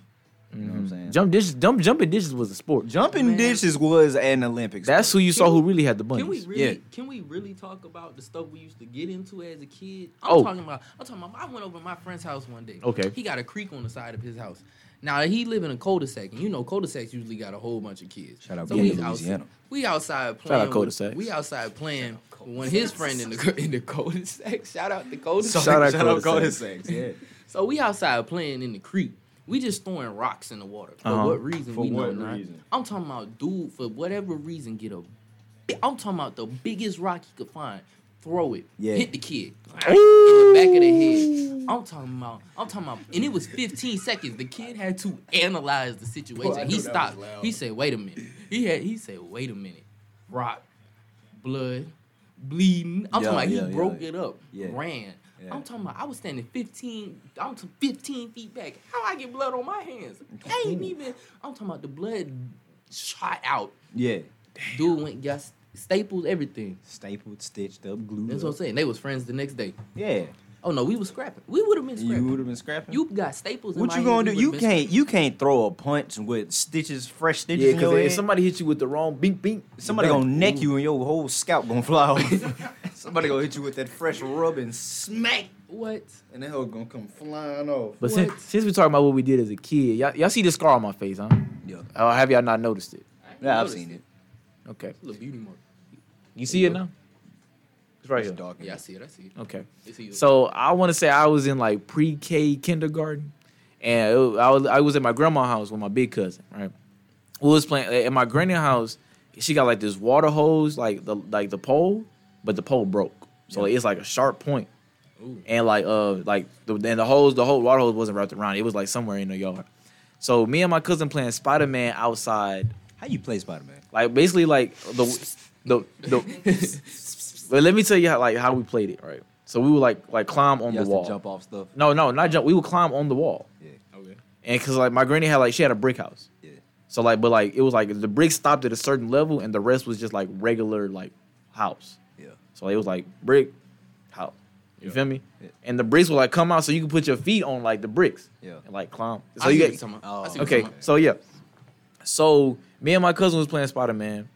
Speaker 1: You know what I'm saying?
Speaker 2: Jump dishes, dump, jumping dishes was a sport.
Speaker 1: Mm-hmm. Jumping
Speaker 3: Man.
Speaker 1: ditches was an Olympics.
Speaker 2: That's who you saw who really had the bunnies.
Speaker 3: Can we really?
Speaker 1: Yeah.
Speaker 3: Can we really talk about the stuff we used to get into as a kid? I'm
Speaker 2: Oh.
Speaker 3: talking about. I'm talking about. I went over to my friend's house one day.
Speaker 2: Okay.
Speaker 3: He got a creek on the side of his house. Now he live in a cul-de-sac, and you know cul-de-sacs usually got a wole bunch of kids.
Speaker 1: Shout out
Speaker 3: so
Speaker 1: being
Speaker 3: we
Speaker 1: in Louisiana.
Speaker 3: outside, we outside
Speaker 2: Shout out
Speaker 3: playing. with-
Speaker 2: cul-de-sacs.
Speaker 3: we outside playing when his friend in the in the cul-de-sac. Shout out the cul-de-sac.
Speaker 1: Shout
Speaker 2: Shout
Speaker 1: out,
Speaker 2: out
Speaker 1: shout out
Speaker 2: cul-de-sacs.
Speaker 1: cul-de-sacs, Yeah.
Speaker 3: So we outside playing in the creek. We just throwing rocks in the water. For
Speaker 2: Uh-huh.
Speaker 3: what reason?
Speaker 1: For
Speaker 3: we
Speaker 1: what
Speaker 3: know not.
Speaker 1: reason?
Speaker 3: I'm talking about dude for whatever reason get a. I'm talking about the biggest rock he could find. Throw it.
Speaker 1: Yeah.
Speaker 3: Hit the kid. In the back of the head. I'm talking about. I'm talking about. And it was 15 seconds. The kid had to analyze the situation.
Speaker 4: I knew that
Speaker 3: he
Speaker 4: was
Speaker 3: stopped.
Speaker 4: loud.
Speaker 3: He said, "Wait a minute." He had. He said, "Wait a minute." Rock, blood, bleeding. I'm
Speaker 1: Yeah,
Speaker 3: talking about he
Speaker 1: yeah, yeah.
Speaker 3: broke it up.
Speaker 1: Yeah.
Speaker 3: Ran.
Speaker 1: Yeah.
Speaker 3: I'm talking about I was standing 15, I'm t- 15 feet back. How I get blood on my hands? I ain't even. I'm talking about the blood shot out.
Speaker 1: Yeah.
Speaker 3: Dude went got s- staples, everything.
Speaker 1: Stapled, stitched up, glued.
Speaker 3: That's what I'm
Speaker 1: up.
Speaker 3: saying. They was friends the next day.
Speaker 1: Yeah.
Speaker 3: Oh no, we was scrapping. We would have been
Speaker 1: You
Speaker 3: scrapping.
Speaker 1: would have been scrapping.
Speaker 3: You, got staples. in
Speaker 1: what
Speaker 3: my
Speaker 1: you
Speaker 3: hand,
Speaker 1: gonna do?
Speaker 3: would've
Speaker 1: You
Speaker 3: been
Speaker 1: can't. You can't throw a punch with stitches, fresh stitches.
Speaker 2: yeah,
Speaker 1: in your
Speaker 2: because if
Speaker 1: head.
Speaker 2: somebody hit you with the wrong bink bink,
Speaker 1: Somebody
Speaker 2: you're
Speaker 1: gonna
Speaker 2: done.
Speaker 1: neck you and your whole scalp gonna fly off. Somebody gonna hit you with that fresh rub and smack,
Speaker 3: What?
Speaker 1: and that hoe gonna come flying off.
Speaker 2: But
Speaker 3: What?
Speaker 2: since, since we're talking about what we did as a kid, y'all, y'all see the scar on my face, huh?
Speaker 1: Yeah,
Speaker 2: Or have y'all not noticed it?
Speaker 1: yeah I've seen it.
Speaker 2: Okay.
Speaker 3: Little beauty mark.
Speaker 2: You see it now? It's right
Speaker 1: It's
Speaker 2: here.
Speaker 1: dark. in
Speaker 3: Yeah, I
Speaker 1: it.
Speaker 3: see it. I see it.
Speaker 2: Okay.
Speaker 3: It's you.
Speaker 2: So I want to say I was in like pre-K kindergarten, and it was- I was I was at my grandma's house with my big cousin. Right, we was playing at my granny house. She got like this water hose, like the like the pole, but the pole broke, so like, it's like a sharp point.
Speaker 3: Ooh.
Speaker 2: And like uh like the and the hose the whole water hose wasn't wrapped around it. it was like somewhere in the yard. So me and my cousin playing Spider Man outside,
Speaker 1: How you play Spider Man?
Speaker 2: like basically like the the the. but let me tell you how like how we played it. Right, so we would like like climb on
Speaker 1: You
Speaker 2: the
Speaker 1: have
Speaker 2: wall.
Speaker 1: to jump off stuff.
Speaker 2: No, no, not jump. We would climb on the wall,
Speaker 1: Yeah,
Speaker 3: okay.
Speaker 2: and because like my granny had like she had a brick house,
Speaker 1: yeah.
Speaker 2: so like but like it was like the brick stopped at a certain level, and the rest was just like regular like house.
Speaker 1: Yeah.
Speaker 2: So it was like brick house. You feel me?
Speaker 1: Yeah.
Speaker 2: And the bricks would like come out, so you can put your feet on like the bricks.
Speaker 1: Yeah.
Speaker 2: And like climb. So
Speaker 3: So I
Speaker 2: you
Speaker 3: you
Speaker 2: get
Speaker 3: get some. I see what you're
Speaker 2: okay.
Speaker 3: talking about.
Speaker 2: So yeah. So me and my cousin was playing Spider Man.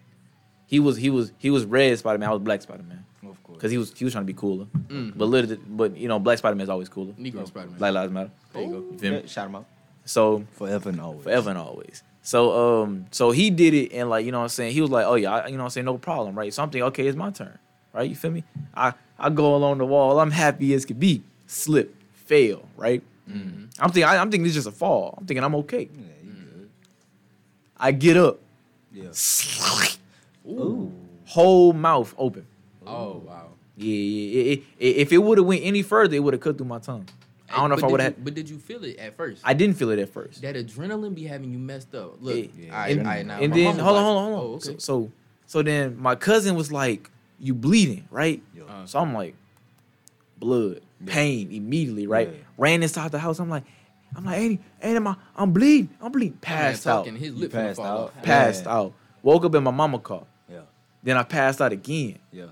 Speaker 2: He was he was he was red Spider Man. I was black Spider Man
Speaker 1: Of course.
Speaker 2: because he was he was trying to be cooler.
Speaker 3: Mm.
Speaker 2: But little, but you know, black Spider Man is always cooler.
Speaker 3: Negro Spider-Man.
Speaker 2: Black Lives Matter.
Speaker 3: There you go.
Speaker 2: You feel me?
Speaker 1: Yeah, shout him out
Speaker 2: So
Speaker 1: forever and always.
Speaker 2: forever and always. So um so he did it and like you know what I'm saying he was like oh yeah I, you know what I'm saying no problem right so I'm thinking okay it's my turn right you feel me I I go along the wall I'm happy as could be slip fail right I'm thinking I, I'm thinking it's just a fall I'm thinking I'm okay
Speaker 1: Yeah, you
Speaker 3: Mm.
Speaker 1: good.
Speaker 2: I get up
Speaker 1: Yeah.
Speaker 2: whole mouth open
Speaker 3: Oh wow.
Speaker 2: yeah yeah it, it, it- if it would have went any further it would have cut through my tongue I don't know if I
Speaker 3: But did
Speaker 2: would
Speaker 3: you-
Speaker 2: have
Speaker 3: But did you feel it at first?
Speaker 2: I didn't feel it at first
Speaker 3: That adrenaline be having you messed up. Look,
Speaker 2: Yeah.
Speaker 3: I,
Speaker 2: and,
Speaker 3: I, now
Speaker 2: and
Speaker 3: my
Speaker 2: then
Speaker 3: mama
Speaker 2: hold on,
Speaker 3: watching.
Speaker 2: hold on, hold on.
Speaker 3: Oh, okay.
Speaker 2: so, so, so then my cousin was like, "You bleeding, right?"
Speaker 1: Yeah.
Speaker 2: So I'm like, "Blood, pain, immediately, right?"
Speaker 1: Yeah.
Speaker 2: Ran inside the house. I'm like, "I'm like, Annie, Annie, my, I'm bleeding, I'm bleeding."
Speaker 3: That man
Speaker 2: Passed out,
Speaker 3: talking, His
Speaker 1: You
Speaker 3: lip finna
Speaker 1: passed
Speaker 3: fall
Speaker 1: out?
Speaker 3: off.
Speaker 2: passed
Speaker 1: Yeah.
Speaker 2: out. Woke up and my mama called.
Speaker 1: yeah,
Speaker 2: Then I passed out again.
Speaker 1: yeah.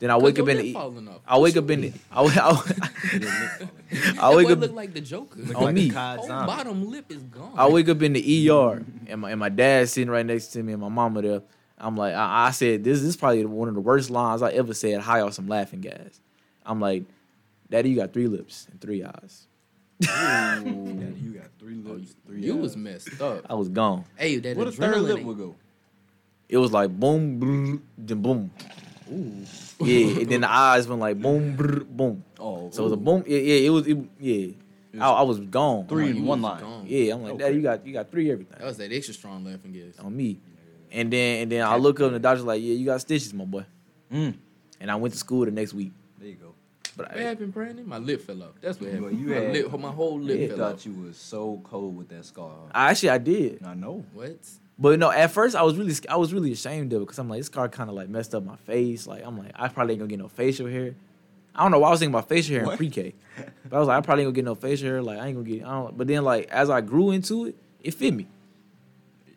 Speaker 2: Then I wake
Speaker 3: your
Speaker 2: up in
Speaker 3: lip
Speaker 2: the. e
Speaker 3: falling off.
Speaker 2: I wake
Speaker 3: What
Speaker 2: up in
Speaker 3: you
Speaker 2: the. I, wa- I,
Speaker 1: Your
Speaker 2: wa-
Speaker 1: lip falling.
Speaker 2: I
Speaker 3: That
Speaker 2: wake
Speaker 3: boy
Speaker 2: up.
Speaker 3: look like the Joker.
Speaker 1: Look
Speaker 2: On
Speaker 1: like
Speaker 2: me.
Speaker 1: a cod
Speaker 3: Whole
Speaker 1: zombie.
Speaker 3: bottom lip is gone.
Speaker 2: I wake up in the ER and my and my dad's sitting right next to me and my mama there. I'm like, I, I said, this, this is probably one of the worst lines I ever said. High off some laughing gas. I'm like, Daddy, you got three lips and three eyes.
Speaker 1: Yeah, you got three lips, three.
Speaker 3: Oh, You was
Speaker 1: eyes.
Speaker 3: messed up.
Speaker 2: I was gone.
Speaker 3: Hey, that
Speaker 1: What a third
Speaker 3: adrenaline.
Speaker 1: lip would go?
Speaker 2: It was like boom, brr, then boom.
Speaker 3: Ooh.
Speaker 2: Yeah, and then the eyes went like boom, brr, boom.
Speaker 1: Oh,
Speaker 2: So it was a
Speaker 1: ooh.
Speaker 2: boom. Yeah, yeah it was. It, yeah, I, I was gone. I'm
Speaker 1: Three
Speaker 2: like,
Speaker 1: in
Speaker 3: You
Speaker 1: one
Speaker 3: was
Speaker 1: line.
Speaker 3: gone.
Speaker 2: yeah, I'm like, Daddy, you got you got three everything
Speaker 3: That was that extra strong laughing gas.
Speaker 2: on me. And then and then I look up and the doctor's like, yeah, you got stitches, my boy.
Speaker 1: Mm.
Speaker 2: And I went to school the next week.
Speaker 1: There you go.
Speaker 2: But
Speaker 3: What
Speaker 2: I,
Speaker 3: happened, Brandon? My lip fell off. That's what
Speaker 1: Well,
Speaker 3: happened.
Speaker 1: you
Speaker 3: my,
Speaker 1: had-
Speaker 3: lip, my whole lip
Speaker 1: You
Speaker 3: fell
Speaker 1: thought
Speaker 3: off.
Speaker 1: you was so cold with that scar.
Speaker 2: I actually I did.
Speaker 1: I know.
Speaker 3: What?
Speaker 2: But no, at first I was really I was really ashamed of it because I'm like this car kind of like messed up my face. Like I'm like I probably ain't gonna get no facial hair. I don't know why I was thinking about facial hair in
Speaker 1: What?
Speaker 2: pre-K, but I was like I probably ain't gonna get no facial hair. Like I ain't gonna get. I don't, but then like as I grew into it, it fit me.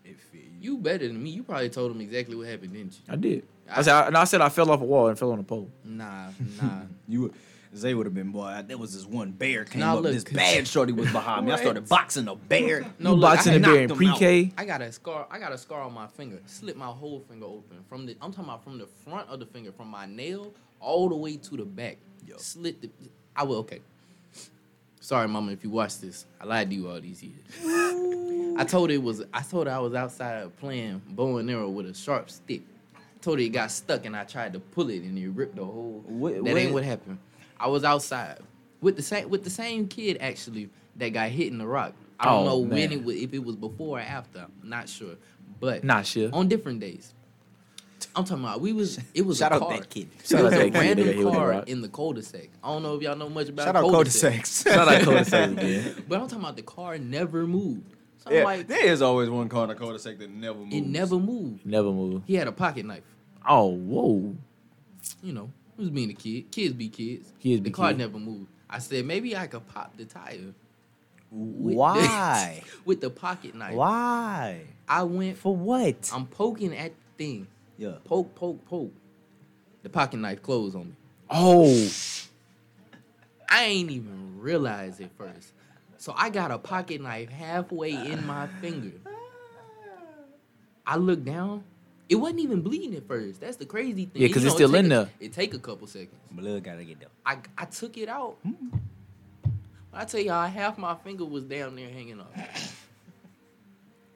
Speaker 1: It fit you.
Speaker 3: You better than me. You probably told him exactly what happened, didn't you?
Speaker 2: I did. I said, I, and I said I fell off a wall and fell on a pole.
Speaker 3: Nah, nah.
Speaker 1: You Zay would have been boy. There was this one bear came
Speaker 3: Nah,
Speaker 1: up.
Speaker 3: look,
Speaker 1: this
Speaker 3: cause-
Speaker 1: bad shorty was behind me. I started boxing a bear.
Speaker 3: No,
Speaker 2: you
Speaker 3: look, I
Speaker 2: boxing a
Speaker 3: had
Speaker 2: bear in
Speaker 1: knocked him out.
Speaker 2: pre-K.
Speaker 3: I got a scar. I got a scar on my finger. Slit my whole finger open from the. I'm talking about from the front of the finger, from my nail all the way to the back.
Speaker 1: Yo.
Speaker 3: Slit the. I will. Okay. Sorry, mama, if you watch this, I lied to you all these years. I told her it was. I told her I was outside playing bow and arrow with a sharp stick. told her it got stuck, and I tried to pull it, and it ripped the whole.
Speaker 2: What-
Speaker 3: that
Speaker 2: what-
Speaker 3: ain't what happened. I was outside with the same with the same kid actually that got hit in the rock. I don't
Speaker 2: Oh,
Speaker 3: know when
Speaker 2: man.
Speaker 3: it was, if it was before or after. I'm not sure, but
Speaker 2: Not sure.
Speaker 3: on different days. I'm talking about we was it was
Speaker 1: Shout
Speaker 3: a
Speaker 1: out
Speaker 3: car.
Speaker 1: that kid.
Speaker 3: It
Speaker 2: Shout out
Speaker 3: was
Speaker 2: that
Speaker 3: a
Speaker 2: kid that got hit with
Speaker 3: random
Speaker 2: the
Speaker 3: car
Speaker 2: rock.
Speaker 3: in the cul-de-sac. I don't know if y'all know much about
Speaker 1: Shout out Code
Speaker 3: cul-de-sac.
Speaker 1: Sex.
Speaker 2: Shout out Code Says again.
Speaker 3: But I'm talking about the car never moved. So I'm
Speaker 1: Yeah,
Speaker 3: like,
Speaker 1: there is always one car in the cul-de-sac that never moves.
Speaker 3: it never moved.
Speaker 2: Never move.
Speaker 3: He had a pocket knife.
Speaker 2: Oh, whoa.
Speaker 3: You know, he was being a kid. Kids be kids.
Speaker 2: Kids
Speaker 3: the
Speaker 2: be
Speaker 3: car
Speaker 2: kids.
Speaker 3: never moved. I said maybe I could pop the tire with the-
Speaker 1: Why?
Speaker 3: with the pocket knife.
Speaker 1: Why?
Speaker 3: I went.
Speaker 1: For what?
Speaker 3: I'm poking at the thing.
Speaker 1: Yeah.
Speaker 3: Poke, poke, poke. The pocket knife closed on me.
Speaker 2: Oh,
Speaker 3: I ain't even realize it first. So I got a pocket knife halfway in my finger. I looked down. It wasn't even bleeding at first. That's the crazy thing.
Speaker 2: Yeah,
Speaker 3: You
Speaker 2: 'cause it's
Speaker 3: know, it
Speaker 2: still
Speaker 3: take
Speaker 2: in
Speaker 3: a-
Speaker 2: there.
Speaker 3: It take a couple seconds.
Speaker 1: Blood gotta get there.
Speaker 3: I I took it out. When I tell y'all, half my finger was down there hanging off.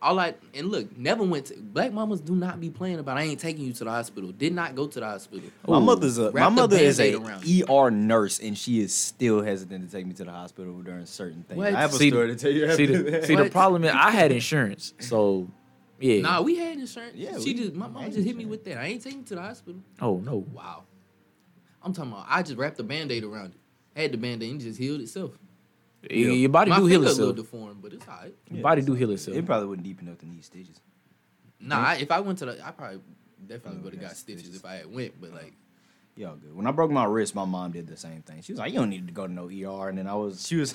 Speaker 3: All I and look, never went to black mamas do not be playing about I ain't taking you to the hospital. Did not go to the hospital.
Speaker 1: My
Speaker 2: Ooh.
Speaker 1: mother's a my
Speaker 3: Wrap the
Speaker 1: mother is a
Speaker 3: Band-Aid around
Speaker 1: ER nurse, and she is still hesitant to take me to the hospital during certain things.
Speaker 3: What?
Speaker 1: I have a
Speaker 2: See-
Speaker 1: story to tell you. After
Speaker 2: see the,
Speaker 1: that.
Speaker 2: see the
Speaker 3: What?
Speaker 2: problem is I had insurance, so yeah.
Speaker 3: Nah, we had insurance.
Speaker 1: Yeah, we-
Speaker 3: she just my
Speaker 1: we
Speaker 3: mama
Speaker 1: had
Speaker 3: just hit me
Speaker 1: insurance.
Speaker 3: with that. I ain't taking you to the hospital.
Speaker 2: Oh no.
Speaker 3: Wow. I'm talking about I just wrapped the band-aid around it. Had the band-aid and it just healed itself.
Speaker 2: Y- Your body
Speaker 3: my
Speaker 2: do heal
Speaker 3: finger a little
Speaker 2: itself.
Speaker 3: deformed, but it's all right.
Speaker 2: Your body do heal itself.
Speaker 1: It probably wouldn't deep enough to need stitches.
Speaker 3: Nah, I, if I went to the I probably definitely
Speaker 1: Oh,
Speaker 3: would have got
Speaker 1: that's-
Speaker 3: stitches if I had went, but like
Speaker 1: Y'all good. When I broke my wrist, my mom did the same thing. She was like, "You don't need to go to no ER," and then I was, she was,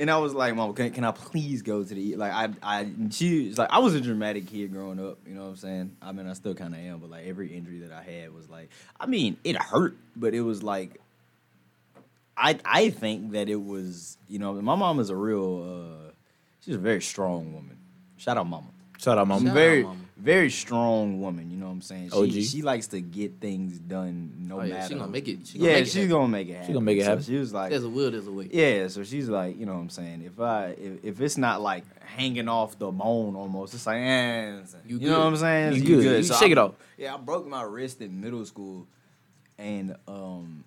Speaker 1: and I was like, "Mom, can, can I please go to the E-? like?" I, I, and she was like, I was a dramatic kid growing up. You know what I'm saying? I mean, I still kind of am, but like every injury that I had was like, I mean, it hurt, but it was like, I, I think that it was, you know, my mom is a real, uh, she's a very strong woman. Shout out, mama.
Speaker 2: Shout out,
Speaker 1: I'm
Speaker 2: mama.
Speaker 3: Shout out,
Speaker 1: very,
Speaker 3: mama.
Speaker 1: very strong woman. You know what I'm saying? She,
Speaker 2: OG.
Speaker 1: she likes to get things done no
Speaker 3: oh, yeah,
Speaker 1: matter.
Speaker 3: she gonna make it. She gonna
Speaker 1: yeah,
Speaker 3: make it
Speaker 1: she's
Speaker 3: happen.
Speaker 1: gonna make it happen.
Speaker 2: She gonna make it
Speaker 1: So
Speaker 2: happen.
Speaker 1: she was like,
Speaker 3: There's a will, there's a way.
Speaker 1: yeah. So she's like, you know what I'm saying? If I, if, if it's not like hanging off the bone almost, it's like, eh, it's-
Speaker 3: You
Speaker 1: you, know what I'm
Speaker 3: good.
Speaker 1: saying?
Speaker 2: You
Speaker 1: It's-
Speaker 2: good. You shake
Speaker 1: I-
Speaker 2: it off.
Speaker 1: Yeah, I broke my wrist in middle school, and um,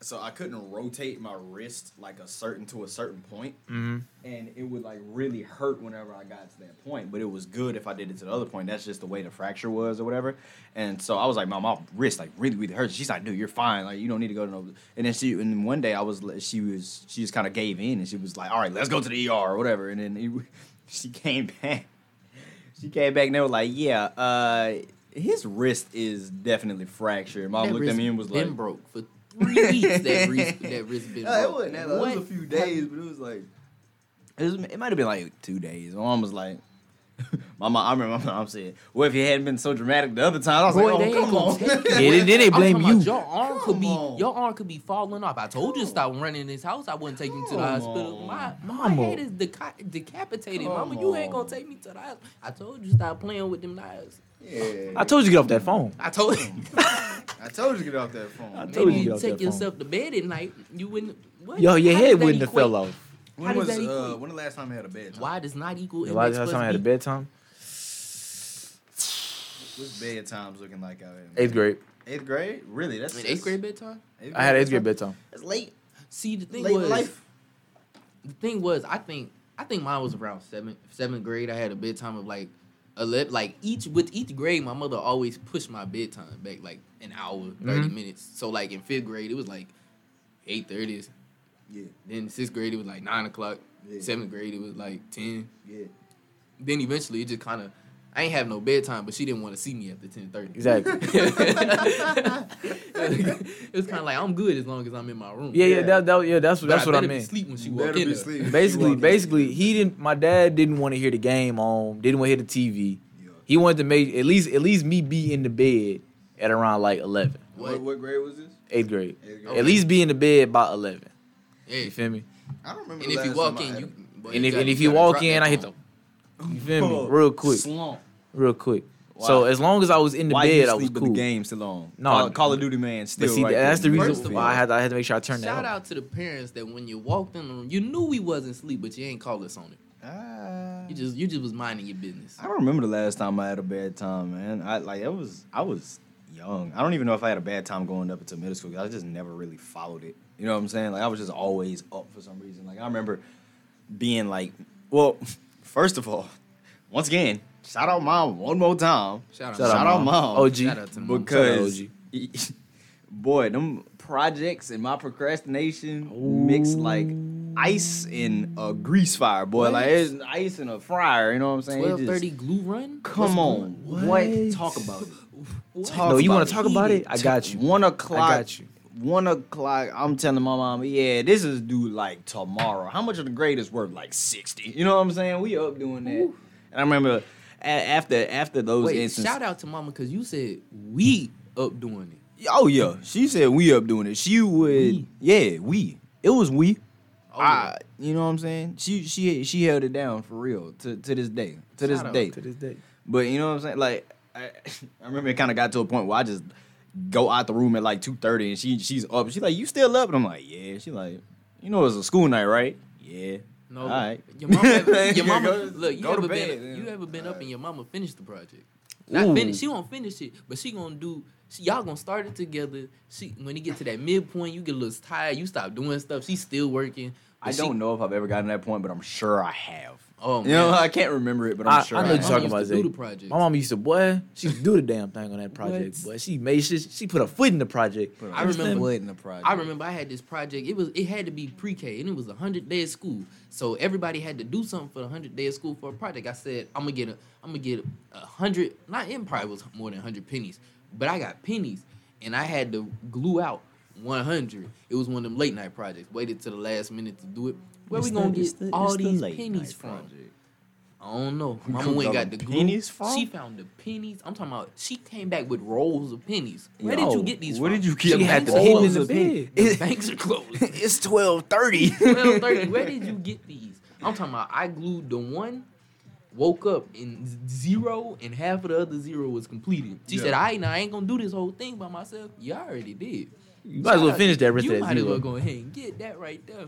Speaker 1: so I couldn't rotate my wrist like a certain to a certain point
Speaker 2: Mm-hmm.
Speaker 1: and it would like really hurt whenever I got to that point. But it was good if I did it to the other point. That's just the way the fracture was or whatever. And so I was like, my my wrist like really really hurts. She's like, dude, you're fine. Like you don't need to go to no. And then she and then one day I was she was she just kind of gave in and she was like, all right, let's go to the ER or whatever. And then it, she came back. She came back and they were like, yeah, uh, his wrist is definitely fractured. Mom
Speaker 3: That
Speaker 1: looked at
Speaker 3: wrist
Speaker 1: me and was
Speaker 3: been
Speaker 1: like.
Speaker 3: broke for three weeks. That wrist, that wrist been
Speaker 1: Uh,
Speaker 3: broke.
Speaker 1: it wasn't that long. It
Speaker 3: What?
Speaker 1: was a few days, but it was like it, was, it might have been like two days. My mom was like, my mom. I remember my mom said, "Well, if you hadn't been so dramatic the other time, I was
Speaker 3: Boy, they
Speaker 1: like,
Speaker 3: ain't
Speaker 1: oh, come
Speaker 3: gonna
Speaker 1: on."
Speaker 3: take
Speaker 2: Yeah, then, then they
Speaker 3: I'm talking
Speaker 2: blame
Speaker 3: about
Speaker 2: you.
Speaker 3: Your arm could
Speaker 1: Come
Speaker 3: be
Speaker 1: on.
Speaker 3: your arm could be falling off. I told you to stop running this house. I wouldn't take you to the
Speaker 1: Come
Speaker 3: hospital.
Speaker 1: on.
Speaker 3: My my
Speaker 2: Mama.
Speaker 3: head is deca- decapitated.
Speaker 1: Come
Speaker 3: Mama, you ain't
Speaker 1: on.
Speaker 3: gonna take me to the hospital. I told you stop playing with them knives.
Speaker 1: yeah,
Speaker 2: I told you to get off that phone.
Speaker 3: I told you.
Speaker 1: I told you to get off that phone.
Speaker 2: told you to
Speaker 3: Maybe
Speaker 2: get
Speaker 3: you
Speaker 2: off
Speaker 3: take
Speaker 2: that
Speaker 3: yourself to bed at night. You wouldn't. What?
Speaker 2: Yo, your
Speaker 3: How does
Speaker 2: head
Speaker 3: that
Speaker 2: wouldn't have fell
Speaker 3: equate-
Speaker 2: off.
Speaker 3: How
Speaker 1: When
Speaker 3: does
Speaker 1: was
Speaker 3: that
Speaker 1: uh,
Speaker 3: equate?
Speaker 1: when the last time you had a bed? Tom?
Speaker 3: Why does not equal?
Speaker 2: The
Speaker 3: it
Speaker 2: last
Speaker 3: makes
Speaker 2: time
Speaker 3: us
Speaker 2: I had a
Speaker 3: be-
Speaker 2: bedtime,
Speaker 1: What's bed times looking like out here?
Speaker 2: eighth grade.
Speaker 1: Eighth grade? Really? That's
Speaker 3: I mean, eighth grade bedtime.
Speaker 1: Eighth
Speaker 2: I had eighth grade bedtime.
Speaker 1: That's late.
Speaker 3: See, the thing
Speaker 1: Late in
Speaker 3: was,
Speaker 1: life.
Speaker 3: the thing was, I think I think mine was around seventh seventh grade. I had a bedtime of like eleven. Like each with each grade, my mother always pushed my bedtime back like an hour, 30
Speaker 2: Mhm.
Speaker 3: minutes. So like in fifth grade, it was like eight thirty.
Speaker 1: Yeah,
Speaker 3: Then sixth grade, it was like nine o'clock.
Speaker 1: Yeah.
Speaker 3: Seventh grade, it was like ten.
Speaker 1: yeah.
Speaker 3: Then eventually, it just kind of. I ain't have no bedtime, but she didn't want to see me after ten thirty.
Speaker 2: Exactly.
Speaker 3: it was kind of like I'm good as long as I'm in my room.
Speaker 2: Yeah, yeah,
Speaker 1: Yeah.
Speaker 2: that, that, yeah. That's
Speaker 3: But
Speaker 2: that's
Speaker 3: I
Speaker 2: what I
Speaker 3: better be
Speaker 2: meant.
Speaker 3: Sleep when she
Speaker 4: You
Speaker 3: walk
Speaker 4: better
Speaker 3: in.
Speaker 4: be
Speaker 3: there.
Speaker 4: sleeping.
Speaker 2: Basically, basically, he didn't. My dad didn't want to hear the game on. Didn't want to hear the TV. He wanted to make at least at least me be in the bed at around like 11,
Speaker 4: What, what grade was this?
Speaker 2: eighth grade.
Speaker 4: Eighth grade.
Speaker 2: At least be in the bed by eleven.
Speaker 3: Yeah.
Speaker 2: You feel me?
Speaker 4: I don't remember.
Speaker 3: And
Speaker 4: the
Speaker 3: if
Speaker 4: last
Speaker 3: you walk
Speaker 4: time I
Speaker 3: in,
Speaker 4: had
Speaker 3: you
Speaker 4: a-
Speaker 3: boy,
Speaker 2: and if
Speaker 3: gotta-
Speaker 2: and if
Speaker 3: you
Speaker 2: you
Speaker 3: gotta
Speaker 2: walk
Speaker 3: drop
Speaker 2: in,
Speaker 3: that
Speaker 2: I hit the.
Speaker 3: phone.
Speaker 2: You feel me?
Speaker 1: Oh.
Speaker 2: Real quick,
Speaker 5: Slump.
Speaker 2: real quick.
Speaker 1: Why?
Speaker 2: So as long as I was in the
Speaker 1: Why you
Speaker 2: bed, I
Speaker 1: sleep
Speaker 2: was
Speaker 1: with
Speaker 2: cool.
Speaker 1: the game still on?
Speaker 2: No,
Speaker 1: Call,
Speaker 2: I'm-
Speaker 1: Call of Duty man
Speaker 2: But
Speaker 1: still.
Speaker 2: see,
Speaker 1: right
Speaker 2: that's the
Speaker 1: there.
Speaker 2: reason
Speaker 3: First of
Speaker 2: why I had I had to make sure I turned that
Speaker 3: Shout
Speaker 2: off.
Speaker 3: out to the parents that when you walked in the room, you knew we wasn't asleep, but you ain't call us on it.
Speaker 1: Ah.
Speaker 3: You just you just was minding your business.
Speaker 1: I don't remember the last time I had a bad time, man. I like it was I was young. I don't even know if I had a bad time going up until middle school. 'cause I just never really followed it. You know what I'm saying? Like I was just always up for some reason. Like I remember being like, well, first of all, once again, shout out mom one more time.
Speaker 3: Shout out,
Speaker 1: Shout out mom.
Speaker 2: OG.
Speaker 3: Shout out to mom.
Speaker 1: because
Speaker 2: Shout
Speaker 1: boy, them projects and my procrastination mixed like ice in a grease fire, boy. Like it's ice in a fryer. You know what I'm saying? It
Speaker 3: Twelve
Speaker 1: just-
Speaker 3: thirty glue run.
Speaker 1: Come on,
Speaker 2: on?
Speaker 1: what?
Speaker 2: What?
Speaker 1: Talk about it.
Speaker 3: What?
Speaker 1: Talk
Speaker 2: no, you
Speaker 1: about
Speaker 2: want to talk about it? I got you.
Speaker 1: One o'clock.
Speaker 2: got you.
Speaker 1: One o'clock. I'm telling my mom, yeah, this is due like tomorrow. How much of the grade is worth? Like sixty. You know what I'm saying? We up doing that. And I remember a- after after those
Speaker 3: Wait,
Speaker 1: instances.
Speaker 3: shout out to mama because you said we up doing it.
Speaker 1: Oh yeah, she said we up doing it. She would,
Speaker 3: Mm. We.
Speaker 1: yeah, we. It was we.
Speaker 3: Oh,
Speaker 1: I, you know what I'm saying? She she she held it down for real to to this day. To this
Speaker 3: Shout out
Speaker 1: day.
Speaker 2: To this day.
Speaker 1: But you know what I'm saying? Like I, I remember it kind of got to a point where I just go out the room at like 2:30 and she she's up. She's like, "You still up?" And I'm like, "Yeah." She like, "You know it's a school night, right?" Yeah.
Speaker 3: no,
Speaker 1: All right.
Speaker 3: your mama, your
Speaker 1: Go-
Speaker 3: mama
Speaker 1: go
Speaker 3: look, you
Speaker 1: to
Speaker 3: ever
Speaker 1: bed,
Speaker 3: been
Speaker 1: then.
Speaker 3: you ever been up
Speaker 4: Alright.
Speaker 3: and your mama finished the project? Not finish. She won't finish it, but she gonna do. She, y'all gonna start it together. She when you get to that midpoint, you get a little tired. You stop doing stuff. She's still working.
Speaker 1: I don't know if I've ever gotten to that point, but I'm sure I have.
Speaker 3: Oh man,
Speaker 1: You know, I can't remember it, but I'm
Speaker 2: I-
Speaker 1: sure.
Speaker 2: I know
Speaker 1: have.
Speaker 2: you're talking
Speaker 3: used
Speaker 2: about
Speaker 3: to
Speaker 2: Zay.
Speaker 3: do the project.
Speaker 2: My mama used to boy, she used to do the damn thing on that project.
Speaker 3: What?
Speaker 2: But she made she, she put her foot in the project.
Speaker 1: Put a
Speaker 3: I remember-
Speaker 1: wood in the project.
Speaker 3: I remember I had this project. It was it had to be pre-K and it was a hundred day of school. So everybody had to do something for the hundred day of school for a project. I said I'm gonna get a I'm gonna get a hundred. Not in probably was more than hundred pennies, but I got pennies and I had to glue out one hundred. It was one of them late night projects. Waited to the last minute to do it. Where we gonna get all these pennies from? I don't know. Mama went and got the glue.
Speaker 1: pennies from?
Speaker 3: She found the pennies. I'm talking about. She came back with rolls of pennies. Where did
Speaker 2: Yo,
Speaker 3: you get these?
Speaker 1: where
Speaker 3: from?
Speaker 1: did you get
Speaker 3: The
Speaker 2: She had
Speaker 3: banks
Speaker 2: to
Speaker 3: are
Speaker 2: hit me in
Speaker 3: closed.
Speaker 2: the bed.
Speaker 3: The banks are closed.
Speaker 1: It's 12:30.
Speaker 3: 12:30. Where did you get these? I'm talking about I glued the one, woke up in z- zero, and half of the other zero was completed. She said,
Speaker 4: Yeah.
Speaker 3: I ain't, I ain't gonna do this whole thing by myself. You already did.
Speaker 2: You might as well finish that rest
Speaker 3: You
Speaker 2: of that
Speaker 3: might as well
Speaker 2: zero.
Speaker 3: go ahead and get that right there.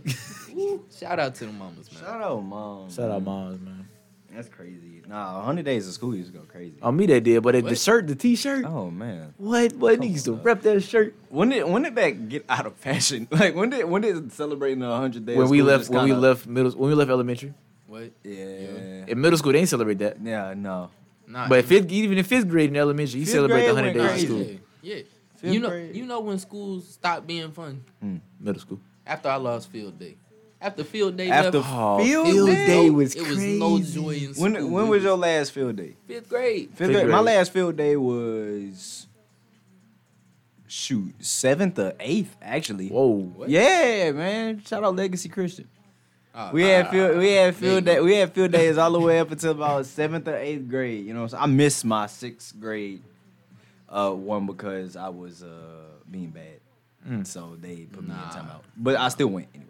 Speaker 3: Woo. Shout out to the mamas, man.
Speaker 1: Shout out, mom.
Speaker 2: Shout out moms, man.
Speaker 1: That's crazy. Nah, 100 days of school used to go crazy.
Speaker 2: On me that did, but it, the
Speaker 3: What?
Speaker 2: shirt, the t-shirt,
Speaker 1: oh man.
Speaker 2: what what
Speaker 1: Come
Speaker 2: needs to
Speaker 1: on, dog.
Speaker 2: rep that shirt?
Speaker 1: When did when did that get out of fashion? Like when did when did celebrating the 100 days
Speaker 2: When
Speaker 1: of
Speaker 2: we
Speaker 1: school
Speaker 2: left
Speaker 1: just
Speaker 2: when we
Speaker 1: kinda-
Speaker 2: left middle when we left elementary.
Speaker 3: What?
Speaker 1: Yeah.
Speaker 2: In middle school they didn't celebrate that.
Speaker 1: Yeah, no.
Speaker 3: Nah,
Speaker 2: But fifth even in fifth grade in elementary, you
Speaker 1: Fifth
Speaker 2: celebrate the
Speaker 1: grade
Speaker 2: hundred
Speaker 1: went
Speaker 2: days of
Speaker 1: crazy.
Speaker 2: school.
Speaker 3: Yeah.
Speaker 1: Fifth
Speaker 3: you know,
Speaker 1: grade.
Speaker 3: you know when schools stopped being fun
Speaker 2: Middle school.
Speaker 3: after I lost field day. After field day,
Speaker 1: After
Speaker 3: left,
Speaker 2: Oh,
Speaker 1: field,
Speaker 2: field
Speaker 1: day,
Speaker 2: day was-
Speaker 3: it was no joy in school.
Speaker 1: when when
Speaker 3: It
Speaker 1: was your last field day?
Speaker 3: fifth grade?
Speaker 1: Fifth
Speaker 2: Fifth
Speaker 1: grade. My
Speaker 2: grade.
Speaker 1: last field day was shoot, 7th or 8th actually.
Speaker 2: Whoa.
Speaker 1: Yeah, man. Shout out Legacy Christian.
Speaker 3: Ah,
Speaker 1: We had
Speaker 3: ah,
Speaker 1: field, we had field
Speaker 3: there
Speaker 1: day,
Speaker 3: you
Speaker 1: we had field days all the way up until about seventh or eighth grade. You know, what I'm saying? I missed my sixth grade uh, one because I was uh, being bad,
Speaker 2: Mm.
Speaker 1: so they put me
Speaker 3: Nah.
Speaker 1: in timeout. But I still went anyway.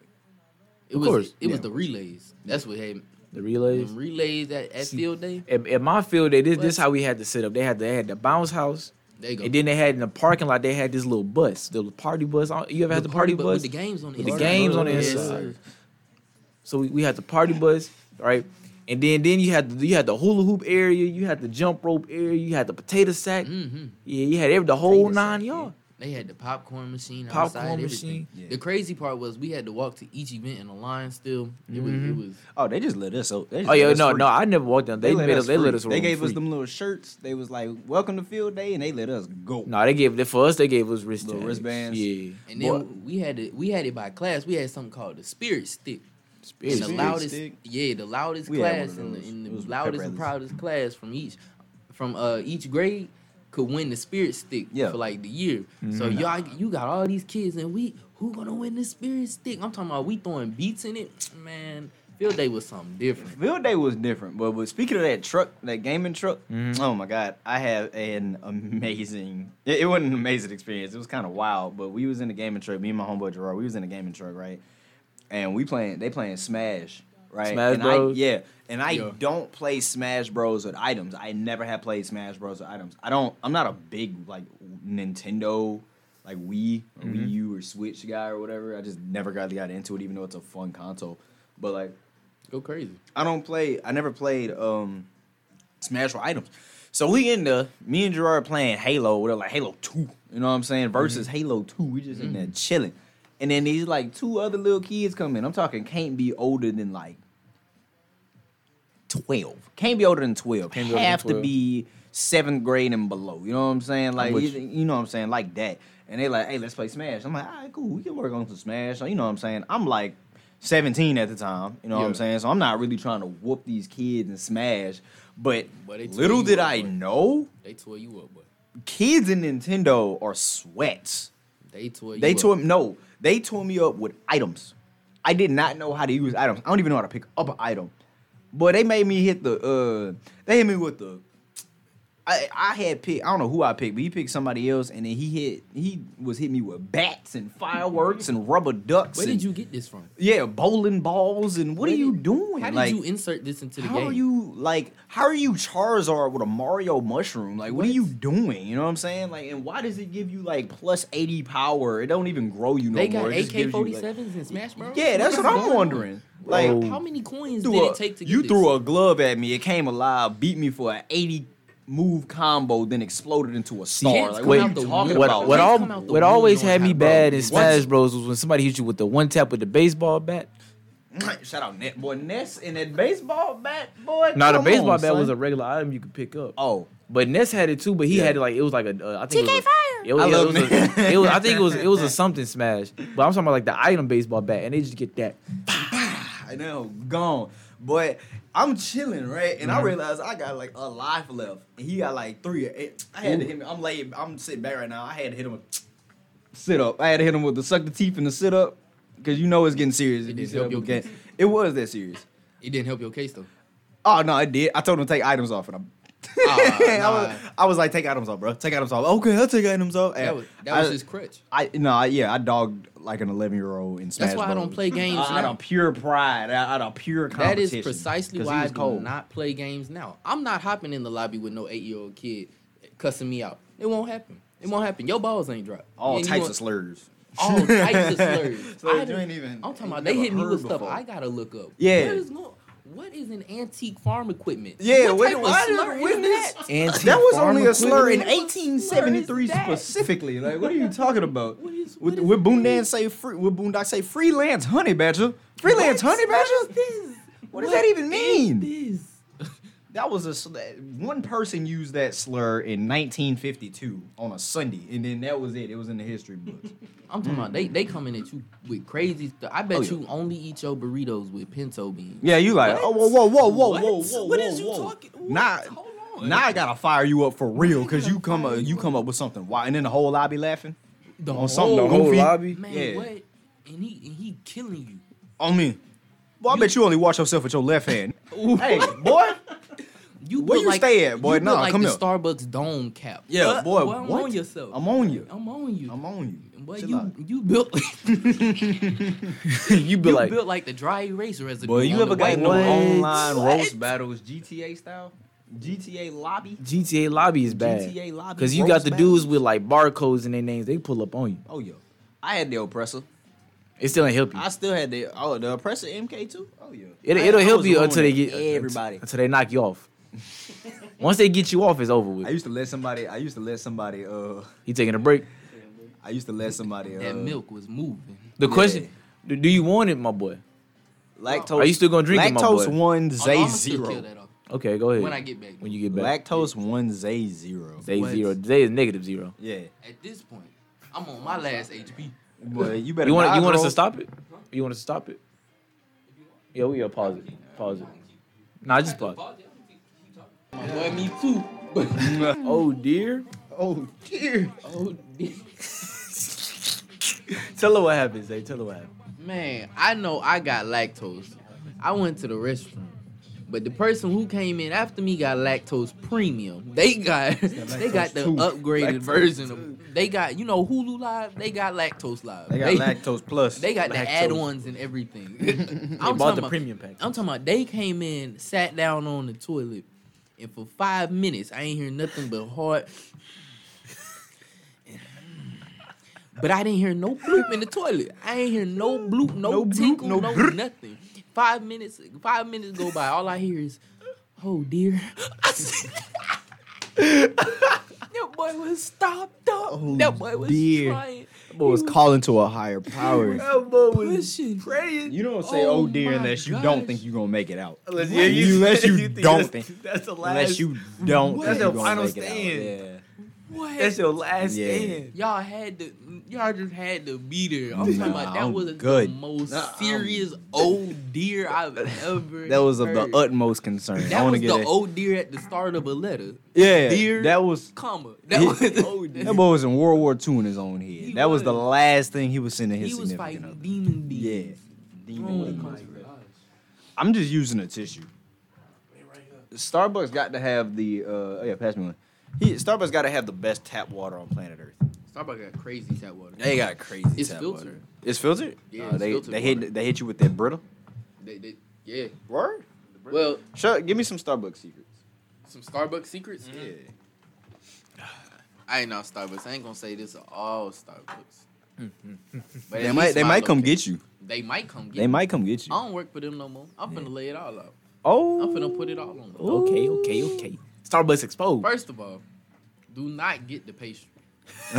Speaker 3: It
Speaker 2: Of
Speaker 3: was
Speaker 2: course.
Speaker 3: it was
Speaker 1: Yeah.
Speaker 3: the relays. That's what had
Speaker 2: The relays.
Speaker 3: them relays at, at
Speaker 2: See-
Speaker 3: field day.
Speaker 2: At, at my field day, this this
Speaker 3: What?
Speaker 2: how we had to set up. They had they had the bounce house.
Speaker 3: They go.
Speaker 2: And then they had in the parking lot, they had this little bus, the little party bus. I don't- You ever had the party,
Speaker 3: bu-
Speaker 2: bus?
Speaker 3: with the games on the
Speaker 2: With the
Speaker 3: inside.
Speaker 2: games on the
Speaker 3: Yes,
Speaker 2: inside.
Speaker 3: sir.
Speaker 2: So we, we had the party bus, right? And then then you had the, you had the hula hoop area, you had the jump rope area, you had the potato sack.
Speaker 3: Mhm.
Speaker 2: Yeah, you had every the whole
Speaker 3: Potato
Speaker 2: nine
Speaker 3: sack, yeah.
Speaker 2: yard.
Speaker 3: They had the popcorn machine outside.
Speaker 2: Popcorn
Speaker 3: everything.
Speaker 2: machine.
Speaker 1: Yeah.
Speaker 3: The crazy part was we had to walk to each event in a line. Still, it
Speaker 2: Mm-hmm.
Speaker 3: was it was
Speaker 1: Oh, they just let us. Oh, they just
Speaker 2: Oh
Speaker 1: let
Speaker 2: yeah,
Speaker 1: us
Speaker 2: no,
Speaker 1: free.
Speaker 2: no, I never walked down. They, made us, they let
Speaker 1: free.
Speaker 2: us.
Speaker 1: They
Speaker 2: roam
Speaker 1: gave us
Speaker 2: free.
Speaker 1: them little shirts. They was like, "Welcome to field day," and they let us go.
Speaker 2: No, they gave for us. They gave us wristbands.
Speaker 1: wristbands.
Speaker 2: Yeah,
Speaker 3: and then we had it. We had it by class. We had something called the spirit stick.
Speaker 2: Spirit
Speaker 3: and the
Speaker 1: stick.
Speaker 3: loudest,
Speaker 1: Stick.
Speaker 3: yeah, the loudest
Speaker 1: We had one
Speaker 3: class
Speaker 1: of
Speaker 3: and the,
Speaker 1: those.
Speaker 3: and the
Speaker 1: It was Pep
Speaker 3: loudest
Speaker 1: Rallies.
Speaker 3: and proudest class from each. from uh, each grade could win the spirit stick
Speaker 1: Yeah. Mm-hmm.
Speaker 3: for like the year. So y'all, you got all these kids, and we who gonna win the spirit stick? I'm talking about we throwing beats in it, man. Field day was something different.
Speaker 1: Field day was different, but, but speaking of that truck, that gaming truck,
Speaker 2: Mm-hmm.
Speaker 1: oh my god, I have an amazing. It, it wasn't an amazing experience. It was kind of wild, but we was in the gaming truck. Me and my homeboy Gerard, we was in the gaming truck, right? And we playing. They playing Smash, right?
Speaker 2: Smash
Speaker 1: and
Speaker 2: Bros?
Speaker 1: I, yeah, and I
Speaker 3: Yeah.
Speaker 1: don't play Smash Bros with items. I never have played Smash Bros with items. I don't. I'm not a big like Nintendo. Like Wii or
Speaker 2: Mm-hmm.
Speaker 1: Wii U or Switch guy or whatever, I just never got got into it, even though it's a fun console. But like,
Speaker 3: Go crazy.
Speaker 1: I don't play. I never played um Smash for items. So we in the me and Gerard playing Halo. We're like Halo Two. You know what I'm saying? Versus
Speaker 2: Mm-hmm.
Speaker 1: Halo Two. We just in there chilling. And then these like two other little kids come in. I'm talking can't be older than like twelve. Can't be older than twelve.
Speaker 2: Can't be older than
Speaker 1: Have to
Speaker 2: 12.
Speaker 1: be seventh grade and below. You know what I'm saying? Like
Speaker 2: with
Speaker 1: you, you know what I'm saying? Like that. And they like, hey, let's play Smash. I'm like, all right, cool. We can work on some Smash. So you know what I'm saying? I'm like 17 at the time. You know what I'm
Speaker 3: Yeah.
Speaker 1: saying? So I'm not really trying to whoop these kids and Smash. But,
Speaker 3: But they
Speaker 1: little
Speaker 3: team
Speaker 1: did
Speaker 3: up,
Speaker 1: I
Speaker 3: boy.
Speaker 1: know,
Speaker 3: They tore you up, boy.
Speaker 1: kids in Nintendo are sweats.
Speaker 3: They tore you.
Speaker 1: They
Speaker 3: up.
Speaker 1: tore me no, they tore me up with items. I did not know how to use items. I don't even know how to pick up an item. But they made me hit the uh they hit me with the I, I had picked I don't know who I picked, but he picked somebody else and then he hit he was hitting me with bats and fireworks and rubber ducks.
Speaker 3: Where
Speaker 1: and-
Speaker 3: did you get this from?
Speaker 1: Yeah, bowling balls and what
Speaker 3: Where
Speaker 1: are you
Speaker 3: did-
Speaker 1: doing?
Speaker 3: How did
Speaker 1: like,
Speaker 3: you insert this into the
Speaker 1: how
Speaker 3: game?
Speaker 1: are you like? How are you Charizard with a Mario mushroom? Like, what, are
Speaker 3: What?
Speaker 1: you doing? You know what I'm saying? Like, and why does it give you like plus eighty power? It don't even grow you no
Speaker 3: they
Speaker 1: more.
Speaker 3: got
Speaker 1: It just gives
Speaker 3: AK
Speaker 1: you,
Speaker 3: forty
Speaker 1: like-
Speaker 3: sevens in Smash Bros.
Speaker 1: yeah, that's what I'm
Speaker 3: going on?
Speaker 1: wondering. Like,
Speaker 3: Like,
Speaker 2: Bro,
Speaker 3: how many coins
Speaker 1: threw
Speaker 3: did
Speaker 1: a-
Speaker 3: it take to get
Speaker 1: you
Speaker 3: this?
Speaker 1: threw a glove at me. It came alive, beat me for an eighty move combo, then exploded into a star.
Speaker 3: Jets
Speaker 1: like,
Speaker 3: come
Speaker 1: what
Speaker 3: out
Speaker 1: are you
Speaker 3: the
Speaker 1: talking
Speaker 3: wood.
Speaker 2: What,
Speaker 1: about?
Speaker 2: what,
Speaker 1: Like,
Speaker 3: They
Speaker 2: all,
Speaker 3: come out the
Speaker 2: what
Speaker 3: womb
Speaker 2: always
Speaker 3: knowing
Speaker 2: had me
Speaker 3: how to
Speaker 2: bad
Speaker 3: roll.
Speaker 2: in
Speaker 3: Once-
Speaker 2: Smash Bros was when somebody hit you with the one tap with the baseball bat.
Speaker 1: shout out Net boy Ness and that baseball bat boy.
Speaker 2: No, the
Speaker 1: come
Speaker 2: baseball
Speaker 1: on,
Speaker 2: bat
Speaker 1: son.
Speaker 2: was a regular item you could pick up.
Speaker 1: oh.
Speaker 2: But Ness had it too, but he
Speaker 1: Yeah.
Speaker 2: had it like it was like a uh, I think
Speaker 1: TK
Speaker 2: it was a, It was,
Speaker 1: I
Speaker 2: yeah, it
Speaker 1: love
Speaker 2: was
Speaker 1: Ness.
Speaker 2: a, it was I think it was it was a something smash. But I'm talking about like the item baseball bat, and they just get that.
Speaker 1: I know, gone. But I'm chilling, right? And
Speaker 3: Mm-hmm.
Speaker 1: I realized I got like a life left. And he got like three. It- I had to hit him. I'm laid. I'm sitting back right now. I had to hit him with sit up. I had to hit him with the suck the teeth and the sit up. Cause you know it's getting serious. if
Speaker 3: It
Speaker 1: you
Speaker 3: didn't
Speaker 1: sit
Speaker 3: help
Speaker 1: up
Speaker 3: your
Speaker 1: again.
Speaker 3: case.
Speaker 1: It was that serious.
Speaker 3: It didn't help your case though.
Speaker 1: Oh no, it did. I told him to take items off and I'm
Speaker 3: Ah,
Speaker 1: I, was,
Speaker 3: nah.
Speaker 1: I was like, take items off, bro. Take items off. Okay, I'll take items off.
Speaker 3: That
Speaker 1: And
Speaker 3: was that was
Speaker 1: I,
Speaker 3: his crutch.
Speaker 1: I no, I, yeah, I dogged like an eleven year old in Smash.
Speaker 3: That's why I don't
Speaker 1: Bros.
Speaker 3: play games
Speaker 1: Out
Speaker 3: now.
Speaker 1: of pure pride, out of pure
Speaker 3: That
Speaker 1: competition.
Speaker 3: is precisely
Speaker 1: 'Cause he
Speaker 3: why I
Speaker 1: was
Speaker 3: do not play games now. I'm not hopping in the lobby with no eight year old kid cussing me out. It won't happen. It won't happen. Your balls ain't dropped.
Speaker 1: all
Speaker 3: And you
Speaker 1: types
Speaker 3: want-
Speaker 1: of slurs.
Speaker 3: All types of slurs.
Speaker 1: So
Speaker 3: I
Speaker 1: you
Speaker 3: done-
Speaker 1: ain't even-
Speaker 3: I'm talking
Speaker 1: you
Speaker 3: about they
Speaker 1: never
Speaker 3: hit me
Speaker 1: heard
Speaker 3: with stuff.
Speaker 1: before.
Speaker 3: I gotta look up.
Speaker 1: Yeah.
Speaker 3: What is going? What is an antique farm equipment?
Speaker 1: Yeah,
Speaker 3: What
Speaker 1: what,
Speaker 3: type
Speaker 1: why
Speaker 3: of slur
Speaker 1: did, when
Speaker 3: is that?
Speaker 1: this,
Speaker 2: And
Speaker 1: that was only a slur in
Speaker 3: What type of slur
Speaker 1: 1873
Speaker 3: is that?
Speaker 1: specifically. Like, what are you talking about?
Speaker 3: What is-
Speaker 1: Would
Speaker 3: what is
Speaker 1: would Boondan
Speaker 3: this?
Speaker 1: say free? Would Boondock say freelance honey badger? Freelance honey
Speaker 3: What is
Speaker 1: badger?
Speaker 3: this?
Speaker 1: What does that even mean?
Speaker 3: is this?
Speaker 1: That was a sl- one person used that slur in 1952 on a Sunday, and then that was it. It was in the history books.
Speaker 3: I'm talking about they they coming at you with crazy stuff. I bet
Speaker 1: Oh, yeah.
Speaker 3: you only eat your burritos with pinto beans.
Speaker 1: yeah, you like oh whoa whoa whoa whoa
Speaker 3: What?
Speaker 1: whoa whoa
Speaker 3: What
Speaker 1: whoa,
Speaker 3: is you
Speaker 1: whoa.
Speaker 3: talking- what?
Speaker 1: Nah,
Speaker 3: Hold on.
Speaker 1: now I gotta fire you up for real because you come uh, you come up with something wild, and then the whole lobby laughing
Speaker 3: The
Speaker 1: on something the
Speaker 3: whole-
Speaker 1: whole
Speaker 2: whole lobby?
Speaker 3: Man,
Speaker 1: yeah.
Speaker 3: what? And he and he killing you.
Speaker 1: On me. Boy, I bet you only wash yourself with your left hand. hey, boy.
Speaker 3: You
Speaker 1: Where
Speaker 3: look
Speaker 1: you stay at, boy?
Speaker 3: You look
Speaker 1: Nah,
Speaker 3: like
Speaker 1: come
Speaker 3: the
Speaker 1: here.
Speaker 3: Starbucks dome cap.
Speaker 1: Yeah,
Speaker 3: What?
Speaker 1: boy,
Speaker 3: I'm
Speaker 1: what?
Speaker 3: on yourself.
Speaker 1: I'm on you.
Speaker 3: I'm on you.
Speaker 1: I'm on you.
Speaker 3: Boy,
Speaker 1: Chill
Speaker 3: you
Speaker 1: out.
Speaker 3: you built
Speaker 2: you be
Speaker 3: you
Speaker 2: like,
Speaker 3: built like the dry eraser as a
Speaker 1: Boy, you ever got
Speaker 2: white
Speaker 1: into
Speaker 2: one.
Speaker 1: online
Speaker 2: What?
Speaker 1: roast battles GTA style? GTA lobby?
Speaker 2: GTA lobby is bad.
Speaker 1: GTA lobby
Speaker 2: Cause you got
Speaker 1: roast
Speaker 2: the dudes with like barcodes in their names, they pull up on you.
Speaker 1: Oh, yo. I had the oppressor.
Speaker 2: It still ain't help you.
Speaker 1: I still had the oh the oppressor MK too. Oh yeah,
Speaker 2: It,
Speaker 1: I-
Speaker 2: it'll
Speaker 1: I
Speaker 2: help
Speaker 1: was
Speaker 2: you
Speaker 1: ruining
Speaker 2: until they get
Speaker 1: everybody.
Speaker 2: until they knock you off. Once they get you off, it's over
Speaker 1: I
Speaker 2: with.
Speaker 1: used to let somebody. I used to let somebody. Uh,
Speaker 2: You taking a break.
Speaker 1: I used to let somebody. Uh,
Speaker 3: that milk was moving.
Speaker 2: The
Speaker 1: Yeah.
Speaker 2: question: do- Do you want it, my boy?
Speaker 1: Lactose.
Speaker 2: Are you still gonna drink it, my
Speaker 1: Lactose
Speaker 2: boy?
Speaker 1: one
Speaker 3: Oh, no,
Speaker 1: Zay
Speaker 3: I'ma still kill
Speaker 1: zero.
Speaker 3: that off
Speaker 2: Okay, go ahead.
Speaker 3: When I get back.
Speaker 2: when you get back,
Speaker 1: Lactose one Zay zero.
Speaker 2: day
Speaker 3: What?
Speaker 2: zero. Day is negative zero.
Speaker 1: Yeah,
Speaker 3: At this point, I'm on my last HP.
Speaker 1: boy, you better.
Speaker 2: You want you
Speaker 1: dodge
Speaker 2: want us
Speaker 1: roll.
Speaker 2: to stop it? You want us to stop it? Yeah, we gotta pause it. Pause it. Nah, just pause. it.
Speaker 3: My boy, me too.
Speaker 2: Oh dear.
Speaker 1: Oh dear.
Speaker 3: Oh,
Speaker 2: Tell her what happens. Hey, tell her what happened.
Speaker 3: man, I know I got lactose. I went to the restroom. But the person who came in after me got lactose premium. They got they got the
Speaker 1: too.
Speaker 3: upgraded
Speaker 1: Lactose
Speaker 3: version of they got you know Hulu Live, they got lactose live.
Speaker 1: They got lactose plus.
Speaker 3: They got
Speaker 2: Lactose.
Speaker 3: the add-ons and everything. I'm
Speaker 2: They bought
Speaker 3: talking
Speaker 2: the
Speaker 3: about-
Speaker 2: premium pack.
Speaker 3: I'm talking about they came in, sat down on the toilet, and for five minutes I ain't hear nothing but hard. But I didn't hear no bloop in the toilet. I ain't hear no bloop, no,
Speaker 1: No bloop,
Speaker 3: tinkle,
Speaker 1: no
Speaker 3: no,
Speaker 1: brrrt.
Speaker 3: nothing. Five minutes, five minutes go by. All I hear is, "Oh dear." I said, that boy was stopped up.
Speaker 1: Oh,
Speaker 3: that boy was
Speaker 1: dear.
Speaker 3: trying.
Speaker 1: That boy was calling to a higher power.
Speaker 2: That boy
Speaker 3: Pushing.
Speaker 2: praying.
Speaker 1: You don't say
Speaker 3: Oh
Speaker 1: oh dear
Speaker 3: my
Speaker 1: unless you don't
Speaker 3: gosh.
Speaker 1: think you're gonna make it out.
Speaker 2: Oh. Unless,
Speaker 1: Unless you don't think-
Speaker 2: That's the last.
Speaker 1: Unless you don't
Speaker 3: What?
Speaker 1: think
Speaker 3: That's
Speaker 1: you're
Speaker 3: the
Speaker 1: gonna
Speaker 2: final
Speaker 1: make it out.
Speaker 2: stand.
Speaker 1: Yeah.
Speaker 3: What?
Speaker 2: That's your last
Speaker 1: Yeah.
Speaker 2: stand.
Speaker 3: Y'all had to, y'all just had to be there. I'm
Speaker 1: Nah,
Speaker 3: talking about that
Speaker 1: I'm
Speaker 3: was
Speaker 1: good.
Speaker 3: the most
Speaker 1: Nah, I'm-
Speaker 3: serious old deer I've ever.
Speaker 1: That was of the
Speaker 3: heard.
Speaker 1: utmost concern. I
Speaker 3: That
Speaker 1: want
Speaker 3: was
Speaker 1: to
Speaker 3: the
Speaker 1: get that.
Speaker 3: old deer at the start of a letter,
Speaker 1: yeah,
Speaker 3: deer-
Speaker 1: that was
Speaker 3: comma. That
Speaker 1: Yeah.
Speaker 3: was the old deer.
Speaker 1: that boy was in World War II in his own head.
Speaker 3: He
Speaker 1: that was. the
Speaker 3: was.
Speaker 1: last thing he was sending his
Speaker 3: He was
Speaker 1: significant
Speaker 3: fighting
Speaker 1: other.
Speaker 3: demon
Speaker 1: Yeah,
Speaker 3: bees.
Speaker 1: Demon
Speaker 3: Oh
Speaker 1: Dean.
Speaker 3: my gosh.
Speaker 1: I'm just using a tissue. Starbucks got to have the uh oh yeah, pass me one. He, Starbucks got to have the best tap water on planet Earth.
Speaker 3: Starbucks got crazy tap water.
Speaker 1: They got crazy.
Speaker 3: It's
Speaker 1: tap
Speaker 3: filtered.
Speaker 1: Water. It's filtered.
Speaker 3: Yeah,
Speaker 1: Uh,
Speaker 3: it's
Speaker 1: they
Speaker 3: filtered
Speaker 1: they
Speaker 3: water.
Speaker 1: hit they hit you with that brittle.
Speaker 3: They, they, yeah.
Speaker 1: Word.
Speaker 3: Well,
Speaker 1: Shut. Give me some Starbucks secrets.
Speaker 3: some Starbucks secrets. I ain't know Starbucks. I ain't gonna say this at all Starbucks.
Speaker 1: Mm,
Speaker 3: But at
Speaker 1: They might
Speaker 3: least
Speaker 1: they
Speaker 3: my
Speaker 1: might come
Speaker 3: location-
Speaker 1: get you.
Speaker 3: They might come get.
Speaker 1: They might come get
Speaker 3: I
Speaker 1: you.
Speaker 3: don't work for them no more. I'm finna lay it all out.
Speaker 1: Oh.
Speaker 3: I'm finna put it all on. them.
Speaker 2: Okay, okay, okay. Starbucks exposed.
Speaker 3: First of all, do not get the pastry.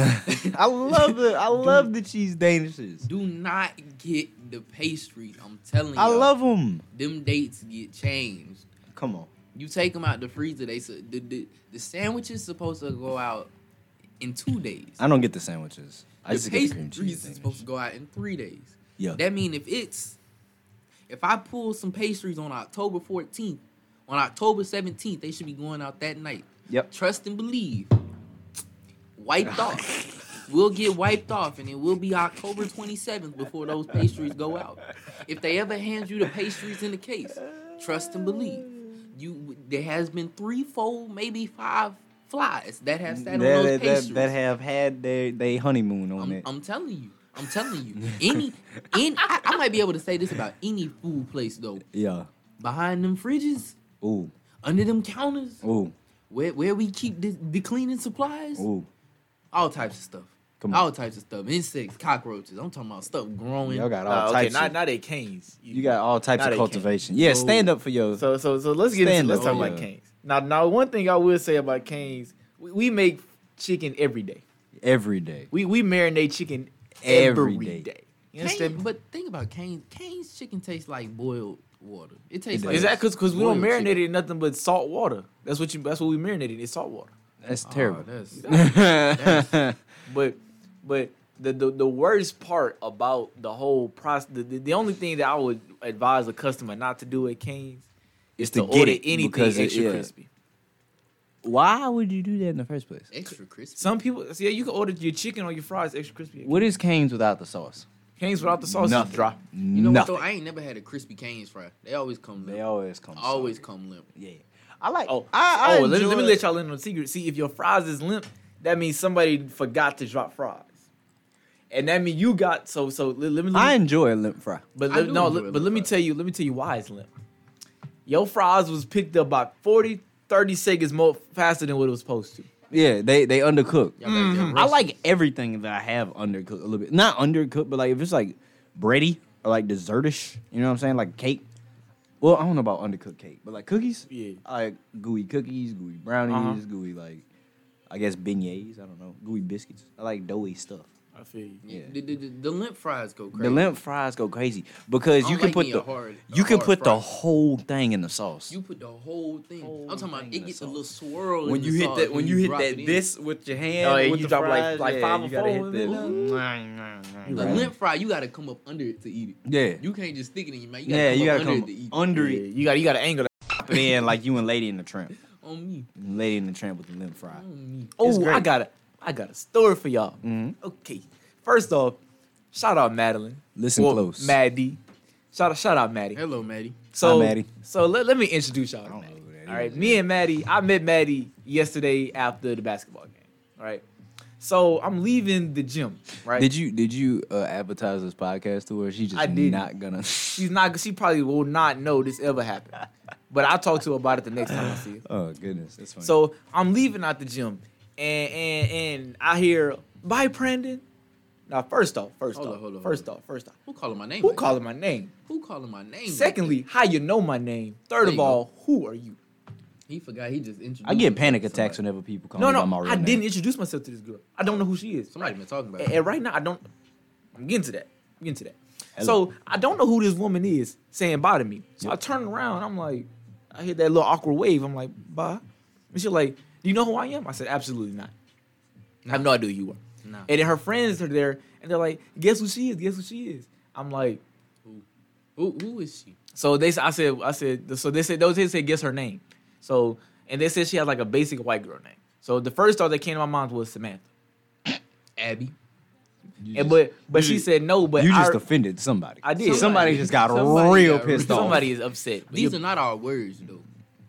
Speaker 1: I love the I love the cheese danishes.
Speaker 3: Do not get the pastry. I'm telling you.
Speaker 1: I love them.
Speaker 3: them dates get changed.
Speaker 1: Come on.
Speaker 3: You take them out the freezer. They su- the, the the sandwich is supposed to go out in two days.
Speaker 1: I don't get the sandwiches. I
Speaker 3: the
Speaker 1: just get the cream
Speaker 3: pastry
Speaker 1: cheese.
Speaker 3: is supposed to
Speaker 1: Danish.
Speaker 3: go out in three days.
Speaker 1: Yeah.
Speaker 3: That mean if it's if I pull some pastries on October 14th, on October 17th, they should be going out that night.
Speaker 1: Yep.
Speaker 3: Trust and believe. Wiped off. We'll get wiped off, and it will be October 27th before those pastries go out. If they ever hand you the pastries in the case, trust and believe. You there has been three, four, maybe five flies that have sat on
Speaker 1: That-
Speaker 3: those
Speaker 1: that,
Speaker 3: pastries.
Speaker 1: that, that have had their they honeymoon on
Speaker 3: I'm,
Speaker 1: it.
Speaker 3: I'm telling you. I'm telling you. Any, any, I, I might be able to say this about any food place though.
Speaker 1: yeah.
Speaker 3: Behind them fridges,
Speaker 1: Ooh.
Speaker 3: under them counters,
Speaker 1: Ooh.
Speaker 3: where where we keep the, the cleaning supplies,
Speaker 1: Ooh.
Speaker 3: all types of stuff.
Speaker 1: Come on.
Speaker 3: All types of stuff. Insects, cockroaches. I'm talking about stuff growing.
Speaker 1: Y'all got all
Speaker 2: Nah, okay,
Speaker 1: types.
Speaker 2: not
Speaker 1: of,
Speaker 2: not at Canes.
Speaker 1: you got all types
Speaker 2: Nah,
Speaker 1: of
Speaker 2: they can't.
Speaker 1: cultivation. Yeah.
Speaker 3: So-
Speaker 1: stand up for your.
Speaker 2: So so so let's get into,
Speaker 1: Stand
Speaker 2: let's
Speaker 1: up.
Speaker 2: talk about
Speaker 1: Yeah.
Speaker 2: Canes. Now now one thing I will say about Canes, we, we make chicken every day.
Speaker 1: every day.
Speaker 2: We we marinate chicken
Speaker 1: Every
Speaker 2: every
Speaker 1: day.
Speaker 2: day. You
Speaker 3: Cane,
Speaker 2: understand?
Speaker 3: but think about Cane's. Cane's chicken tastes like boiled water. It tastes
Speaker 1: It
Speaker 3: like
Speaker 2: Is that because we don't
Speaker 3: boiled
Speaker 2: marinate
Speaker 3: chicken.
Speaker 2: it in nothing but salt water? That's what you. That's what we marinate it. in, It's salt water.
Speaker 1: That's
Speaker 3: Oh,
Speaker 1: terrible.
Speaker 3: that's-
Speaker 2: But but the, the the worst part about the whole process, the, the, the only thing that I would advise a customer not to do at Canes is
Speaker 1: to
Speaker 2: to,
Speaker 1: get
Speaker 2: order
Speaker 1: it
Speaker 2: anything
Speaker 1: because it-
Speaker 2: extra
Speaker 1: yeah.
Speaker 2: crispy.
Speaker 1: Why would you do that in the first place?
Speaker 3: extra crispy.
Speaker 2: Some people, see, yeah, you can order your chicken or your fries extra crispy.
Speaker 1: What is Canes without the sauce?
Speaker 2: Canes without the sauce
Speaker 1: Nothing.
Speaker 2: is dry.
Speaker 3: You know
Speaker 1: Nothing.
Speaker 3: what though? I ain't never had a crispy Cane's fry. They always come.
Speaker 1: They
Speaker 3: limp.
Speaker 1: always come.
Speaker 3: always
Speaker 1: sour.
Speaker 3: come limp.
Speaker 1: Yeah. I like.
Speaker 2: Oh,
Speaker 1: I, I
Speaker 2: oh, let,
Speaker 1: enjoy-
Speaker 2: let me let y'all in on a secret. See, if your fries is limp, that means somebody forgot to drop fries, and that means you got so so. Let, let me.
Speaker 1: I enjoy a limp fry.
Speaker 2: But
Speaker 3: I
Speaker 2: let,
Speaker 3: do
Speaker 2: no,
Speaker 3: enjoy
Speaker 2: let-
Speaker 3: limp
Speaker 2: but let me
Speaker 3: fries.
Speaker 2: tell you, let me tell you why it's limp. Your fries was picked up by 40, 30 seconds more faster than what it was supposed to.
Speaker 1: Yeah, they they undercook.
Speaker 3: Y'all gotta get
Speaker 1: Mm-hmm. I
Speaker 3: rusty.
Speaker 1: like everything that I have undercooked a little bit. Not undercooked, but like if it's like bready or like dessertish, you know what I'm saying? Like cake. Well, I don't know about undercooked cake, but like cookies.
Speaker 2: Yeah.
Speaker 1: I like gooey cookies, gooey brownies,
Speaker 2: Uh-huh.
Speaker 1: gooey like I guess beignets. I don't know, gooey biscuits. I like doughy stuff.
Speaker 2: I feel you.
Speaker 1: Yeah.
Speaker 3: The, the, the, the limp fries go crazy.
Speaker 1: The limp fries go crazy because
Speaker 3: I
Speaker 1: you
Speaker 3: don't
Speaker 1: can
Speaker 3: like
Speaker 1: put
Speaker 3: eating
Speaker 1: the
Speaker 3: a hard- a
Speaker 1: you can
Speaker 3: hard
Speaker 1: put the
Speaker 3: fry.
Speaker 1: whole thing in the sauce.
Speaker 3: You put the whole thing.
Speaker 1: Whole
Speaker 3: I'm talking about
Speaker 1: thing in
Speaker 3: it
Speaker 1: the
Speaker 3: gets a
Speaker 1: sauce.
Speaker 3: little swirl.
Speaker 1: when
Speaker 3: in
Speaker 1: you
Speaker 3: the
Speaker 1: hit
Speaker 3: sauce
Speaker 1: that when you hit
Speaker 3: drop
Speaker 1: that
Speaker 3: it in.
Speaker 1: this with your hand,
Speaker 2: Oh, yeah,
Speaker 1: with
Speaker 2: you
Speaker 1: the
Speaker 2: drop, like-
Speaker 1: fries,
Speaker 2: like
Speaker 1: yeah,
Speaker 2: five
Speaker 1: you
Speaker 2: or
Speaker 1: gotta
Speaker 2: four
Speaker 1: hit
Speaker 2: of
Speaker 1: that.
Speaker 3: the
Speaker 1: Right.
Speaker 3: limp fry, you gotta come up under it to eat it.
Speaker 1: Yeah,
Speaker 3: You can't just stick it in your mouth. You gotta
Speaker 1: yeah,
Speaker 3: come
Speaker 1: you
Speaker 3: up
Speaker 1: gotta
Speaker 3: under
Speaker 1: come
Speaker 3: it to eat. it.
Speaker 1: under
Speaker 2: Yeah,
Speaker 1: it.
Speaker 2: you got you got to angle that.
Speaker 1: Put it in like you and Lady in the Tramp.
Speaker 3: on me.
Speaker 1: Lady in the Tramp with the limp fry.
Speaker 3: On me.
Speaker 1: It's
Speaker 2: Oh, I
Speaker 1: great.
Speaker 2: got a, I got a story for y'all.
Speaker 1: Mhm.
Speaker 2: Okay, first off, shout out Madeline.
Speaker 1: Listen
Speaker 2: Well,
Speaker 1: close.
Speaker 2: Maddie. Shout out, shout out Maddie.
Speaker 3: Hello, Maddie.
Speaker 2: So,
Speaker 1: Maddie.
Speaker 2: so let, let me introduce y'all. To
Speaker 1: I don't
Speaker 2: Maddie.
Speaker 1: know who that
Speaker 2: All
Speaker 1: is.
Speaker 2: right, me and Maddie, I met Maddie yesterday after the basketball game. All right, so I'm leaving the gym. Right,
Speaker 4: Did you did you uh, advertise this podcast to her? She just
Speaker 2: I didn't.
Speaker 4: not gonna.
Speaker 2: she's not. She probably will not know this ever happened. but I'll talk to her about it the next time I see her.
Speaker 1: Oh goodness, that's funny.
Speaker 2: So I'm leaving out the gym, and and and I hear bye, Brandon. Now, first off, first
Speaker 3: Hold
Speaker 2: off,
Speaker 3: on, hold on,
Speaker 2: first
Speaker 3: hold
Speaker 2: off, first off,
Speaker 3: Who calling my name?
Speaker 2: who
Speaker 3: like that?
Speaker 2: calling my name?
Speaker 3: Who calling my name? like
Speaker 2: Secondly, how you know my name? Third
Speaker 3: There
Speaker 2: of
Speaker 3: you
Speaker 2: all, who are you?
Speaker 3: that? he forgot he just introduced.
Speaker 4: I get
Speaker 3: me
Speaker 4: panic
Speaker 3: to
Speaker 4: attacks
Speaker 3: somebody.
Speaker 4: whenever people call
Speaker 2: No,
Speaker 4: me by my
Speaker 2: no,
Speaker 4: real
Speaker 2: I
Speaker 4: name.
Speaker 2: didn't introduce myself to this girl. I don't know who she is.
Speaker 3: Somebody been talking about.
Speaker 2: And,
Speaker 3: it.
Speaker 2: and right now, I don't. I'm getting to that. I'm getting to that.
Speaker 1: Hello.
Speaker 2: So I don't know who this woman is saying bye to me. So I turn around. I'm like, I hear that little awkward wave. I'm like, bye. And she's like, do you know who I am? I said, absolutely not. I have no idea who you are.
Speaker 3: Nah.
Speaker 2: And then her friends are there, and they're like, guess who she is? Guess who she is? I'm like,
Speaker 3: Who, who is she?
Speaker 2: so they, s- I said, I said, so they said those kids said guess her name. So and they said she has like a basic white girl name. So the first thought that came to my mind was Samantha.
Speaker 3: Abby.
Speaker 4: You
Speaker 2: And
Speaker 4: just-
Speaker 2: but but
Speaker 1: you
Speaker 2: she
Speaker 1: just-
Speaker 2: said no. But
Speaker 4: you just
Speaker 2: I-
Speaker 4: offended somebody.
Speaker 2: I did.
Speaker 1: somebody just got
Speaker 3: Somebody
Speaker 1: real
Speaker 3: got
Speaker 1: pissed
Speaker 3: real-
Speaker 1: off.
Speaker 2: Somebody is upset. But
Speaker 3: These
Speaker 2: you-
Speaker 3: are not our words though.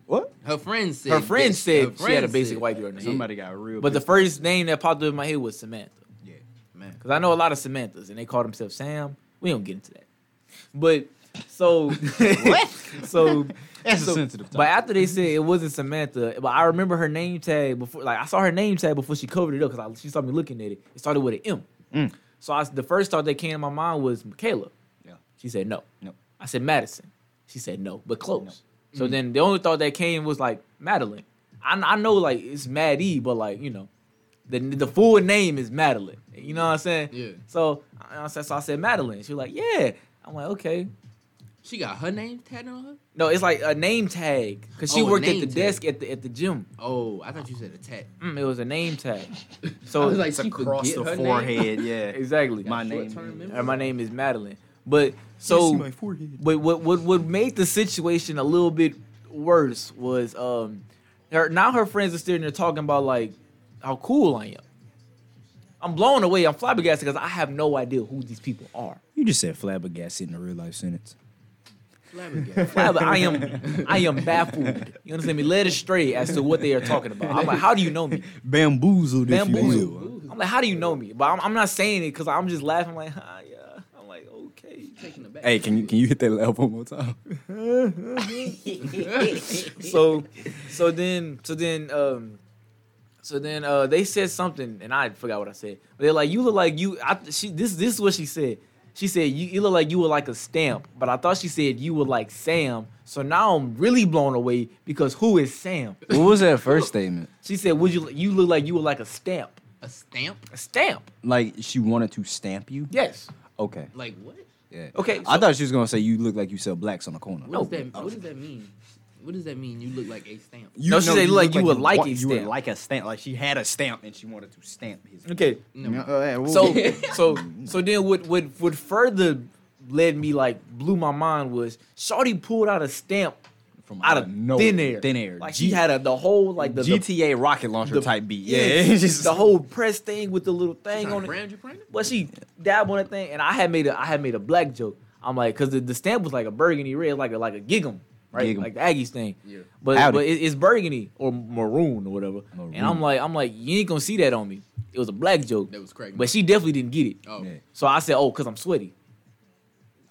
Speaker 1: what?
Speaker 3: Her friend said.
Speaker 2: her friend
Speaker 3: that-
Speaker 2: said she
Speaker 3: her
Speaker 2: had
Speaker 3: friend
Speaker 2: a basic
Speaker 3: said-
Speaker 2: white girl name.
Speaker 1: Somebody got real.
Speaker 2: But the
Speaker 1: pissed
Speaker 2: first name that popped up in my head was Samantha.
Speaker 1: off.
Speaker 3: Man.
Speaker 2: Because I know a lot of Samanthas and they call themselves Sam. We don't get into that. But so what? so
Speaker 1: that's
Speaker 2: so-
Speaker 1: a sensitive. Topic.
Speaker 2: But after they said it wasn't Samantha, but I remember her name tag before. Like I saw her name tag before she covered it up because she saw me looking at it. It started with an M.
Speaker 1: Mm.
Speaker 2: So I, the first thought that came to my mind was Michaela.
Speaker 1: Yeah.
Speaker 2: She said no.
Speaker 1: No.
Speaker 2: I said Madison. She said no, but close. So then the only thought that came was like Madeline. I, I know like it's Maddie, but like you know, the the full name is Madeline. You know what I'm saying?
Speaker 3: Yeah.
Speaker 2: So I, I said- so I said Madeline. She was like, yeah. I'm like, okay.
Speaker 3: She got her name tatted on her.
Speaker 2: No, it's like a name tag because she
Speaker 3: Oh, a
Speaker 2: worked at
Speaker 3: name
Speaker 2: the
Speaker 3: tag.
Speaker 2: desk at the at the gym.
Speaker 3: Oh, I thought you said a tat.
Speaker 2: Mm, it was a name tag. So
Speaker 3: I was like,
Speaker 1: It's
Speaker 3: she
Speaker 1: across
Speaker 3: forget
Speaker 1: the
Speaker 3: her name?
Speaker 1: forehead. Yeah.
Speaker 2: exactly.
Speaker 1: My name.
Speaker 3: Short-term memory?
Speaker 2: And my name is Madeline. But so
Speaker 1: forehead.
Speaker 2: But what what what made the situation a little bit worse was um her now her friends are sitting there talking about like how cool I am. I'm blown away. I'm flabbergasted because I have no idea who these people are.
Speaker 1: You just said flabbergasted in a real life sentence.
Speaker 3: Flabbergasted.
Speaker 2: Flabber, I am I am baffled. You understand me? Led astray as to what they are talking about. I'm like, how do you know me?
Speaker 1: Bamboozled, if you will.
Speaker 2: Bamboozled. I'm like, how do you know me? But I'm, I'm not saying it because I'm just laughing. I'm like, ah, yeah. I'm like, okay.
Speaker 3: Taking it back.
Speaker 1: Hey, can you can you hit that level one more time?
Speaker 2: so so then so then um so then uh they said something and I forgot what I said. But they're like, you look like you I she this this is what she said. She said you, you look like you were like a stamp, but I thought she said you were like Sam. So now I'm really blown away because who is Sam?
Speaker 4: What was that first statement?
Speaker 2: She said, "Would you you look like you were like a stamp?
Speaker 3: A stamp?
Speaker 2: A stamp?
Speaker 4: Like she wanted to stamp you?
Speaker 2: Yes.
Speaker 4: Okay.
Speaker 3: Like what?
Speaker 4: Yeah.
Speaker 2: Okay,
Speaker 4: I
Speaker 2: so-
Speaker 4: thought she was gonna say you look like you sell blacks on the corner.
Speaker 3: What does
Speaker 2: No.
Speaker 3: that? What does that mean? What does that mean? You look like a stamp.
Speaker 1: You
Speaker 2: No, she said you like- you would like
Speaker 1: want-
Speaker 2: a
Speaker 1: you would
Speaker 2: stamp.
Speaker 1: like a stamp. Like she had a stamp and she wanted to stamp his.
Speaker 2: Okay.
Speaker 3: No.
Speaker 2: So so so then what what what further led me like blew my mind was Shorty pulled out a stamp
Speaker 1: from
Speaker 2: out of thin air.
Speaker 1: thin air.
Speaker 2: Like she had a, the whole like the, the-
Speaker 1: GTA rocket launcher
Speaker 2: the-
Speaker 1: type beat.
Speaker 2: yeah,
Speaker 1: Yeah, it's just
Speaker 2: the whole press thing with the little
Speaker 3: Trying
Speaker 2: thing
Speaker 3: to
Speaker 2: on it.
Speaker 3: brand you pregnant?
Speaker 2: But she dabbed on a thing, and I had made a I had made a black joke. I'm like, cause the, the stamp was like a burgundy red, like a like a gigum, right?
Speaker 4: Gig'em.
Speaker 2: Like the Aggies thing.
Speaker 3: Yeah.
Speaker 2: But
Speaker 4: Howdy.
Speaker 2: but it, it's burgundy or maroon or whatever. And I'm
Speaker 4: Maroon.
Speaker 2: like I'm like you ain't gonna see that on me. It was a black joke.
Speaker 3: That was crack.
Speaker 2: But she definitely didn't get it.
Speaker 3: oh,
Speaker 4: Yeah.
Speaker 2: So I said, oh, cause I'm sweaty.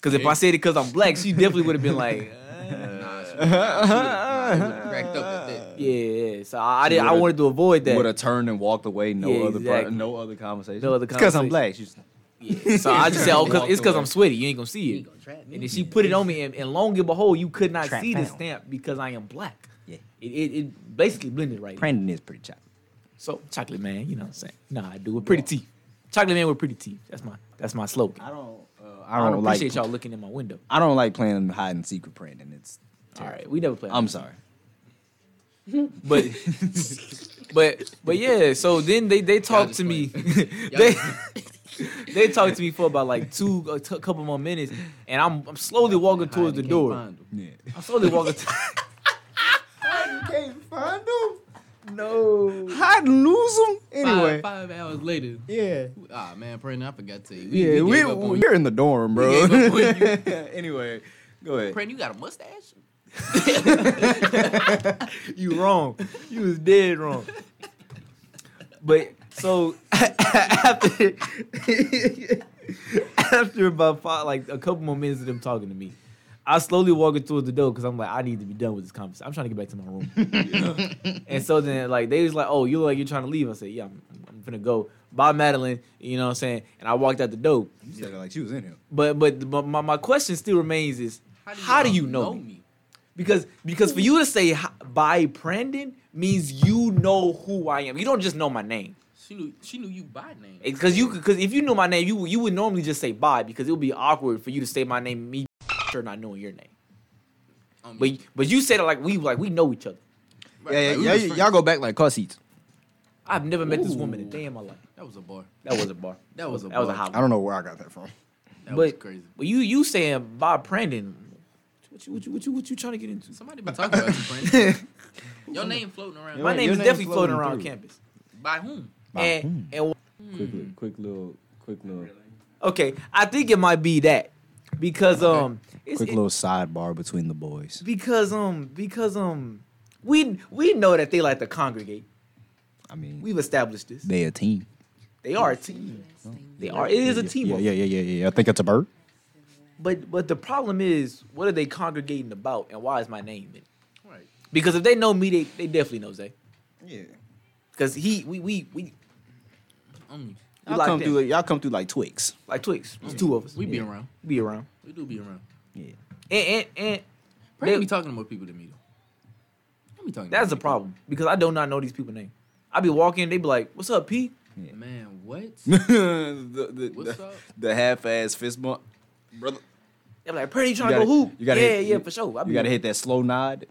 Speaker 2: Cause if
Speaker 3: Okay.
Speaker 2: I said it cause I'm black, she definitely would have been like.
Speaker 3: nah, she, nah, she, nah, she would've cracked up at that.
Speaker 2: Yeah, yeah. So I, I did. I
Speaker 4: would've-
Speaker 2: wanted to avoid that.
Speaker 4: Would have turned and walked away. No
Speaker 2: Yeah,
Speaker 4: other,
Speaker 2: exactly.
Speaker 4: no other conversation.
Speaker 2: No other
Speaker 4: Because I'm
Speaker 2: conversation.
Speaker 4: black. She's
Speaker 2: Yeah. So I just said, "Oh, cause, it's because I'm sweaty. You ain't gonna see
Speaker 3: You
Speaker 2: it."
Speaker 3: ain't gonna trap me.
Speaker 2: And then she put it on me, and, and long and behold, you could not
Speaker 1: Trap
Speaker 2: see the
Speaker 1: down.
Speaker 2: stamp because I am black.
Speaker 1: Yeah.
Speaker 2: It, it, it basically blended right. in.
Speaker 1: Brandon is pretty choppy.
Speaker 2: So chocolate man, you know what I'm saying? Nah, I do with pretty teeth. Chocolate man with pretty teeth. That's my that's my slogan.
Speaker 1: I don't. Uh,
Speaker 2: I
Speaker 1: I
Speaker 2: don't,
Speaker 1: don't, like.
Speaker 2: appreciate y'all looking in my window.
Speaker 4: I don't like playing hide and seek with Brandon. It's
Speaker 2: All
Speaker 4: terrible.
Speaker 2: right, we never play.
Speaker 4: I'm sorry.
Speaker 2: but but but yeah. So then they they talked
Speaker 3: just
Speaker 2: to me.
Speaker 3: Y'all
Speaker 2: they they talked to me for about like two a t- couple more minutes, and I'm I'm slowly walking
Speaker 3: Hide
Speaker 2: towards the
Speaker 3: and can't
Speaker 2: door.
Speaker 3: find 'em.
Speaker 4: Yeah.
Speaker 2: I'm slowly walking. t-
Speaker 1: You can't
Speaker 6: find them.
Speaker 2: No.
Speaker 6: Hide and lose them. Anyway,
Speaker 3: Five, five hours later.
Speaker 6: yeah.
Speaker 3: Ah man, Brandon, I forgot to tell you.
Speaker 6: Yeah, we,
Speaker 3: gave up on
Speaker 6: we
Speaker 3: you.
Speaker 6: are in the dorm, bro.
Speaker 3: gave up on you.
Speaker 6: anyway, go ahead.
Speaker 3: Brandon, you got a mustache?
Speaker 2: You wrong. You was dead wrong. But so after after about five, like a couple more minutes of them talking to me, I slowly walking towards the door because I'm like, I need to be done with this conversation. I'm trying to get back to my room. and so then like they was like, Oh, you look like you're trying to leave. I said, Yeah, I'm, I'm gonna go. Bye, Madeline. You know what I'm saying? And I walked out the door.
Speaker 1: You said it like she was in here.
Speaker 2: But but but my, my question still remains is how do you, know, me? Because because for you to say hi- by Brandon means you know who I am. You don't just know my name.
Speaker 3: She knew she knew you by name.
Speaker 2: Because you because if you knew my name, you would- you would normally just say bye because it would be awkward for you to say my name and me sure not knowing your name.
Speaker 3: Um,
Speaker 2: But but you said it like we like we know each other.
Speaker 3: right,
Speaker 6: Yeah,
Speaker 3: like, we
Speaker 6: yeah,
Speaker 3: was
Speaker 6: yeah,
Speaker 3: friends.
Speaker 6: y'all go back like car seats.
Speaker 2: I've never met this woman a
Speaker 3: Ooh.
Speaker 2: day in my life.
Speaker 3: That was a bar.
Speaker 2: That was a bar.
Speaker 3: That was a
Speaker 2: that was a
Speaker 3: bar.
Speaker 2: hot
Speaker 6: I
Speaker 2: one.
Speaker 6: don't know where I got that from.
Speaker 2: but,
Speaker 3: That was crazy.
Speaker 2: But you you saying by Brandon. What you what you what you what you trying to get into?
Speaker 3: Somebody been talking about you, Brandon. Your name floating around.
Speaker 2: My
Speaker 6: Your
Speaker 2: name is
Speaker 6: name's
Speaker 2: definitely
Speaker 6: floating
Speaker 2: floating around
Speaker 6: through.
Speaker 2: campus.
Speaker 3: By whom?
Speaker 2: And, and
Speaker 1: Quick, little, quick little, quick little,
Speaker 2: okay, I think it might be that because um it's,
Speaker 1: quick
Speaker 2: it-
Speaker 1: little sidebar between the boys.
Speaker 2: because um because um we we know that they like to congregate.
Speaker 1: I mean,
Speaker 2: We've established this.
Speaker 1: they a team.
Speaker 2: They are a team. They are. It is a team.
Speaker 1: Yeah, yeah, yeah, yeah, yeah. I think it's a bird.
Speaker 2: But but the problem is, what are they congregating about, and why is my name in? it?
Speaker 3: Right.
Speaker 2: Because if they know me, they, they definitely know Zay.
Speaker 6: Yeah,
Speaker 2: Because he we we we
Speaker 3: Um,
Speaker 6: y'all
Speaker 2: like
Speaker 6: come
Speaker 2: that.
Speaker 6: through. Y'all come through like Twix.
Speaker 2: like Twix. It's two of us.
Speaker 3: we be
Speaker 2: Yeah.
Speaker 3: around.
Speaker 2: Be around.
Speaker 3: We do be around.
Speaker 1: Yeah.
Speaker 2: And and, and
Speaker 3: Brandon
Speaker 2: They-
Speaker 3: be talking to more people than me though. Let me talking. to
Speaker 2: that's
Speaker 3: more
Speaker 2: the problem because I do not know these people's name. I be walking, they be like, "What's up, P?"
Speaker 3: people. Man, what?
Speaker 6: the the,
Speaker 3: What's
Speaker 6: the,
Speaker 3: up?
Speaker 6: the half-ass fist bump, brother.
Speaker 2: They're like, "Pretty, you
Speaker 1: You
Speaker 2: trying
Speaker 1: gotta,
Speaker 2: to go
Speaker 1: hit,
Speaker 2: hoop?"
Speaker 1: you gotta
Speaker 2: yeah,
Speaker 1: hit,
Speaker 2: yeah,
Speaker 1: you-
Speaker 2: for sure. I
Speaker 1: you
Speaker 2: be-
Speaker 1: gotta hit that slow nod,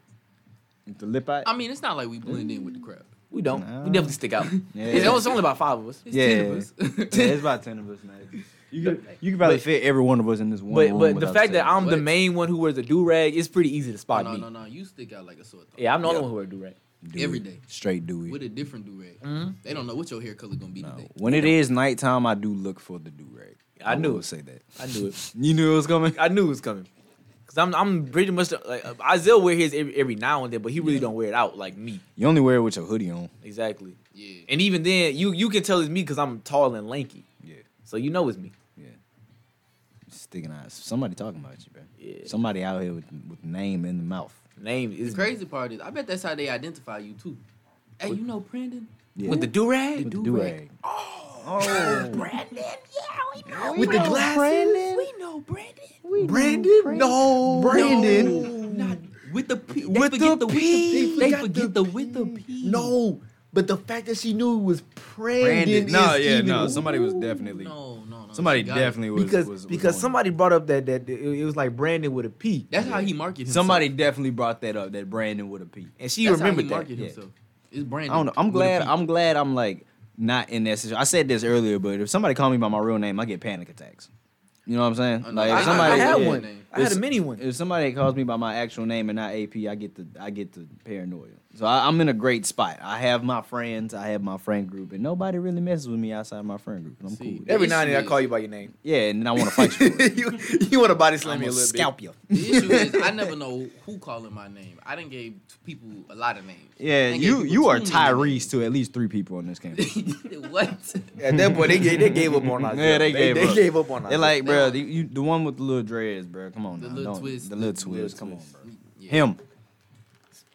Speaker 1: with the lip out.
Speaker 3: I mean, it's not like we blend in with the crowd.
Speaker 2: We don't.
Speaker 1: Nah.
Speaker 2: We definitely stick out.
Speaker 1: Yeah.
Speaker 2: It's, it's only about five of us.
Speaker 3: It's ten of
Speaker 1: Yeah.
Speaker 3: us.
Speaker 1: Yeah, it's about ten of us, man. You could, you could probably
Speaker 2: But-
Speaker 1: fit every one of us in this one.
Speaker 2: But
Speaker 1: room
Speaker 2: but the
Speaker 1: without
Speaker 2: fact that
Speaker 1: saying-
Speaker 2: I'm the
Speaker 3: What?
Speaker 2: main one who wears a do rag, it's pretty easy to spot
Speaker 3: no,
Speaker 2: me.
Speaker 3: no, no. You stick out like a sore thumb.
Speaker 2: Yeah, I'm the only
Speaker 6: Yeah.
Speaker 2: one who wears do rag.
Speaker 1: Dewey.
Speaker 3: every day.
Speaker 1: straight Dewey.
Speaker 3: With a different do rag.
Speaker 2: Mm-hmm.
Speaker 3: They don't know what your hair color gonna be
Speaker 1: No.
Speaker 3: today.
Speaker 1: When it is nighttime, I do look for the do rag.
Speaker 2: I knew
Speaker 1: will
Speaker 2: it.
Speaker 1: say that.
Speaker 2: I knew it.
Speaker 1: You knew it was coming.
Speaker 2: I knew it was coming. Cause I'm I'm pretty much the- like uh, Isaiah wear his every, every now and then, but he really don't wear it out like me.
Speaker 1: You only wear it with your hoodie on.
Speaker 2: Exactly.
Speaker 3: Yeah.
Speaker 2: And even then, you you can tell it's me because I'm tall and lanky,
Speaker 1: Yeah,
Speaker 2: so you know it's me.
Speaker 1: yeah. Sticking eyes. Somebody talking about you, bro.
Speaker 2: Yeah.
Speaker 1: Somebody out here with with name in the mouth.
Speaker 2: Name is
Speaker 3: The crazy part is, I bet that's how they identify you too. Hey, you know Brandon?
Speaker 1: Yeah.
Speaker 2: with the do
Speaker 1: with
Speaker 2: rag,
Speaker 1: the do rag.
Speaker 3: Brandon, yeah, we know.
Speaker 2: with the glasses.
Speaker 3: We know Brandon.
Speaker 2: Brandon, no,
Speaker 6: Brandon.
Speaker 3: Not with the P. They
Speaker 2: With
Speaker 3: forget
Speaker 2: the
Speaker 3: the, with
Speaker 2: P.
Speaker 3: the P. They
Speaker 2: Forgot
Speaker 3: forget the, with the P.
Speaker 2: no. But the fact that she knew it was
Speaker 6: Brandon,
Speaker 2: Brandon,
Speaker 6: no,
Speaker 2: is
Speaker 6: yeah,
Speaker 2: even
Speaker 6: no. Somebody was definitely,
Speaker 3: No, no, no.
Speaker 6: somebody
Speaker 3: you got it.
Speaker 6: definitely was
Speaker 2: because
Speaker 6: was- was
Speaker 2: because
Speaker 6: on it.
Speaker 2: somebody brought up that that it, it was like Brandon with a P,
Speaker 3: That's how he marketed himself.
Speaker 1: Somebody definitely brought that up. That Brandon with a P.
Speaker 2: and she
Speaker 3: That's
Speaker 2: remembered
Speaker 3: how he
Speaker 2: that.
Speaker 3: marketed
Speaker 1: yeah.
Speaker 3: himself. It's Brandon.
Speaker 1: I don't know. I'm
Speaker 3: with a
Speaker 1: glad.
Speaker 3: P.
Speaker 1: I'm glad. I'm like not in that situation. I said this earlier, but if somebody call me by my real name, I get panic attacks. You know what I'm saying?
Speaker 3: I know.
Speaker 1: Like
Speaker 3: I-
Speaker 1: if
Speaker 3: I-
Speaker 1: somebody
Speaker 2: I had
Speaker 1: yeah.
Speaker 2: one. I had a
Speaker 1: It's-
Speaker 2: mini one.
Speaker 1: If somebody calls me by my actual name and not AP, I get the I get the paranoia. So I, I'm in a great spot. I have my friends. I have my friend group, and nobody really messes with me outside my friend group. And I'm
Speaker 3: See,
Speaker 1: cool. With
Speaker 3: that-
Speaker 1: it.
Speaker 2: Every now and then I call you by your name.
Speaker 1: Yeah, and then I want to fight you. For it.
Speaker 2: you you want to body slam
Speaker 1: I'm
Speaker 2: me a
Speaker 1: gonna
Speaker 2: little
Speaker 1: scalp you.
Speaker 3: The issue is, I never know who calling my name. I didn't give people a lot of names.
Speaker 1: Yeah,
Speaker 3: I done gave
Speaker 1: you
Speaker 3: people
Speaker 1: you are
Speaker 3: too many
Speaker 1: Tyrese to at least three people on this campus.
Speaker 3: names. what?
Speaker 2: bit. At that point, they gave, they gave up on us.
Speaker 1: Yeah, they gave
Speaker 2: they
Speaker 1: up.
Speaker 2: gave up on us.
Speaker 1: They're like, bro,
Speaker 3: Nah.
Speaker 1: the, you, the one with the little dreads, bro. Come on,
Speaker 3: The
Speaker 1: now.
Speaker 3: little
Speaker 1: Don't-
Speaker 3: twist.
Speaker 1: the little
Speaker 3: The
Speaker 1: twist.
Speaker 3: little
Speaker 1: come
Speaker 3: twist.
Speaker 1: on, bro.
Speaker 3: Yeah.
Speaker 1: Him,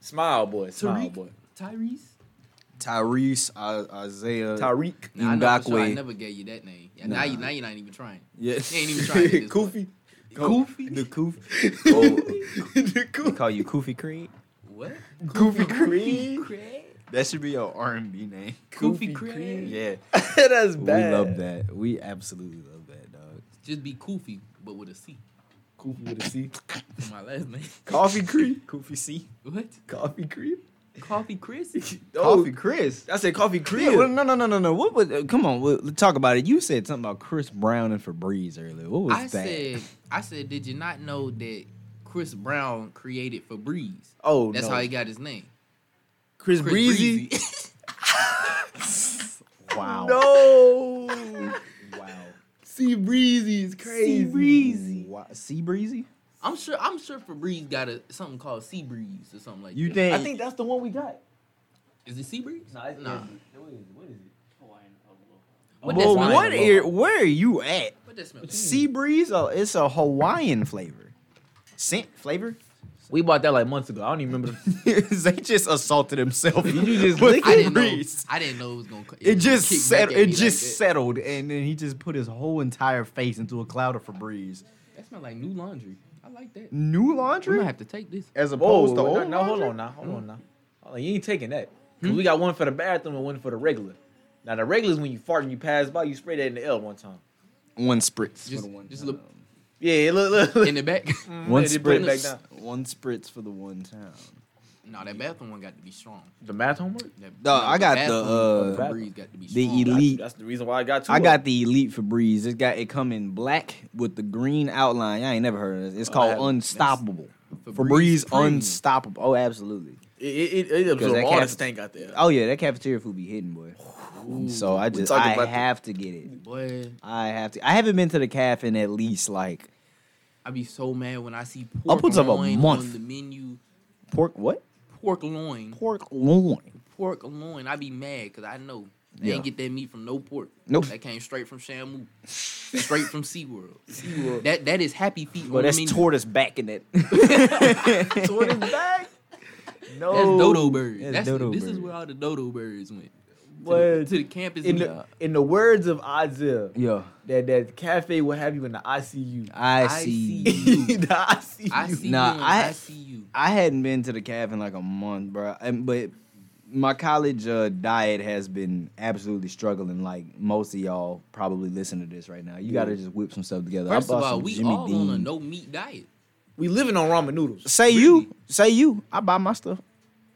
Speaker 2: smile boy, smile
Speaker 3: Tariq,
Speaker 2: boy,
Speaker 3: Tyrese.
Speaker 1: Tyrese, I, Isaiah,
Speaker 2: Tariq.
Speaker 3: Now, I, know for sure I
Speaker 1: Ngakwe.
Speaker 3: never gave you that name. Yeah, Now, you, now you're not even trying.
Speaker 1: yeah,
Speaker 3: You ain't even trying. at this point.
Speaker 2: Koofy,
Speaker 3: Koofy?
Speaker 1: the Koof.
Speaker 2: the
Speaker 1: They
Speaker 2: Koofy,
Speaker 1: call you Koofy Creed.
Speaker 3: What?
Speaker 2: Koofy Creed.
Speaker 3: Craig?
Speaker 1: That should be your R and B name.
Speaker 3: Koofy
Speaker 2: Koofy
Speaker 3: Craig.
Speaker 2: Craig.
Speaker 1: Yeah,
Speaker 2: That's bad.
Speaker 1: we love that. We absolutely love that, dog.
Speaker 3: Just be Koofy, but with a C
Speaker 2: Koofy with a C.
Speaker 3: for my last name.
Speaker 2: Coffee Creed.
Speaker 1: Koofy C.
Speaker 3: What?
Speaker 2: Coffee Creed.
Speaker 3: Coffee Chris?
Speaker 2: Oh,
Speaker 1: Coffee Chris.
Speaker 2: I said Coffee Creed.
Speaker 1: Yeah, well, no, no, no, no, no. What was? Uh, come on, well, let's talk about it. You said something about Chris Brown and Febreze earlier. What was
Speaker 3: I
Speaker 1: that?
Speaker 3: said, I said, did you not know that Chris Brown created Febreze?
Speaker 2: oh,
Speaker 3: That's
Speaker 2: no.
Speaker 3: how he got his name.
Speaker 1: Chris,
Speaker 3: Chris
Speaker 1: Breezy.
Speaker 3: Breezy.
Speaker 4: Wow.
Speaker 1: No.
Speaker 4: Wow.
Speaker 3: Sea Breezy is crazy.
Speaker 4: Wow. Sea breezy.
Speaker 3: I'm sure. I'm sure Febreze got a something called Sea Breeze or something like
Speaker 1: You
Speaker 3: that.
Speaker 1: think?
Speaker 2: I think that's the one we got.
Speaker 3: Is it Sea Breeze?
Speaker 2: Nah, it's
Speaker 3: Nah.
Speaker 2: What is it? What is it?
Speaker 1: Well,
Speaker 3: What that smell
Speaker 1: what
Speaker 3: like?
Speaker 1: are, where are you at?
Speaker 3: What that smell? like?
Speaker 1: Sea breeze. uh, It's a Hawaiian flavor, scent flavor.
Speaker 2: We bought that like months ago. I don't even remember.
Speaker 1: they just assaulted himself.
Speaker 2: you just
Speaker 1: with
Speaker 2: lick
Speaker 3: I didn't know.
Speaker 1: breeze.
Speaker 3: I didn't know it was gonna. co-
Speaker 1: It
Speaker 3: was
Speaker 1: just
Speaker 3: gonna kick back
Speaker 1: settled.
Speaker 3: at
Speaker 1: It
Speaker 3: me
Speaker 1: just
Speaker 3: like
Speaker 1: settled, and then he just put his whole entire face into a cloud of Febreze.
Speaker 3: that. That smell like new laundry. I like that.
Speaker 1: New
Speaker 3: We
Speaker 1: laundry,
Speaker 3: might have to take this.
Speaker 1: as opposed to
Speaker 2: Oh, no,
Speaker 1: old.
Speaker 2: no, hold
Speaker 1: laundry?
Speaker 2: on now, hold on now. Hmm? Hold on, you ain't taking that. 'Cause We got one for the bathroom and one for the regular. Now the regular is when you fart and you pass by, you spray that in the L one time.
Speaker 1: One spritz.
Speaker 3: Just, just look
Speaker 2: Yeah, look, look, look.
Speaker 3: in the back.
Speaker 1: One
Speaker 2: They put it
Speaker 1: spritz.
Speaker 2: back down.
Speaker 1: One spritz for the one time.
Speaker 3: no, that bathroom one got to be strong.
Speaker 2: The math homework.
Speaker 3: That,
Speaker 1: Dawg, I got the,
Speaker 2: uh,
Speaker 3: bathroom Febreze got to be
Speaker 1: the
Speaker 3: strong.
Speaker 1: elite-
Speaker 2: Got you. That's the reason why I got two.
Speaker 1: I
Speaker 2: of
Speaker 1: got the elite Febreze. It got it come in black with the green outline. I ain't never heard of this. It's
Speaker 2: Oh, I
Speaker 1: called
Speaker 2: haven't.
Speaker 1: Unstoppable.
Speaker 3: Febreze
Speaker 1: Febreze,
Speaker 3: Premium.
Speaker 1: Unstoppable. Oh, absolutely.
Speaker 2: them. It, it, it, it absorbed
Speaker 1: that
Speaker 2: all the
Speaker 1: cat-
Speaker 2: stank out there.
Speaker 1: Oh yeah, that cafeteria food be hidden, boy.
Speaker 3: Ooh,
Speaker 1: So I
Speaker 2: we
Speaker 1: just
Speaker 2: talking
Speaker 1: I
Speaker 2: about the-
Speaker 1: have to get it.
Speaker 3: boy,
Speaker 1: I have to. I haven't been to the calf in at least like
Speaker 3: I be so mad when I see pork
Speaker 1: Upwards of a
Speaker 3: loin on
Speaker 1: month.
Speaker 3: the menu.
Speaker 1: pork. What
Speaker 3: Pork loin,
Speaker 1: pork loin?
Speaker 3: pork loin. I be mad because I know they
Speaker 1: Yeah.
Speaker 3: ain't get that meat from no pork.
Speaker 1: Nope.
Speaker 3: That came straight from Shamu, straight from SeaWorld. SeaWorld. That that is happy feet.
Speaker 1: Well,
Speaker 3: on the
Speaker 1: that's
Speaker 3: menu.
Speaker 1: tortoise back in it.
Speaker 2: Jordan back. No,
Speaker 3: That's dodo birds.
Speaker 1: that's
Speaker 3: That's
Speaker 1: dodo
Speaker 3: this is
Speaker 1: bird.
Speaker 3: where all the dodo birds went. To the,
Speaker 2: What?
Speaker 3: to the campus.
Speaker 2: In
Speaker 3: meet.
Speaker 2: the in the words of Ozil,
Speaker 1: yeah,
Speaker 2: that that cafe will have you in the ICU.
Speaker 1: I
Speaker 3: I
Speaker 1: see.
Speaker 3: see.
Speaker 2: the ICU.
Speaker 3: I see
Speaker 1: Nah,
Speaker 3: you. and I,
Speaker 1: I-
Speaker 3: see you.
Speaker 1: I hadn't been to the calf in like a month, bro. And, but my college uh, diet has been absolutely struggling. Like most of y'all probably listen to this right now. You gotta just whip some stuff together. I
Speaker 3: First of
Speaker 1: bought
Speaker 3: all,
Speaker 1: some
Speaker 3: we
Speaker 1: Jimmy
Speaker 3: all on a
Speaker 1: Dean.
Speaker 3: no meat diet.
Speaker 2: We living on ramen noodles.
Speaker 1: Say you, say you. I buy my stuff.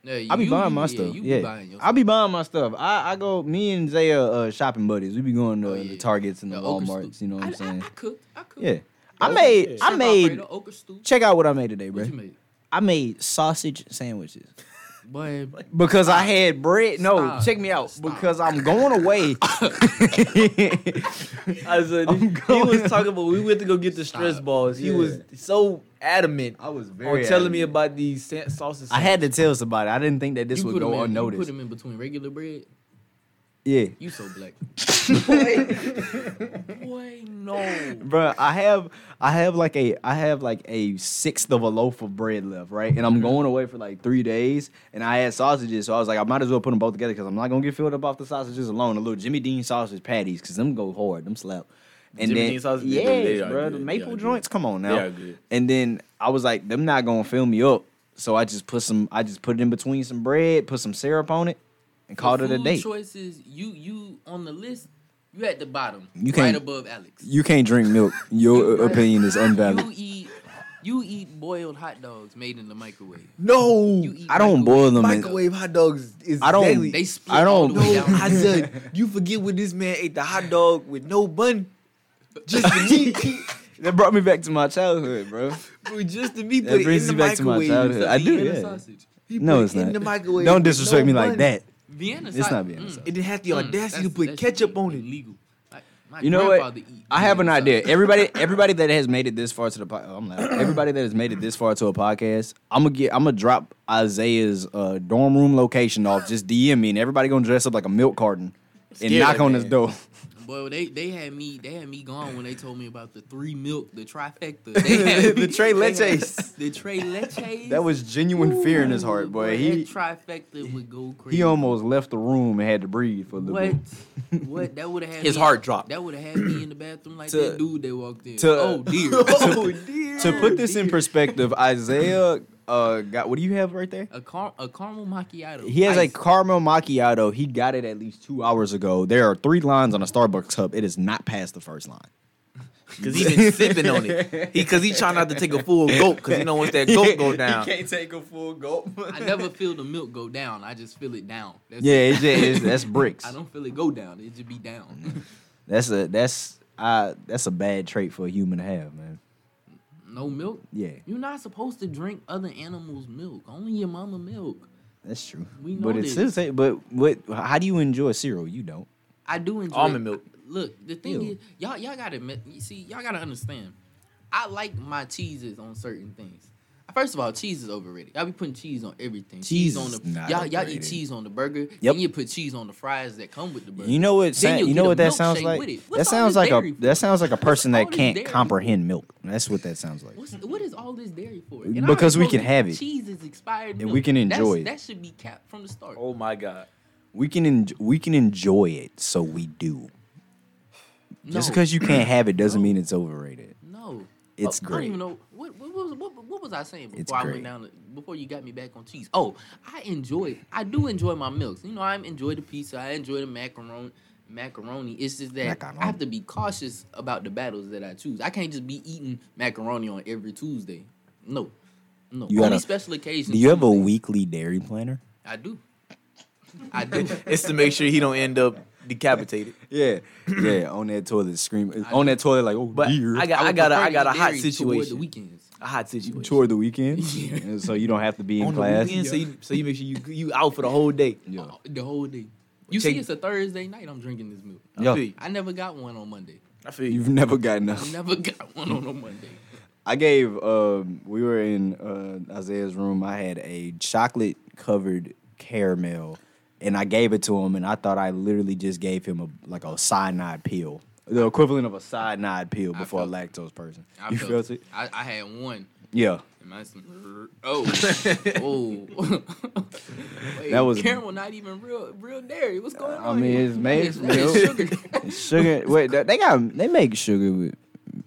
Speaker 3: Yeah, you,
Speaker 1: I be buying my
Speaker 3: yeah,
Speaker 1: stuff.
Speaker 3: You
Speaker 1: yeah,
Speaker 3: be buying your
Speaker 1: I be buying my stuff. I, I go. Me and Zay are uh, shopping buddies. We be going to uh,
Speaker 3: Oh,
Speaker 1: the
Speaker 3: yeah.
Speaker 1: Targets and the,
Speaker 3: okra
Speaker 1: WalMarts.
Speaker 3: stew.
Speaker 1: You know what
Speaker 3: I,
Speaker 1: I'm saying?
Speaker 3: I, I cooked. I cooked.
Speaker 1: yeah. I
Speaker 2: Oh,
Speaker 1: made.
Speaker 2: yeah.
Speaker 1: I
Speaker 3: Chef
Speaker 1: made.
Speaker 3: Alfredo, okra stew.
Speaker 1: Check out what I made today, bro.
Speaker 3: What you made?
Speaker 1: I made sausage sandwiches
Speaker 3: Boy,
Speaker 1: because I had bread. No,
Speaker 3: Stop.
Speaker 1: check me out.
Speaker 3: Stop.
Speaker 1: Because I'm going away.
Speaker 2: I said, he
Speaker 1: going-
Speaker 2: was talking about we went to go get the stress
Speaker 3: Stop.
Speaker 2: balls. He
Speaker 1: Yeah.
Speaker 2: was so adamant
Speaker 1: I was very.
Speaker 2: on telling me about these sa- sauces.
Speaker 1: I had to tell somebody. I didn't think that this
Speaker 3: you
Speaker 1: would
Speaker 3: put
Speaker 1: go
Speaker 3: 'em in, You put
Speaker 1: unnoticed.
Speaker 3: them in between regular bread.
Speaker 1: Yeah,
Speaker 3: You so black. Boy, no.
Speaker 1: Bruh, I have I have like a I have like a sixth of a loaf of bread left, right? And I'm going away for like three days, and I had sausages, so I was like, I might as well put them both together because I'm not gonna get filled up off the sausages alone. The little Jimmy Dean sausage patties, because them go hard, them slap. And
Speaker 2: Jimmy
Speaker 1: then
Speaker 2: Dean sausages,
Speaker 1: yes,
Speaker 2: they- they are
Speaker 1: bruh,
Speaker 2: good.
Speaker 1: the
Speaker 2: They
Speaker 1: maple
Speaker 2: are good.
Speaker 1: joints, come on
Speaker 2: They
Speaker 1: now.
Speaker 2: are good.
Speaker 1: And then I was like, them not gonna fill me up, so I just put some, I just put it in between some bread, put some syrup on it, and called
Speaker 3: Your
Speaker 1: it a
Speaker 3: food
Speaker 1: day.
Speaker 3: Choices. You you on the list. You at the bottom.
Speaker 1: You
Speaker 3: right
Speaker 1: can't-
Speaker 3: above Alex.
Speaker 1: You can't drink milk. Your opinion is unvalid.
Speaker 3: You eat you eat boiled hot dogs made in the microwave.
Speaker 2: no
Speaker 3: You eat
Speaker 1: I don't boil them. in-
Speaker 2: microwave hot dogs. Is
Speaker 1: I don't-
Speaker 2: deadly.
Speaker 3: They split
Speaker 1: I
Speaker 3: all
Speaker 1: don't-
Speaker 3: the way
Speaker 2: no,
Speaker 3: down.
Speaker 2: I said you forget when this man ate the hot dog with no bun, just the meat,
Speaker 1: That brought me back to my childhood, bro.
Speaker 2: with just the meat.
Speaker 1: That
Speaker 2: Put it
Speaker 1: brings
Speaker 2: in the
Speaker 1: you back to my
Speaker 2: microwave.
Speaker 1: childhood. I do,
Speaker 3: Vienna
Speaker 1: yeah.
Speaker 3: sausage.
Speaker 2: He
Speaker 1: No,
Speaker 2: put it
Speaker 1: it's
Speaker 2: in
Speaker 1: not.
Speaker 2: the microwave
Speaker 1: Don't
Speaker 2: with
Speaker 1: disrespect me
Speaker 2: no
Speaker 1: like
Speaker 2: bun.
Speaker 1: that.
Speaker 3: Vienna sausage.
Speaker 1: It's not Vienna
Speaker 3: mm,
Speaker 1: sausage.
Speaker 2: It had the
Speaker 3: mm,
Speaker 2: audacity to
Speaker 3: that's-
Speaker 2: put
Speaker 3: that's
Speaker 2: ketchup on it.
Speaker 3: Illegal. Like, my
Speaker 1: You know what?
Speaker 3: grandfather eat
Speaker 1: I have an
Speaker 3: Vienna
Speaker 1: idea.
Speaker 3: sausage.
Speaker 1: Everybody, everybody that has made it this far to the, po- oh, I'm loud. Everybody that has made it this far to a podcast, I'm gonna get, I'm gonna drop Isaiah's uh, dorm room location off. Just DM me, and everybody gonna dress up like a milk carton and
Speaker 2: Scared
Speaker 1: knock
Speaker 2: like
Speaker 1: on
Speaker 2: that.
Speaker 1: his door.
Speaker 3: Boy, they they had me they had me gone when they told me about the three milk, the trifecta, they had
Speaker 1: The
Speaker 3: me-
Speaker 1: tres
Speaker 3: they had-
Speaker 1: leches.
Speaker 3: the tres leches.
Speaker 1: That was genuine fear in his heart, boy.
Speaker 3: Boy,
Speaker 1: He
Speaker 3: that trifecta would go crazy.
Speaker 1: he almost left the room and had to breathe for a little
Speaker 3: What?
Speaker 1: bit.
Speaker 3: what? That would have had
Speaker 2: His
Speaker 3: me-
Speaker 2: heart dropped.
Speaker 3: That would have had me in the bathroom like
Speaker 1: To-
Speaker 3: that dude that walked in.
Speaker 1: to-
Speaker 3: oh dear.
Speaker 2: Oh dear.
Speaker 1: To put this in perspective, Isaiah uh, got what do you have right there?
Speaker 3: a car a caramel macchiato.
Speaker 1: He has
Speaker 3: Ice.
Speaker 1: a caramel macchiato. He got it at least two hours ago. There are three lines on a Starbucks cup. It is not past the first line.
Speaker 2: Cause he been sipping on it. He cause he trying not to take a full gulp. Cause he know once that gulp go down.
Speaker 1: can't take a full gulp.
Speaker 3: I never feel the milk go down. I just feel it down. That's
Speaker 1: yeah,
Speaker 3: it.
Speaker 1: it's, just, it's that's bricks.
Speaker 3: I don't feel it go down. It just be
Speaker 1: Mm-hmm.
Speaker 3: down.
Speaker 1: That's a that's uh that's a bad trait for a human to have, man.
Speaker 3: no milk.
Speaker 1: Yeah.
Speaker 3: You're not supposed to drink other animals' milk. Only your mama milk.
Speaker 1: That's true.
Speaker 3: We know
Speaker 1: but it's
Speaker 3: this.
Speaker 1: still. But what? How do you enjoy cereal? You don't.
Speaker 3: I do enjoy
Speaker 4: Almond milk.
Speaker 3: Look, the thing
Speaker 1: Ew.
Speaker 3: is, y'all y'all gotta admit- you see, y'all gotta understand. I like my cheeses on certain things. First of all, cheese is overrated. Y'all be putting cheese on everything.
Speaker 1: Cheese
Speaker 3: on
Speaker 1: is
Speaker 3: the
Speaker 1: not
Speaker 3: y'all y'all eat
Speaker 1: overrated.
Speaker 3: cheese on the burger.
Speaker 1: Yep.
Speaker 3: Then you put cheese on the fries that come with the burger.
Speaker 1: You know what?
Speaker 3: Then
Speaker 1: sa-
Speaker 3: you'll
Speaker 1: you know
Speaker 3: get a
Speaker 1: what that sounds
Speaker 3: milkshake
Speaker 1: like.
Speaker 3: with it. What's
Speaker 1: That
Speaker 3: all
Speaker 1: sounds
Speaker 3: this
Speaker 1: like
Speaker 3: dairy
Speaker 1: a
Speaker 3: for?
Speaker 1: that sounds like a person
Speaker 3: all
Speaker 1: that
Speaker 3: this
Speaker 1: can't
Speaker 3: dairy for?
Speaker 1: comprehend milk. That's what that sounds like.
Speaker 3: What's, what is all this dairy for?
Speaker 1: Because
Speaker 3: I
Speaker 1: we
Speaker 3: already
Speaker 1: can
Speaker 3: know
Speaker 1: have it.
Speaker 3: Cheese is expired,
Speaker 1: And we
Speaker 3: milk.
Speaker 1: can
Speaker 3: That's-
Speaker 1: enjoy it.
Speaker 3: That should be capped from the start.
Speaker 4: Oh my god.
Speaker 1: We can en- we can enjoy it, so we do. Just
Speaker 3: No.
Speaker 1: because you can't have it doesn't mean it's overrated.
Speaker 3: No.
Speaker 1: It's
Speaker 3: Oh, I don't
Speaker 1: great.
Speaker 3: even know what what what, what, what was I saying before
Speaker 1: It's
Speaker 3: I
Speaker 1: great.
Speaker 3: went down to- before you got me back on cheese. Oh, I enjoy I do enjoy my milks. You know, I enjoy the pizza, I enjoy the macaroni macaroni. It's just that I have
Speaker 1: Macaroni.
Speaker 3: to be cautious about the battles that I choose. I can't just be eating macaroni on every Tuesday. No. No.
Speaker 1: You
Speaker 3: Only
Speaker 1: gotta-
Speaker 3: special occasions.
Speaker 1: Do you have a
Speaker 3: Tuesday.
Speaker 1: weekly dairy planner?
Speaker 3: I do. I do.
Speaker 4: It's to make sure he don't end up decapitated.
Speaker 1: Yeah, yeah. On that toilet, scream on that toilet like, oh
Speaker 4: But
Speaker 1: dear.
Speaker 4: I got
Speaker 3: would
Speaker 4: I got a,
Speaker 3: prefer
Speaker 4: I
Speaker 3: to
Speaker 4: got a
Speaker 3: eat
Speaker 4: hot
Speaker 3: dairy toward the
Speaker 4: situation.
Speaker 3: weekends.
Speaker 4: A hot situation.
Speaker 1: toward the weekend,
Speaker 3: Yeah.
Speaker 1: And so you don't have to be in
Speaker 4: on
Speaker 1: class.
Speaker 4: the weekend, so you so you make sure you you out for the whole day.
Speaker 1: Yeah.
Speaker 3: Oh, the whole day. You
Speaker 4: Take-
Speaker 3: see, it's a Thursday night. I'm drinking this milk.
Speaker 4: I
Speaker 1: Yo.
Speaker 4: feel you.
Speaker 3: I never got one on Monday.
Speaker 4: I feel you.
Speaker 1: You've never gotten
Speaker 3: I
Speaker 1: enough.
Speaker 3: never got one on a Monday.
Speaker 1: I gave. Um, we were in uh, Isaiah's room. I had a chocolate covered caramel, and I gave it to him. And I thought I literally just gave him a like a cyanide pill, the equivalent of a cyanide pill
Speaker 3: I
Speaker 1: before a
Speaker 3: felt
Speaker 1: lactose person.
Speaker 3: I
Speaker 1: you felt it?
Speaker 3: I, I had one.
Speaker 1: Yeah.
Speaker 3: And my son- oh, oh. Wait,
Speaker 1: That was-
Speaker 3: caramel, not even real, real dairy. What's going
Speaker 1: I
Speaker 3: on?
Speaker 1: mean,
Speaker 3: here?
Speaker 1: it's made
Speaker 3: It's-
Speaker 1: from
Speaker 3: it's
Speaker 1: milk.
Speaker 3: sugar.
Speaker 1: Sugar. Wait, they they got they make sugar with.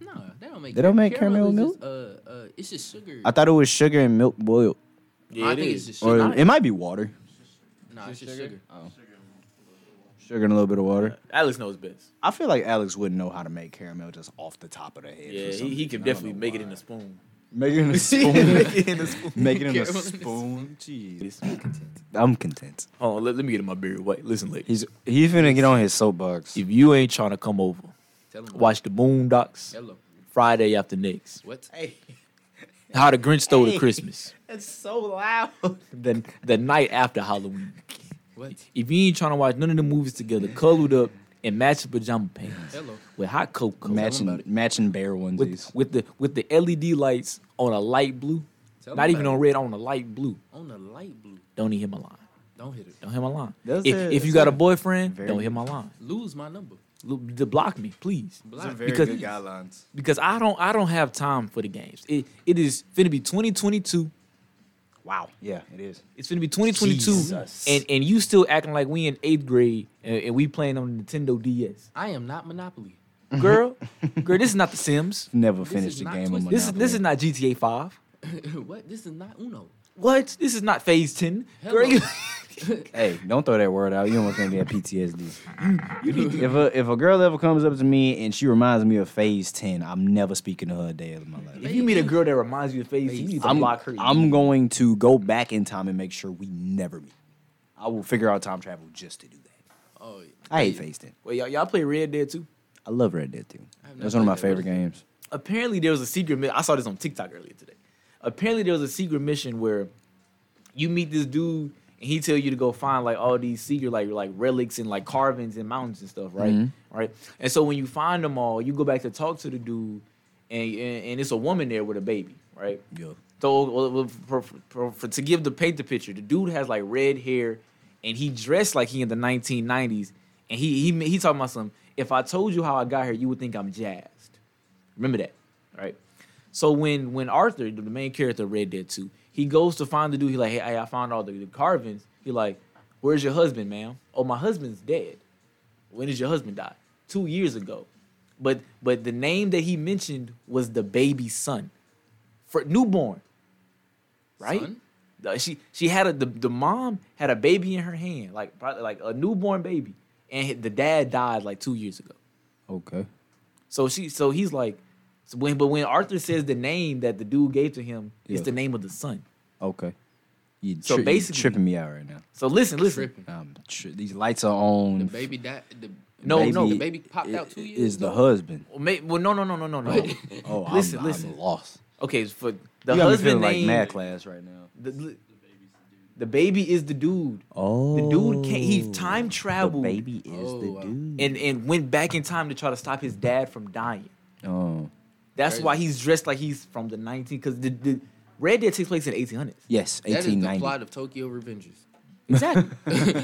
Speaker 3: no, they don't make.
Speaker 1: They don't make caramel
Speaker 3: is Just, uh, uh, it's just sugar.
Speaker 1: I thought it was sugar and milk boiled,
Speaker 4: Yeah,
Speaker 3: I
Speaker 4: it
Speaker 3: think
Speaker 4: is.
Speaker 3: it's just
Speaker 1: or
Speaker 3: sugar.
Speaker 1: it might be water.
Speaker 3: nah, it's just sugar.
Speaker 1: Sugar and a little bit of water.
Speaker 4: Alex knows best.
Speaker 1: I feel like Alex wouldn't know how to make caramel just off the top of the head.
Speaker 4: Yeah,
Speaker 1: for some
Speaker 4: he, he
Speaker 1: reason.
Speaker 4: could
Speaker 1: I don't
Speaker 4: definitely
Speaker 1: know
Speaker 4: make it
Speaker 1: why.
Speaker 4: in a spoon.
Speaker 1: Make it in a spoon.
Speaker 4: make it in a spoon.
Speaker 1: make it in a
Speaker 3: Caramel in a
Speaker 1: spoon. Jeez.
Speaker 4: Hold
Speaker 1: I'm content.
Speaker 4: on, let, let me get in my beer. Wait, listen, lady.
Speaker 1: He's he's gonna get on his soapbox.
Speaker 4: If you ain't trying to come over,
Speaker 3: Tell them
Speaker 4: watch the Boondocks
Speaker 3: Hello.
Speaker 4: Friday after next.
Speaker 3: What?
Speaker 4: How the Grinch stole the Christmas.
Speaker 7: It's so loud.
Speaker 4: The the night after Halloween.
Speaker 3: What?
Speaker 4: If you ain't trying to watch none of the movies together, cuddled up and matching pajama pants
Speaker 3: Hello.
Speaker 4: with hot cocoa,
Speaker 1: Matching matching bear onesies.
Speaker 4: with, with the with the LED lights on a light blue,
Speaker 3: Tell
Speaker 4: not
Speaker 3: them
Speaker 4: even
Speaker 3: about
Speaker 4: on red, on a light blue.
Speaker 3: On the light blue.
Speaker 4: Don't even hit my line.
Speaker 3: Don't hit it.
Speaker 4: Don't hit my line.
Speaker 1: That's
Speaker 4: if,
Speaker 1: a-
Speaker 4: if you
Speaker 1: that's
Speaker 4: got a
Speaker 1: a
Speaker 4: boyfriend,
Speaker 1: very
Speaker 4: don't hit my line.
Speaker 3: Lose my number.
Speaker 4: L- to block me, please.
Speaker 3: Black.
Speaker 4: Because- good
Speaker 1: guidelines.
Speaker 4: Because I don't I don't have time for the games. It it is finna be 2022.
Speaker 1: Wow. Yeah, it is.
Speaker 4: It's finna be 2022.
Speaker 1: Jesus.
Speaker 4: And and you still acting like we in eighth grade and, and we playing on Nintendo DS.
Speaker 3: I am not Monopoly.
Speaker 1: Mm-hmm.
Speaker 4: Girl, girl, this is not the Sims.
Speaker 1: Never
Speaker 3: This
Speaker 1: finished
Speaker 3: is
Speaker 1: the
Speaker 3: not
Speaker 1: game.
Speaker 3: twisted.
Speaker 1: of
Speaker 4: This is this
Speaker 1: Monopoly.
Speaker 4: is not GTA 5.
Speaker 3: what? This is not Uno.
Speaker 4: What? This is not phase 10. Girl,
Speaker 3: Hello.
Speaker 4: you,
Speaker 1: Hey, don't throw that word out. You don't want them to have PTSD. if a if a girl ever comes up to me and she reminds me of Phase Ten, I'm never speaking to her a day of my life.
Speaker 4: if you meet a girl that reminds you of phase 10, you need to
Speaker 1: I'm,
Speaker 4: block her.
Speaker 1: I'm going to go back in time and make sure we never meet. I will figure out time travel just to do that.
Speaker 3: Oh,
Speaker 1: I hate Phase Ten.
Speaker 4: Wait, y'all, y'all play Red Dead too?
Speaker 1: I love Red Dead too.
Speaker 3: I've
Speaker 1: That's
Speaker 3: never
Speaker 1: one of my
Speaker 3: played
Speaker 1: favorite
Speaker 3: that.
Speaker 1: games.
Speaker 4: apparently there was a secret mi- I saw this on TikTok earlier today. Apparently there was a secret mission where you meet this dude and he tell you to go find like all these secret like like relics and like carvings and mountains and stuff, right? Right. And so when you find them all, you go back to talk to the dude and and, and it's a woman there with a baby, right?
Speaker 1: Yeah.
Speaker 4: So well, well, for, for, for, for- to give the paint the picture, the dude has like red hair, and he dressed like he in the 1990s, and he he he talking about some. If I told you how I got here, you would think I'm jazzed. Remember that, right? So when when Arthur, the main character, of Red Dead Two, he goes to find the dude. He like, hey, hey, I found all the, the carvings. He like, where's your husband, ma'am? Oh, my husband's dead. When did your husband die? Two years ago. But but the name that he mentioned was the baby's son, for newborn. Right.
Speaker 3: Son?
Speaker 4: Uh, She she had a the, the mom had a baby in her hand, like probably like a newborn baby, and the dad died like two years ago.
Speaker 1: Okay.
Speaker 4: So she, so he's like, so when but when Arthur says the name that the dude gave to him,
Speaker 1: Yeah.
Speaker 4: it's the name of the son.
Speaker 1: Okay. You so
Speaker 4: So basically-
Speaker 1: basically, tripping me out right now.
Speaker 4: So listen, listen.
Speaker 3: tripping.
Speaker 1: Um, tri- these lights are on.
Speaker 3: The baby died. The
Speaker 4: No,
Speaker 3: baby,
Speaker 4: no.
Speaker 3: The baby popped
Speaker 1: i-
Speaker 3: out two years.
Speaker 1: Is the
Speaker 3: ago?
Speaker 1: husband?
Speaker 4: Well, may, well, no, no, no, no, no, no.
Speaker 1: Oh, I'm-
Speaker 4: Listen,
Speaker 1: I'm,
Speaker 4: listen.
Speaker 1: lost.
Speaker 4: Okay, for the
Speaker 1: you got me
Speaker 4: husband
Speaker 1: feeling
Speaker 4: name.
Speaker 1: like mad class right now.
Speaker 4: the- The baby is the dude.
Speaker 1: Oh,
Speaker 4: The dude can't. He time traveled
Speaker 1: baby is
Speaker 3: Oh,
Speaker 1: the
Speaker 3: wow.
Speaker 1: dude.
Speaker 4: and and went back in time to try to stop his dad from dying.
Speaker 1: oh,
Speaker 4: That's
Speaker 3: Crazy.
Speaker 4: why he's dressed like he's from the 19. Because the, the Red Dead takes place in the 1800s.
Speaker 1: yes,
Speaker 3: That is
Speaker 1: eighteen
Speaker 3: the
Speaker 1: ninety.
Speaker 3: plot of Tokyo Revengers.
Speaker 4: Exactly.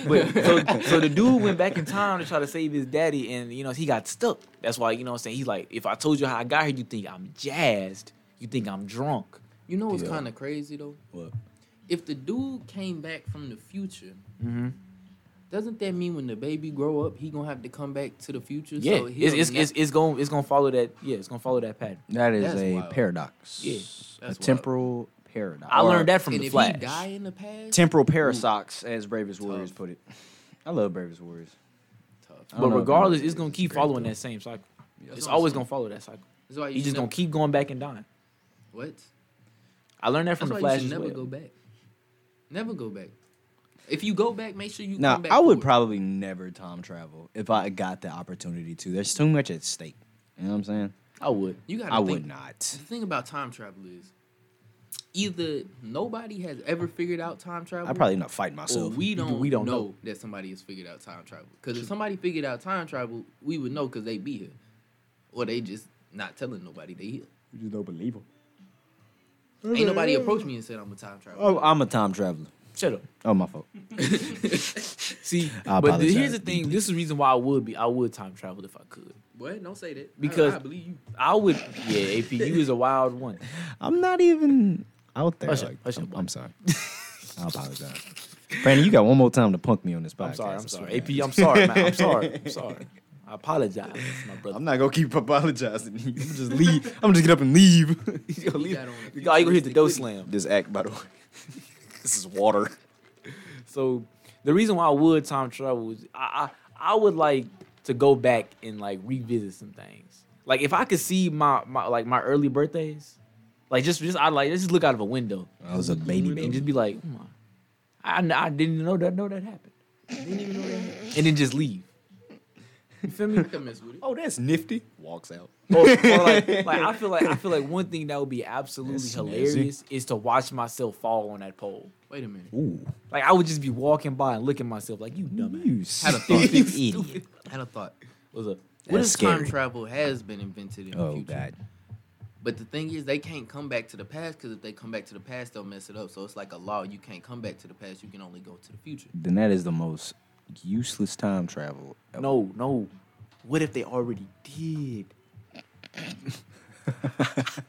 Speaker 4: but, so, so the dude went back in time to try to save his daddy, and you know he got stuck. That's why you know what I'm saying he's like, if I told you how I got here, you think I'm jazzed, you think I'm drunk.
Speaker 3: You know what's
Speaker 1: Yeah.
Speaker 3: kind of crazy though?
Speaker 1: What?
Speaker 3: If the dude came back from the future,
Speaker 4: Mm-hmm.
Speaker 3: doesn't that mean when the baby grow up, he gonna have to come back to the future?
Speaker 4: Yeah,
Speaker 3: so he'll
Speaker 4: it's, it's,
Speaker 3: ne-
Speaker 4: it's it's going it's going to follow that. Yeah, it's going to follow that pattern.
Speaker 1: That is
Speaker 3: That's
Speaker 1: a
Speaker 3: wild.
Speaker 1: paradox.
Speaker 4: Yeah,
Speaker 1: a
Speaker 3: wild.
Speaker 1: temporal paradox.
Speaker 4: I
Speaker 1: Or
Speaker 4: learned that from
Speaker 3: and
Speaker 4: the
Speaker 3: if
Speaker 4: Flash.
Speaker 3: he die in the past,
Speaker 1: Temporal paradox, as Bravest Warriors
Speaker 3: Tough.
Speaker 1: put it. I love Bravest Warriors.
Speaker 3: tough.
Speaker 1: I
Speaker 4: But
Speaker 1: don't know if
Speaker 4: regardless,
Speaker 1: I'm-
Speaker 4: it's going to keep following that same cycle.
Speaker 3: That's
Speaker 4: It's
Speaker 3: what I'm
Speaker 4: always
Speaker 3: saying.
Speaker 4: going to follow that cycle.
Speaker 3: That's why you
Speaker 4: He's
Speaker 3: should
Speaker 4: just going
Speaker 3: never-
Speaker 4: to keep going back and dying.
Speaker 3: what?
Speaker 4: I learned that from
Speaker 3: That's
Speaker 4: the
Speaker 3: why you
Speaker 4: Flash.
Speaker 3: should
Speaker 4: As
Speaker 3: never
Speaker 4: well.
Speaker 3: go back. Never go back. If you go back, make sure you
Speaker 1: Now,
Speaker 3: come back.
Speaker 1: I would
Speaker 3: forward.
Speaker 1: probably never time travel if I got the opportunity to. There's too much at stake. You know what I'm saying?
Speaker 4: I would.
Speaker 3: You gotta
Speaker 1: I,
Speaker 3: think,
Speaker 1: would not.
Speaker 3: The thing about time travel is either nobody has ever figured out time travel.
Speaker 1: I'd probably not fight
Speaker 3: or
Speaker 1: myself.
Speaker 3: we don't
Speaker 4: we don't
Speaker 3: know,
Speaker 4: know.
Speaker 3: that somebody has figured out time travel. Because if somebody figured out time travel, we would know because they be here, or they just not telling nobody they here.
Speaker 1: You just don't believe him.
Speaker 3: Ain't nobody approached me and said I'm a time traveler.
Speaker 1: Oh, I'm a time traveler.
Speaker 4: Shut up.
Speaker 1: Oh, my fault.
Speaker 4: See,
Speaker 1: I
Speaker 4: but the- here's
Speaker 1: apologize
Speaker 4: the thing. This is the reason why I would be. I would time travel if I could.
Speaker 3: What? Don't say that.
Speaker 4: Because-
Speaker 3: I, I believe you.
Speaker 4: I would. Yeah, APU is a wild one.
Speaker 1: I'm not even out there.
Speaker 4: Hush up,
Speaker 1: like,
Speaker 4: hush up,
Speaker 1: I'm,
Speaker 4: boy.
Speaker 1: I'm sorry. I apologize. Brandon, you got one more time to punk me on this podcast.
Speaker 4: I'm sorry. I'm sorry.
Speaker 1: I swear.
Speaker 4: APU, I'm sorry, man. I'm sorry. I'm sorry. I apologize, my brother.
Speaker 2: I'm not gonna keep apologizing. I'm just leave. I'm just get up and leave.
Speaker 4: you gonna
Speaker 3: He
Speaker 4: leave-
Speaker 3: got on a
Speaker 4: you gonna hear the
Speaker 3: futuristic
Speaker 4: dough
Speaker 3: hoodie.
Speaker 4: slam.
Speaker 2: this act, by the way. this is water.
Speaker 4: So the reason why I would time travel is I, I I would like to go back and like revisit some things. Like if I could see my, my like my early birthdays, like just just I like just look out of a window
Speaker 1: I was a baby.
Speaker 4: and
Speaker 1: baby.
Speaker 4: just be like, oh my, I kn- I didn't know that know that happened,
Speaker 3: Didn't even know that happened.
Speaker 4: and then just leave. You feel me?
Speaker 3: I can mess with it.
Speaker 2: Oh, that's nifty. Walks out.
Speaker 4: Or, or like, like I feel like I feel like one thing that would be absolutely
Speaker 1: That's nasty.
Speaker 4: hilarious is to watch myself fall on that pole.
Speaker 3: Wait a minute.
Speaker 1: Ooh,
Speaker 4: Like I would just be walking by and looking at myself like you dumbass.
Speaker 1: you
Speaker 3: Had a thought.
Speaker 1: stupid idiot.
Speaker 3: Had a thought.
Speaker 4: What's up?
Speaker 3: What if
Speaker 1: That's
Speaker 3: time
Speaker 1: scary.
Speaker 3: travel has been invented in the
Speaker 1: Oh
Speaker 3: future?
Speaker 1: God.
Speaker 3: But the thing is, they can't come back to the past because if they come back to the past, they'll mess it up. So it's like a law. You can't come back to the past. You can only go to the future.
Speaker 1: Then that is the most useless time travel. ever.
Speaker 4: No, no. What if they already did?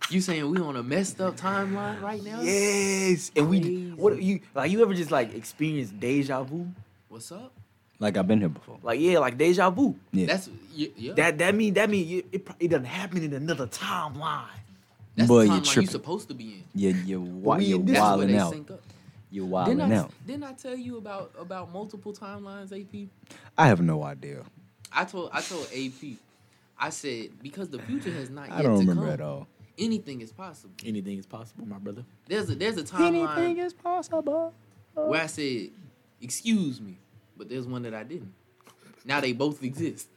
Speaker 3: You saying we on a messed up timeline right now?
Speaker 4: Yes. And we
Speaker 3: Crazy.
Speaker 4: what you like you ever just like experience deja vu?
Speaker 3: What's up?
Speaker 1: Like I've been here before.
Speaker 4: Like yeah, like deja vu.
Speaker 1: Yeah.
Speaker 3: That's y- yeah.
Speaker 4: That that mean that mean it, it, pro- it doesn't happen in another timeline.
Speaker 3: That's
Speaker 1: Boy,
Speaker 3: the
Speaker 1: you
Speaker 3: timeline you
Speaker 1: tripping.
Speaker 3: supposed to be in.
Speaker 1: You're, you're, wi-
Speaker 2: We-
Speaker 1: you're
Speaker 2: this
Speaker 3: That's where
Speaker 1: wilding
Speaker 3: they
Speaker 1: out.
Speaker 3: sync up.
Speaker 1: You're
Speaker 3: Didn't
Speaker 1: wilding
Speaker 3: I,
Speaker 1: out.
Speaker 3: didn't I tell you about about multiple timelines, AP?
Speaker 1: I have no idea.
Speaker 3: I told I told AP. I said because the future has not yet
Speaker 1: I don't
Speaker 3: to
Speaker 1: remember
Speaker 3: come,
Speaker 1: at all.
Speaker 3: Anything is possible.
Speaker 4: Anything is possible, my brother.
Speaker 3: There's a there's a timeline
Speaker 1: is possible.
Speaker 3: where I said, "Excuse me," but there's one that I didn't. Now they both exist.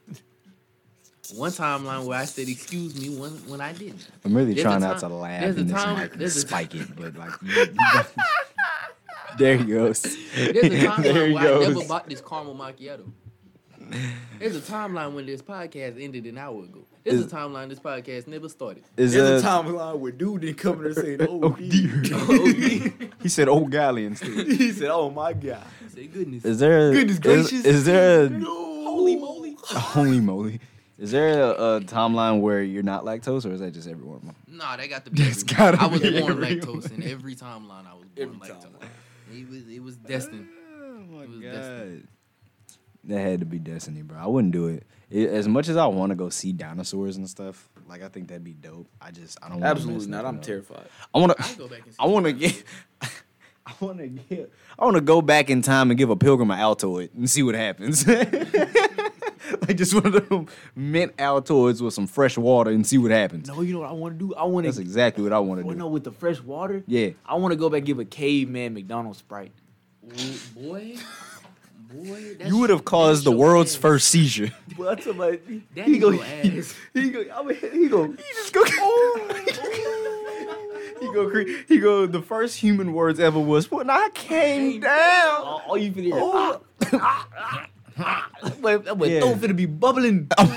Speaker 3: One timeline where I said, "Excuse me," one when I didn't.
Speaker 1: I'm really
Speaker 3: There's a
Speaker 1: trying not
Speaker 3: time-
Speaker 1: to laugh
Speaker 3: there's a
Speaker 1: and this
Speaker 3: time-
Speaker 1: mic and
Speaker 3: there's a-
Speaker 1: spike it, but like. you- you- there he goes.
Speaker 3: There's a timeline
Speaker 1: he
Speaker 3: where I never bought this caramel macchiato. There's a timeline when this podcast ended an hour ago. There's
Speaker 1: Is-
Speaker 3: a timeline this podcast never started.
Speaker 1: Is
Speaker 4: There's a
Speaker 1: that-
Speaker 4: timeline where dude didn't come in and say,
Speaker 2: Oh dear. he said, "Oh golly," instead.
Speaker 4: he said, "Oh my god,
Speaker 3: Say goodness.
Speaker 1: Is there?
Speaker 4: goodness
Speaker 1: is,
Speaker 4: gracious,
Speaker 1: Is there? A,
Speaker 4: holy moly!"
Speaker 1: Holy moly! Is there a, a timeline where you're not lactose, or is that just everyone?
Speaker 3: Nah, that got to be. That's
Speaker 2: gotta
Speaker 3: I was
Speaker 2: be
Speaker 3: born
Speaker 2: every
Speaker 3: lactose in every timeline. I was born lactose. It was it was destined.
Speaker 1: Oh
Speaker 3: It was destiny.
Speaker 1: That had to be destiny, bro. I wouldn't do it. It- As much as I want to go see dinosaurs and stuff, like I think that'd be dope. I just I don't. wanna mess
Speaker 4: Absolutely not.
Speaker 1: nothing
Speaker 4: I'm
Speaker 1: up.
Speaker 4: terrified.
Speaker 1: I want
Speaker 3: I go
Speaker 1: to.
Speaker 3: back and see.
Speaker 1: I want to get. I want to get. I want to go back in time and give a pilgrim an Altoid and see what happens. like just one of them mint Altoids with some fresh water and see what happens.
Speaker 4: No, you know what I want to do? I want
Speaker 1: That's
Speaker 4: to.
Speaker 1: exactly what I want to
Speaker 4: Well,
Speaker 1: do.
Speaker 4: no, with the fresh water.
Speaker 1: Yeah.
Speaker 4: I want to go back and give a caveman McDonald's Sprite.
Speaker 3: Ooh, boy, boy, that's
Speaker 1: You would have caused the
Speaker 3: your
Speaker 1: world's
Speaker 3: ass.
Speaker 1: first seizure.
Speaker 4: Well, that's about
Speaker 3: That is
Speaker 4: go,
Speaker 3: your ass.
Speaker 4: He go. I mean, he go.
Speaker 1: just go.
Speaker 8: He go, cre- he go. The first human words ever was when I came down.
Speaker 4: All, all you finna hear. is,
Speaker 8: Oh.
Speaker 4: That boy, that boy
Speaker 8: Yeah.
Speaker 4: throat finna be bubbling.
Speaker 1: I'm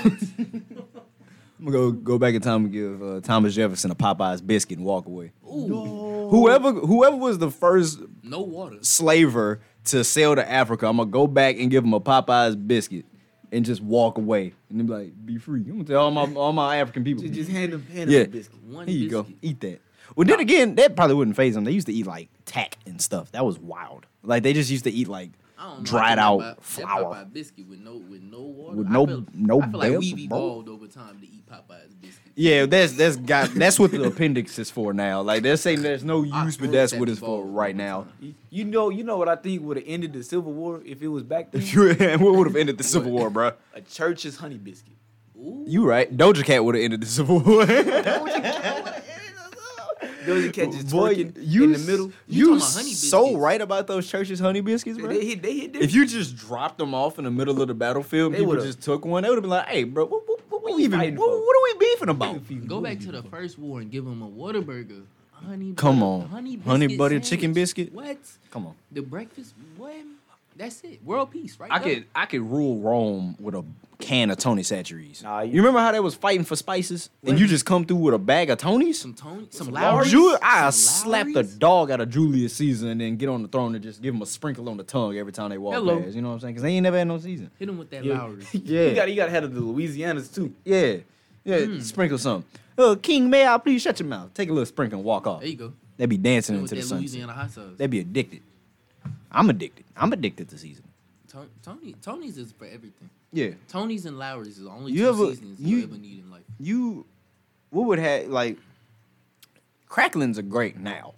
Speaker 1: gonna go go back in time and give uh, Thomas Jefferson a Popeyes biscuit and walk away.
Speaker 3: Ooh,
Speaker 8: Whoever, whoever was the first
Speaker 3: no water.
Speaker 1: Slaver to sell to Africa. I'm gonna go back and give him a Popeyes biscuit and just walk away. And they be like, be free. I'm gonna tell all my all my African people.
Speaker 4: Just just hand him, hand him
Speaker 1: yeah,
Speaker 4: a biscuit.
Speaker 3: One
Speaker 1: Here you go.
Speaker 3: biscuit.
Speaker 1: Eat that. Well, then again, that probably wouldn't phase them. They used to eat like tack and stuff. That was wild. Like they just used to eat like
Speaker 3: I don't know.
Speaker 1: dried
Speaker 3: I
Speaker 1: out
Speaker 3: think that Popeye-
Speaker 1: flour.
Speaker 3: That Popeye biscuit with no with no water.
Speaker 1: With
Speaker 3: I
Speaker 1: no-
Speaker 3: feel,
Speaker 1: no
Speaker 3: I feel like
Speaker 1: bell,
Speaker 3: we've
Speaker 1: bro.
Speaker 3: evolved over time to eat Popeye's biscuit.
Speaker 1: Yeah, that's that's got that's what the appendix is for now. Like they're saying there's no use, but
Speaker 3: Oxford
Speaker 1: that's what it's
Speaker 3: Festival.
Speaker 1: for right now.
Speaker 4: You know, you know what I think would have ended the Civil War if it was back then?
Speaker 1: And what would have ended the Civil War, bro?
Speaker 4: a church's honey biscuit.
Speaker 3: Ooh,
Speaker 1: You right? Doja Cat would have ended the Civil War.
Speaker 4: Doja Cat just
Speaker 1: Boy,
Speaker 4: twerking
Speaker 1: you
Speaker 4: in the
Speaker 1: s-
Speaker 4: middle.
Speaker 1: You,
Speaker 3: talking about honey
Speaker 1: so
Speaker 3: biscuits.
Speaker 1: right about those churches honey biscuits, bro.
Speaker 4: They hit, they hit
Speaker 1: If you just dropped them off in the middle of the battlefield, and
Speaker 4: They
Speaker 1: people
Speaker 4: would've-
Speaker 1: just took one. They would have been like, "Hey, bro, what, what, what,
Speaker 4: What
Speaker 1: we
Speaker 4: you
Speaker 1: even?
Speaker 4: fighting
Speaker 1: What,
Speaker 4: for?
Speaker 1: what are we beefing about?"
Speaker 3: Go back to the first war and give him a Whataburger. Honey,
Speaker 1: Come
Speaker 3: butter-
Speaker 1: on.
Speaker 3: honey, biscuit
Speaker 1: Honey butter chicken
Speaker 3: sandwich.
Speaker 1: biscuit?
Speaker 3: What?
Speaker 1: Come on,
Speaker 3: The breakfast? What? That's it. World peace, right?
Speaker 1: I
Speaker 3: there.
Speaker 1: could I could rule Rome with a can of Tony Saturies.
Speaker 4: Nah,
Speaker 1: you,
Speaker 4: you-
Speaker 1: remember how they was fighting for spices, and
Speaker 4: What?
Speaker 1: you just come through with a bag of Tonys?
Speaker 3: some Tony, some
Speaker 1: Or
Speaker 3: Lowry's.
Speaker 1: Ju- I
Speaker 3: Some
Speaker 1: slap the
Speaker 3: Lowry's?
Speaker 1: dog out of Julius Caesar and then get on the throne and just give him a sprinkle on the tongue every time they walk
Speaker 3: Hello.
Speaker 1: past. You know what I'm saying? Because they ain't never had no season.
Speaker 3: Hit him with that
Speaker 4: Yeah.
Speaker 3: Lowry.
Speaker 4: You got you got head of the Louisianas too.
Speaker 1: Yeah. Yeah.
Speaker 3: Hmm.
Speaker 1: Sprinkle something. Oh, King, may I please shut your mouth? Take a little sprinkle and walk off.
Speaker 3: There you go.
Speaker 1: They be dancing
Speaker 3: Hit him with
Speaker 1: into the
Speaker 3: that
Speaker 1: sunset.
Speaker 3: Louisiana hot sauce.
Speaker 1: They be addicted. I'm addicted. I'm addicted to season.
Speaker 3: Ton- Tony, Tony's is for everything.
Speaker 1: Yeah.
Speaker 3: Tony's and Lowry's is the only
Speaker 1: You
Speaker 3: two
Speaker 1: ever-
Speaker 3: seasons
Speaker 1: you-
Speaker 3: you ever need in life.
Speaker 1: You, what would have, like, cracklings are great now.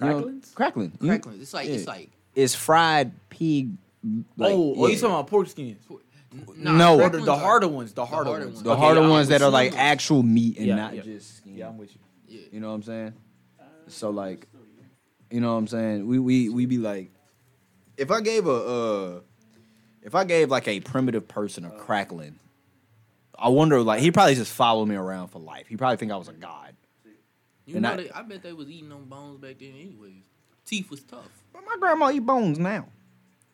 Speaker 1: You know,
Speaker 4: Cracklins?
Speaker 1: crackling. You-
Speaker 3: Cracklings. It's like
Speaker 1: yeah.
Speaker 3: it's like.
Speaker 1: It's fried pig. like,
Speaker 4: oh, oh,
Speaker 1: yeah.
Speaker 4: you talking about pork skins?
Speaker 3: Nah,
Speaker 1: No.
Speaker 4: Or
Speaker 3: cracklings
Speaker 4: the, the
Speaker 3: are-
Speaker 4: harder ones, the harder,
Speaker 3: harder
Speaker 4: ones.
Speaker 3: ones.
Speaker 1: The
Speaker 3: Okay,
Speaker 1: harder
Speaker 3: yeah, I'm
Speaker 1: ones that
Speaker 3: with
Speaker 1: are
Speaker 3: you.
Speaker 1: like actual meat and
Speaker 4: Yeah,
Speaker 1: not
Speaker 4: yeah.
Speaker 1: just skin.
Speaker 4: Yeah, I'm with you.
Speaker 3: Yeah.
Speaker 1: You know what I'm saying? So like, you know what I'm saying? We we we be like, if I gave a uh, if I gave like a primitive person
Speaker 4: Uh.
Speaker 1: a crackling, I wonder like he probably just followed me around for life. He probably think I was a god.
Speaker 3: You
Speaker 1: And
Speaker 3: know,
Speaker 1: I-
Speaker 3: I, they, I bet they was eating on bones back then, anyways. Teeth was tough.
Speaker 1: But my grandma eat bones now.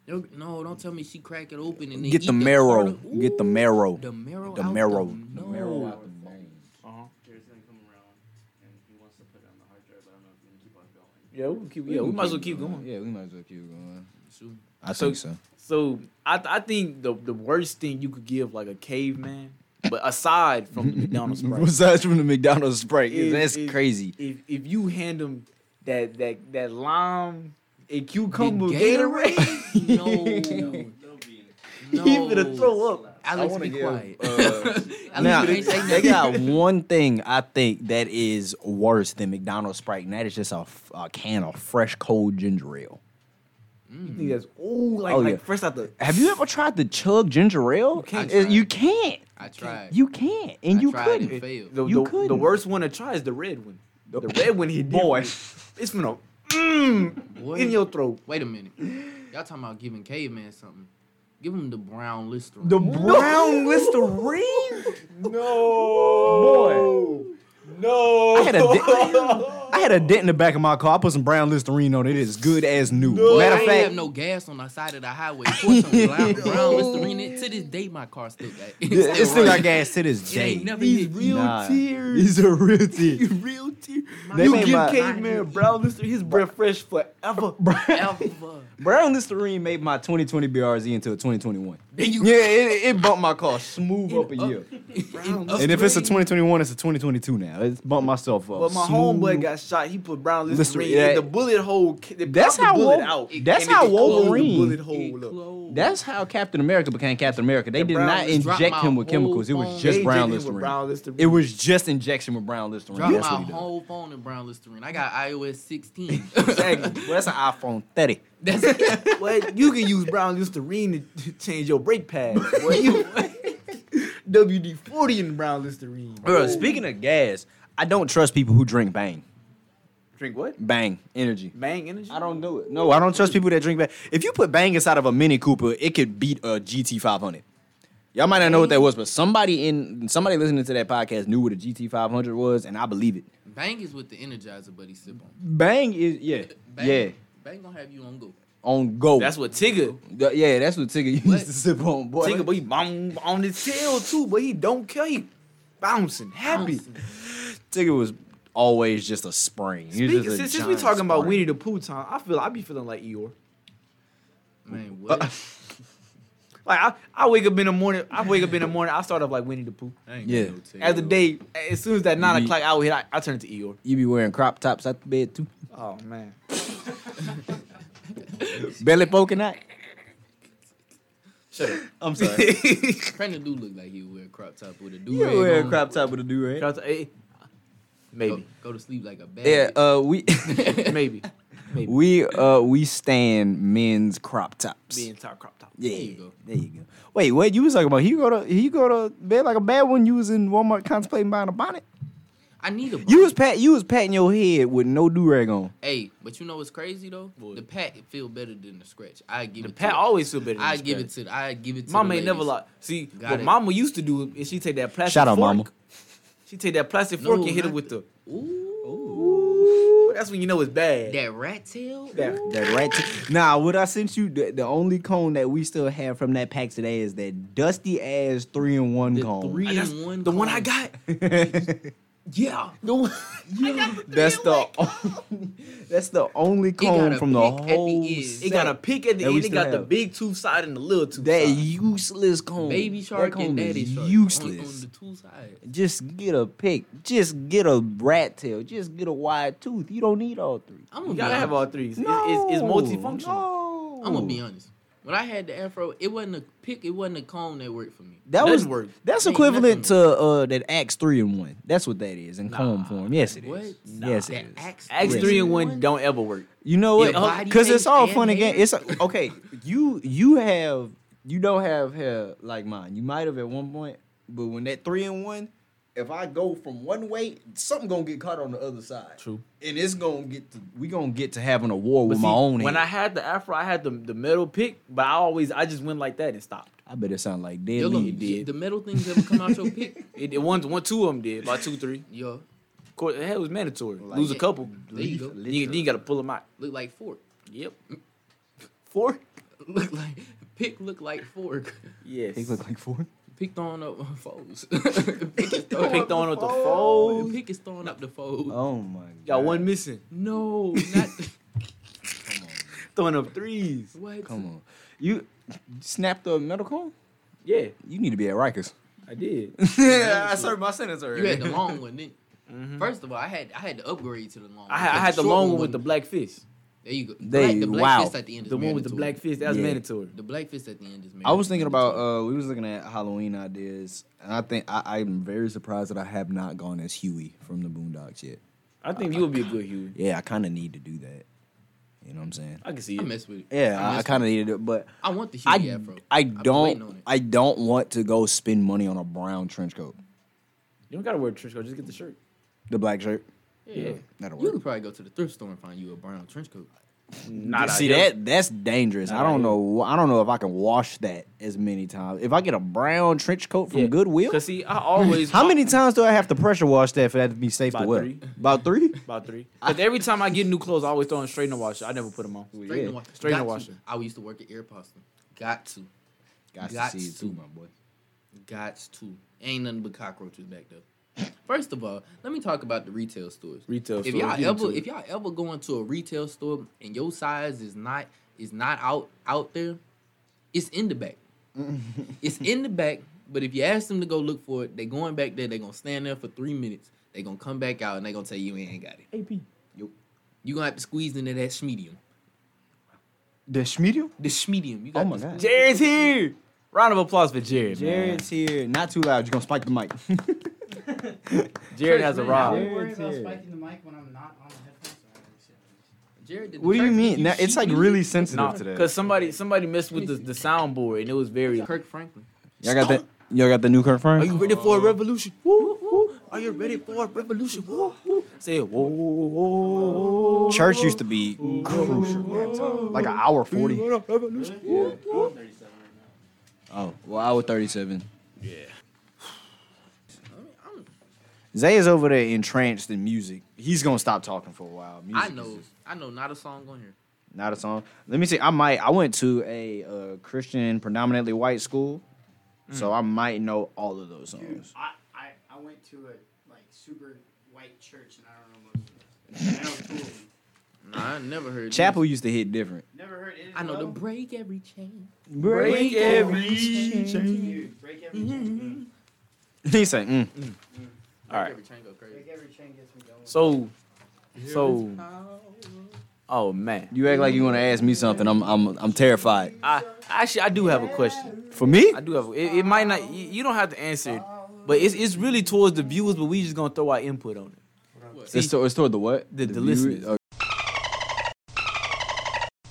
Speaker 3: Yo, No, don't tell me she crack it open and then
Speaker 1: Get
Speaker 3: eat
Speaker 1: the
Speaker 3: that
Speaker 1: marrow.
Speaker 3: part of-
Speaker 1: Get the
Speaker 3: Ooh,
Speaker 1: marrow.
Speaker 3: The marrow.
Speaker 1: The
Speaker 3: out
Speaker 1: marrow. The
Speaker 3: The, no.
Speaker 1: marrow out.
Speaker 4: Uh-huh.
Speaker 9: Jerry's gonna come around and he wants to put it on the hard drive, but I don't know if you can keep on going.
Speaker 4: Yeah, we, can keep, yeah, we might as well keep going.
Speaker 1: Yeah, we might as well keep going.
Speaker 3: Shoot.
Speaker 1: I
Speaker 4: So-
Speaker 1: think so.
Speaker 4: So I I think the the worst thing you could give like a caveman, but aside from the McDonald's Sprite,
Speaker 1: Besides from the McDonald's Sprite,
Speaker 4: Is-
Speaker 1: that's
Speaker 4: is-
Speaker 1: crazy.
Speaker 4: if if you hand him that that that lime and cucumber
Speaker 3: The
Speaker 4: Gatorade,
Speaker 3: Gatorade? no.
Speaker 4: he
Speaker 3: No.
Speaker 4: gonna throw up.
Speaker 3: Alex,
Speaker 8: wanna
Speaker 3: be
Speaker 8: give,
Speaker 3: quiet.
Speaker 8: uh,
Speaker 3: Alex,
Speaker 1: Now,
Speaker 3: you ain't say
Speaker 1: they
Speaker 3: nothing.
Speaker 1: got one thing I think that is worse than McDonald's Sprite, and that is just a, f- a can of fresh cold ginger ale.
Speaker 4: You think that's oh like,
Speaker 1: Oh,
Speaker 4: like
Speaker 1: yeah.
Speaker 4: fresh out the
Speaker 1: Have you ever tried to chug ginger ale? You
Speaker 3: can't.
Speaker 1: I, you can't.
Speaker 3: I tried.
Speaker 1: You can't, and
Speaker 3: I
Speaker 1: you
Speaker 3: tried
Speaker 1: couldn't.
Speaker 3: and failed.
Speaker 4: The,
Speaker 1: You
Speaker 4: the, the
Speaker 1: couldn't.
Speaker 4: worst one to try is the red one. The red one hit
Speaker 1: Boy.
Speaker 4: different. It's gonna
Speaker 3: Boy,
Speaker 4: in your throat.
Speaker 3: Wait a minute. Y'all talking about giving caveman something? Give him the brown listerine.
Speaker 1: The brown Listerine?
Speaker 4: No, boy, no.
Speaker 1: I had, a dent, I had a dent in the back of my car. I put some brown Listerine on it. It is good as new. Matter
Speaker 3: I
Speaker 1: of
Speaker 3: ain't
Speaker 1: fact,
Speaker 3: have no gas on the side of the highway. Pour some brown, brown listerine. in. To this day, my car still got.
Speaker 1: it- it's still got
Speaker 3: running.
Speaker 1: gas to this
Speaker 3: It
Speaker 1: day.
Speaker 3: ain't never hit you.
Speaker 1: Nah. These are real tears.
Speaker 4: real tear.
Speaker 3: They
Speaker 4: you
Speaker 1: made
Speaker 4: give
Speaker 1: my-
Speaker 4: caveman brown lister his breath fresh forever.
Speaker 3: Alpha.
Speaker 1: Brown Listerine made my 2020 BRZ into a 2021.
Speaker 3: Then you
Speaker 1: Yeah, it, it bumped my car smooth up a
Speaker 3: up-
Speaker 1: year.
Speaker 3: brown
Speaker 1: And if it's a 2021, it's a 2022 now. It's bumped myself up.
Speaker 4: But my
Speaker 1: smooth.
Speaker 4: homeboy got shot. He put brown
Speaker 1: Listerine,
Speaker 4: listerine.
Speaker 1: yeah.
Speaker 4: and the bullet hole. ca- They
Speaker 1: That's
Speaker 4: popped the
Speaker 1: how
Speaker 4: bullet
Speaker 1: Wolver-
Speaker 4: out.
Speaker 1: that's
Speaker 4: and it
Speaker 1: how
Speaker 4: closed
Speaker 1: Wolverine-
Speaker 4: The bullet hole. up.
Speaker 1: That's how Captain America became Captain America. They did
Speaker 4: Brown
Speaker 1: not
Speaker 4: Listerine
Speaker 1: inject
Speaker 3: dropped
Speaker 1: him
Speaker 3: my
Speaker 1: with chemicals. It
Speaker 3: whole
Speaker 1: was
Speaker 4: They
Speaker 1: just
Speaker 4: hit
Speaker 1: brown
Speaker 4: him with
Speaker 1: Listerine.
Speaker 4: brown listerine.
Speaker 1: It was just injection with brown Listerine.
Speaker 3: Drop
Speaker 1: That's
Speaker 3: my
Speaker 1: what he did.
Speaker 3: whole phone in brown listerine. I got iOS 16.
Speaker 1: Exactly. Well, that's an iPhone 30.
Speaker 3: That's it.
Speaker 4: Well, you can use brown listerine to change your brake pad. Boy, you WD forty in brown listerine.
Speaker 1: Bro, speaking of gas, I don't trust people who drink Bang.
Speaker 4: Drink what?
Speaker 1: Bang energy.
Speaker 4: Bang energy.
Speaker 1: I don't do it. No, I don't trust people that drink Bang. If you put Bang inside of a Mini Cooper, it could beat a GT500. Y'all might not know what that was, but somebody in somebody listening to that podcast knew what a GT 500 was, and I believe it.
Speaker 3: Bang is with the Energizer Buddy sip on.
Speaker 1: Bang is yeah,
Speaker 3: Bang,
Speaker 1: yeah,
Speaker 3: Bang gonna have you on go.
Speaker 1: on go.
Speaker 4: That's what Tigger.
Speaker 1: Th- yeah, that's what Tigger
Speaker 3: What?
Speaker 1: used to sip on, boy.
Speaker 4: Tigger, but he bom- on his tail too, but he don't care. He bouncing, happy.
Speaker 1: Tigger was always just a spring. He was
Speaker 4: Speaking,
Speaker 1: just a
Speaker 4: since, since we
Speaker 1: giant
Speaker 4: talking about
Speaker 1: spring.
Speaker 4: Winnie the Pooh time, I feel I be feeling like Eeyore.
Speaker 1: Uh,
Speaker 3: Man, what?
Speaker 4: Like I, I wake up in the morning. I wake up in the morning. I start up like Winnie the Pooh.
Speaker 3: I ain't
Speaker 1: Yeah.
Speaker 3: got no tail.
Speaker 4: As the day, as soon as that nine
Speaker 1: Ye-
Speaker 4: o'clock hour hit, I, I turn to Eeyore.
Speaker 1: you be wearing crop tops out the bed too,
Speaker 4: Oh man,
Speaker 1: belly poking out.
Speaker 3: Shut up.
Speaker 1: I'm sorry.
Speaker 3: Brandon do look like he would wear a crop top with a do
Speaker 1: you
Speaker 3: rag.
Speaker 1: wear a crop top with a do
Speaker 4: Shout out to- eh,
Speaker 3: Go,
Speaker 4: maybe,
Speaker 3: go to sleep like a bad.
Speaker 1: Yeah, uh, we
Speaker 4: maybe, maybe.
Speaker 1: we uh we stand men's crop tops.
Speaker 4: Being top crop top.
Speaker 1: Yeah,
Speaker 3: There you go.
Speaker 1: There you go. Wait, what you was talking about? He go to he go to bed like a bad one. You was in Walmart contemplating buying a bonnet.
Speaker 3: I need a.
Speaker 1: You was pat you was patting your head with no do rag on.
Speaker 3: Hey, but you know what's crazy though? The pat it feel better than the scratch. I give
Speaker 4: The
Speaker 3: it.
Speaker 4: Pat
Speaker 3: to
Speaker 4: always feel better. Than
Speaker 3: I
Speaker 4: the
Speaker 3: give
Speaker 4: scratch.
Speaker 3: it to. I give it to.
Speaker 4: Mama
Speaker 3: the
Speaker 4: ain't never
Speaker 3: ladies.
Speaker 4: lied. See,
Speaker 3: Got
Speaker 4: what
Speaker 3: it.
Speaker 4: Mama used to do is she take that plastic
Speaker 1: Shout out,
Speaker 4: fork.
Speaker 1: Mama.
Speaker 4: She take that plastic fork and hit
Speaker 3: not
Speaker 4: it with the.
Speaker 3: Ooh,
Speaker 4: Ooh, that's when you know it's bad.
Speaker 3: that rat tail.
Speaker 4: That-
Speaker 3: Ooh.
Speaker 1: That rat. T- nah, what I sent you the, the only cone that we still have from that pack today is that dusty ass three in one
Speaker 3: The
Speaker 1: cone.
Speaker 3: three-
Speaker 4: Ah, that's
Speaker 3: in one
Speaker 4: the one I
Speaker 3: cone.
Speaker 4: got.
Speaker 3: Yeah.
Speaker 1: that's the only, that's the only
Speaker 3: got
Speaker 1: cone
Speaker 3: a
Speaker 1: from the
Speaker 3: pick at the
Speaker 1: whole.
Speaker 3: end.
Speaker 4: It got a peak at the
Speaker 1: That we
Speaker 4: end. It
Speaker 1: still
Speaker 4: got the
Speaker 1: have.
Speaker 4: big tooth side and the little tooth
Speaker 1: That
Speaker 4: side.
Speaker 1: useless cone.
Speaker 3: Baby shark
Speaker 1: that cone
Speaker 3: and
Speaker 1: is
Speaker 3: daddy shark. on-
Speaker 1: Useless.
Speaker 3: On, the two sides.
Speaker 1: Just get a pick. Just get a rat tail. Just get a wide tooth. You don't need all three.
Speaker 3: I'm
Speaker 4: You
Speaker 3: gonna be
Speaker 4: gotta have all
Speaker 3: honest.
Speaker 4: three. It's,
Speaker 1: No,
Speaker 4: it's, it's multifunctional.
Speaker 1: no.
Speaker 3: I'm gonna be honest. When I had the afro, it wasn't a pick. It wasn't a comb that worked for me.
Speaker 1: That
Speaker 4: Doesn't
Speaker 1: was
Speaker 4: work.
Speaker 1: that's
Speaker 3: Ain't
Speaker 1: equivalent
Speaker 3: nothing
Speaker 1: to uh that axe three in one. That's what that is in comb form. Yes, it is.
Speaker 3: What?
Speaker 1: Yes,
Speaker 3: That
Speaker 1: it is.
Speaker 3: axe
Speaker 4: Axe
Speaker 1: Yes.
Speaker 4: three and one don't ever work.
Speaker 1: You know
Speaker 3: Your
Speaker 1: what?
Speaker 3: body
Speaker 1: Because it's
Speaker 3: face
Speaker 1: all
Speaker 3: and
Speaker 1: fun again.
Speaker 3: hair?
Speaker 1: It's okay. You you have you don't have hair like mine. You might have at one point, but when that three in one, if I go from one way, something gonna get caught on the other side.
Speaker 4: True.
Speaker 1: And it's gonna get to we gonna get to having a war
Speaker 4: But
Speaker 1: with
Speaker 4: see,
Speaker 1: my own.
Speaker 4: when
Speaker 1: hair.
Speaker 4: I had the afro, I had the, the metal pick, but I always I just went like that and stopped.
Speaker 1: I bet it sound like dead
Speaker 3: Your
Speaker 1: meat.
Speaker 3: little- The metal things ever come out your pick?
Speaker 4: It, it one one two of them did by two three.
Speaker 3: Yo,
Speaker 4: Of course, hell, it was mandatory.
Speaker 1: Like
Speaker 4: Lose a
Speaker 3: that.
Speaker 4: couple,
Speaker 3: There you go.
Speaker 4: then you, then you gotta pull them out.
Speaker 3: look like fork.
Speaker 4: Yep. Four.
Speaker 3: Look like pick. Look like fork.
Speaker 4: Yes.
Speaker 1: They look like four.
Speaker 3: Picked on up my foes.
Speaker 4: Picked
Speaker 3: Picked
Speaker 4: on with the
Speaker 3: foes.
Speaker 4: fold.
Speaker 3: Pick is throwing up the foes.
Speaker 1: Oh my god.
Speaker 4: Got one missing.
Speaker 3: No, not
Speaker 4: Throwing up threes.
Speaker 3: what?
Speaker 1: Come on. You snapped the metal cone?
Speaker 4: Yeah,
Speaker 1: You need to be at Rikers.
Speaker 4: I did.
Speaker 1: I served my sentence
Speaker 3: You had the long one. Didn't you? First of all, I had I had to upgrade to the long. one.
Speaker 4: I had, I had the
Speaker 3: short
Speaker 4: long one with
Speaker 3: wasn't-
Speaker 4: the black fist.
Speaker 3: There you go.
Speaker 1: They-
Speaker 3: black, the black
Speaker 1: wow.
Speaker 3: fist at the end. Is
Speaker 4: The one with the black
Speaker 3: mandatory.
Speaker 4: fist. That was
Speaker 1: Yeah.
Speaker 4: mandatory.
Speaker 3: The black fist at the end is.
Speaker 1: I was thinking
Speaker 3: mandatory.
Speaker 1: about uh we was looking at Halloween ideas and I think I, I'm very surprised that I have not gone as Huey from the Boondocks yet.
Speaker 4: I think you would be a good Huey.
Speaker 1: Yeah, I kinda need to do that. You know what I'm saying?
Speaker 4: I can see
Speaker 3: I
Speaker 4: it.
Speaker 3: mess with it.
Speaker 1: Yeah, I, I
Speaker 3: mess
Speaker 1: kinda needed it, but
Speaker 3: I want the Huey
Speaker 1: I,
Speaker 3: afro.
Speaker 1: I
Speaker 3: I've been waiting on
Speaker 1: don't
Speaker 3: it.
Speaker 1: I don't want to go spend money on a brown trench coat.
Speaker 4: You don't gotta wear a trench coat. Just get the shirt.
Speaker 1: The black shirt.
Speaker 4: Yeah.
Speaker 1: That'll
Speaker 3: You
Speaker 1: work.
Speaker 3: could probably go to the thrift store and find you a brown trench coat.
Speaker 4: Not
Speaker 1: See that that's dangerous.
Speaker 4: Not
Speaker 1: I don't
Speaker 4: out
Speaker 1: know. I don't know if I can wash that as many times. If I get a brown trench coat from Goodwill,
Speaker 4: Cause see, I always
Speaker 1: how many times do I have to pressure wash that for that to be safe to
Speaker 4: About
Speaker 1: wear?
Speaker 4: three.
Speaker 1: About three.
Speaker 4: About three. But every time I get new clothes, I always throw them straight in the washer. I never put them on.
Speaker 3: Straight in the washer.
Speaker 4: Straight in
Speaker 3: Got
Speaker 4: the
Speaker 3: to.
Speaker 4: washer.
Speaker 3: I used to work at Airpostle. Got to.
Speaker 1: Got,
Speaker 3: Got
Speaker 1: to see it
Speaker 3: to.
Speaker 1: too, my boy.
Speaker 3: Got to. Ain't nothing but cockroaches back there. First of all, let me talk about the retail stores.
Speaker 4: Retail
Speaker 3: If
Speaker 4: stores,
Speaker 3: y'all
Speaker 4: get into
Speaker 3: ever
Speaker 4: it.
Speaker 3: if y'all ever go into a retail store and your size is not is not out out there, it's in the back. it's in the back. But if you ask them to go look for it, they going back there. They gonna stand there for three minutes. They gonna come back out and they gonna tell you you ain't got it.
Speaker 4: AP.
Speaker 3: You gonna have to squeeze into that schmedium.
Speaker 1: The schmedium?
Speaker 3: The schmedium. You
Speaker 1: Oh
Speaker 3: got
Speaker 1: my
Speaker 3: to
Speaker 1: God.
Speaker 3: squeeze-
Speaker 4: Jared's here. Round of applause for Jared. man.
Speaker 1: Jared's here. Not too loud. You're gonna spike the mic.
Speaker 4: Jared has a
Speaker 2: Man,
Speaker 4: rod.
Speaker 2: I'll be worried
Speaker 1: It's
Speaker 2: about
Speaker 1: here.
Speaker 2: spiking the mic when I'm not on the headphones. or whatever shit.
Speaker 3: Jared, did the
Speaker 1: what do you
Speaker 3: church give
Speaker 1: mean? Now, it's like
Speaker 3: schmedium?
Speaker 1: really sensitive
Speaker 4: Nah,
Speaker 1: today.
Speaker 4: cause somebody somebody messed with the, the soundboard and it was very.
Speaker 3: Kirk Franklin.
Speaker 1: Y'all got that? Y'all got the new Kirk
Speaker 4: Are
Speaker 1: Frank?
Speaker 4: you ready for a revolution? Woo, woo. Are you ready for a revolution? Woo, woo. Say it. Whoa, whoa, whoa, whoa.
Speaker 1: Church used to be crucial. man. Like an hour forty.
Speaker 4: Revolution.
Speaker 2: Really? Yeah. I'm 37 right now.
Speaker 1: Oh, well, I was 37.
Speaker 4: Yeah.
Speaker 1: Zay is over there entranced in music. He's gonna stop talking for a while.
Speaker 3: I
Speaker 1: Music is
Speaker 3: know,
Speaker 1: just
Speaker 3: I know, not a song on here.
Speaker 1: not a song. Let me see. I might. I went to a uh, Christian, predominantly white school, so I might know all of those
Speaker 10: Dude,
Speaker 1: songs.
Speaker 10: I, I, I went to a like super white church and I don't know most of them. I know two of them.
Speaker 3: Nah, I never heard. this.
Speaker 1: Chapel used to hit different.
Speaker 10: Never heard it.
Speaker 3: I know the break every chain.
Speaker 4: Break every
Speaker 3: Mm-hmm.
Speaker 10: Dude, break every chain.
Speaker 1: he say, mm.
Speaker 4: All right.
Speaker 3: Break every chain go crazy.
Speaker 10: Break every chain gets me going.
Speaker 4: So, so, oh man,
Speaker 1: "You act like you want to ask me something. I'm, I'm, I'm terrified."
Speaker 4: I actually I do have a question.
Speaker 1: For me,
Speaker 4: I do have. It, it might not. You, you don't have to answer it, but it's it's really towards the viewers. But we just gonna throw our input on it. See,
Speaker 1: it's, to, it's toward the what?
Speaker 4: The- the
Speaker 1: viewer-
Speaker 4: listeners.
Speaker 1: Oh,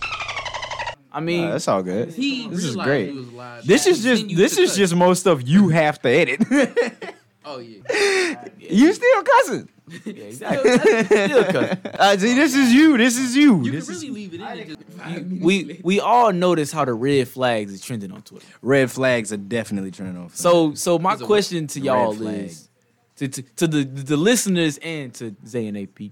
Speaker 4: I mean,
Speaker 1: nah, that's all good.
Speaker 3: He
Speaker 1: This is
Speaker 3: realized
Speaker 1: great.
Speaker 3: he was live.
Speaker 1: This
Speaker 3: He
Speaker 1: is just
Speaker 3: continued
Speaker 1: this
Speaker 3: to
Speaker 1: is
Speaker 3: cut.
Speaker 1: just more stuff you have to edit.
Speaker 3: Oh yeah.
Speaker 1: you still cussing.
Speaker 4: yeah, exactly. That's still cut.
Speaker 1: Uh, see, this is you. This is you.
Speaker 3: You
Speaker 1: this
Speaker 3: can
Speaker 1: is
Speaker 3: really leave it in. And just
Speaker 4: we we all notice how the red flags is trending on Twitter.
Speaker 1: red flags are definitely turning off.
Speaker 4: So so my
Speaker 3: It's a
Speaker 4: question to
Speaker 1: red
Speaker 4: y'all
Speaker 1: flag.
Speaker 4: is to, to to the the listeners and to Zay and AP.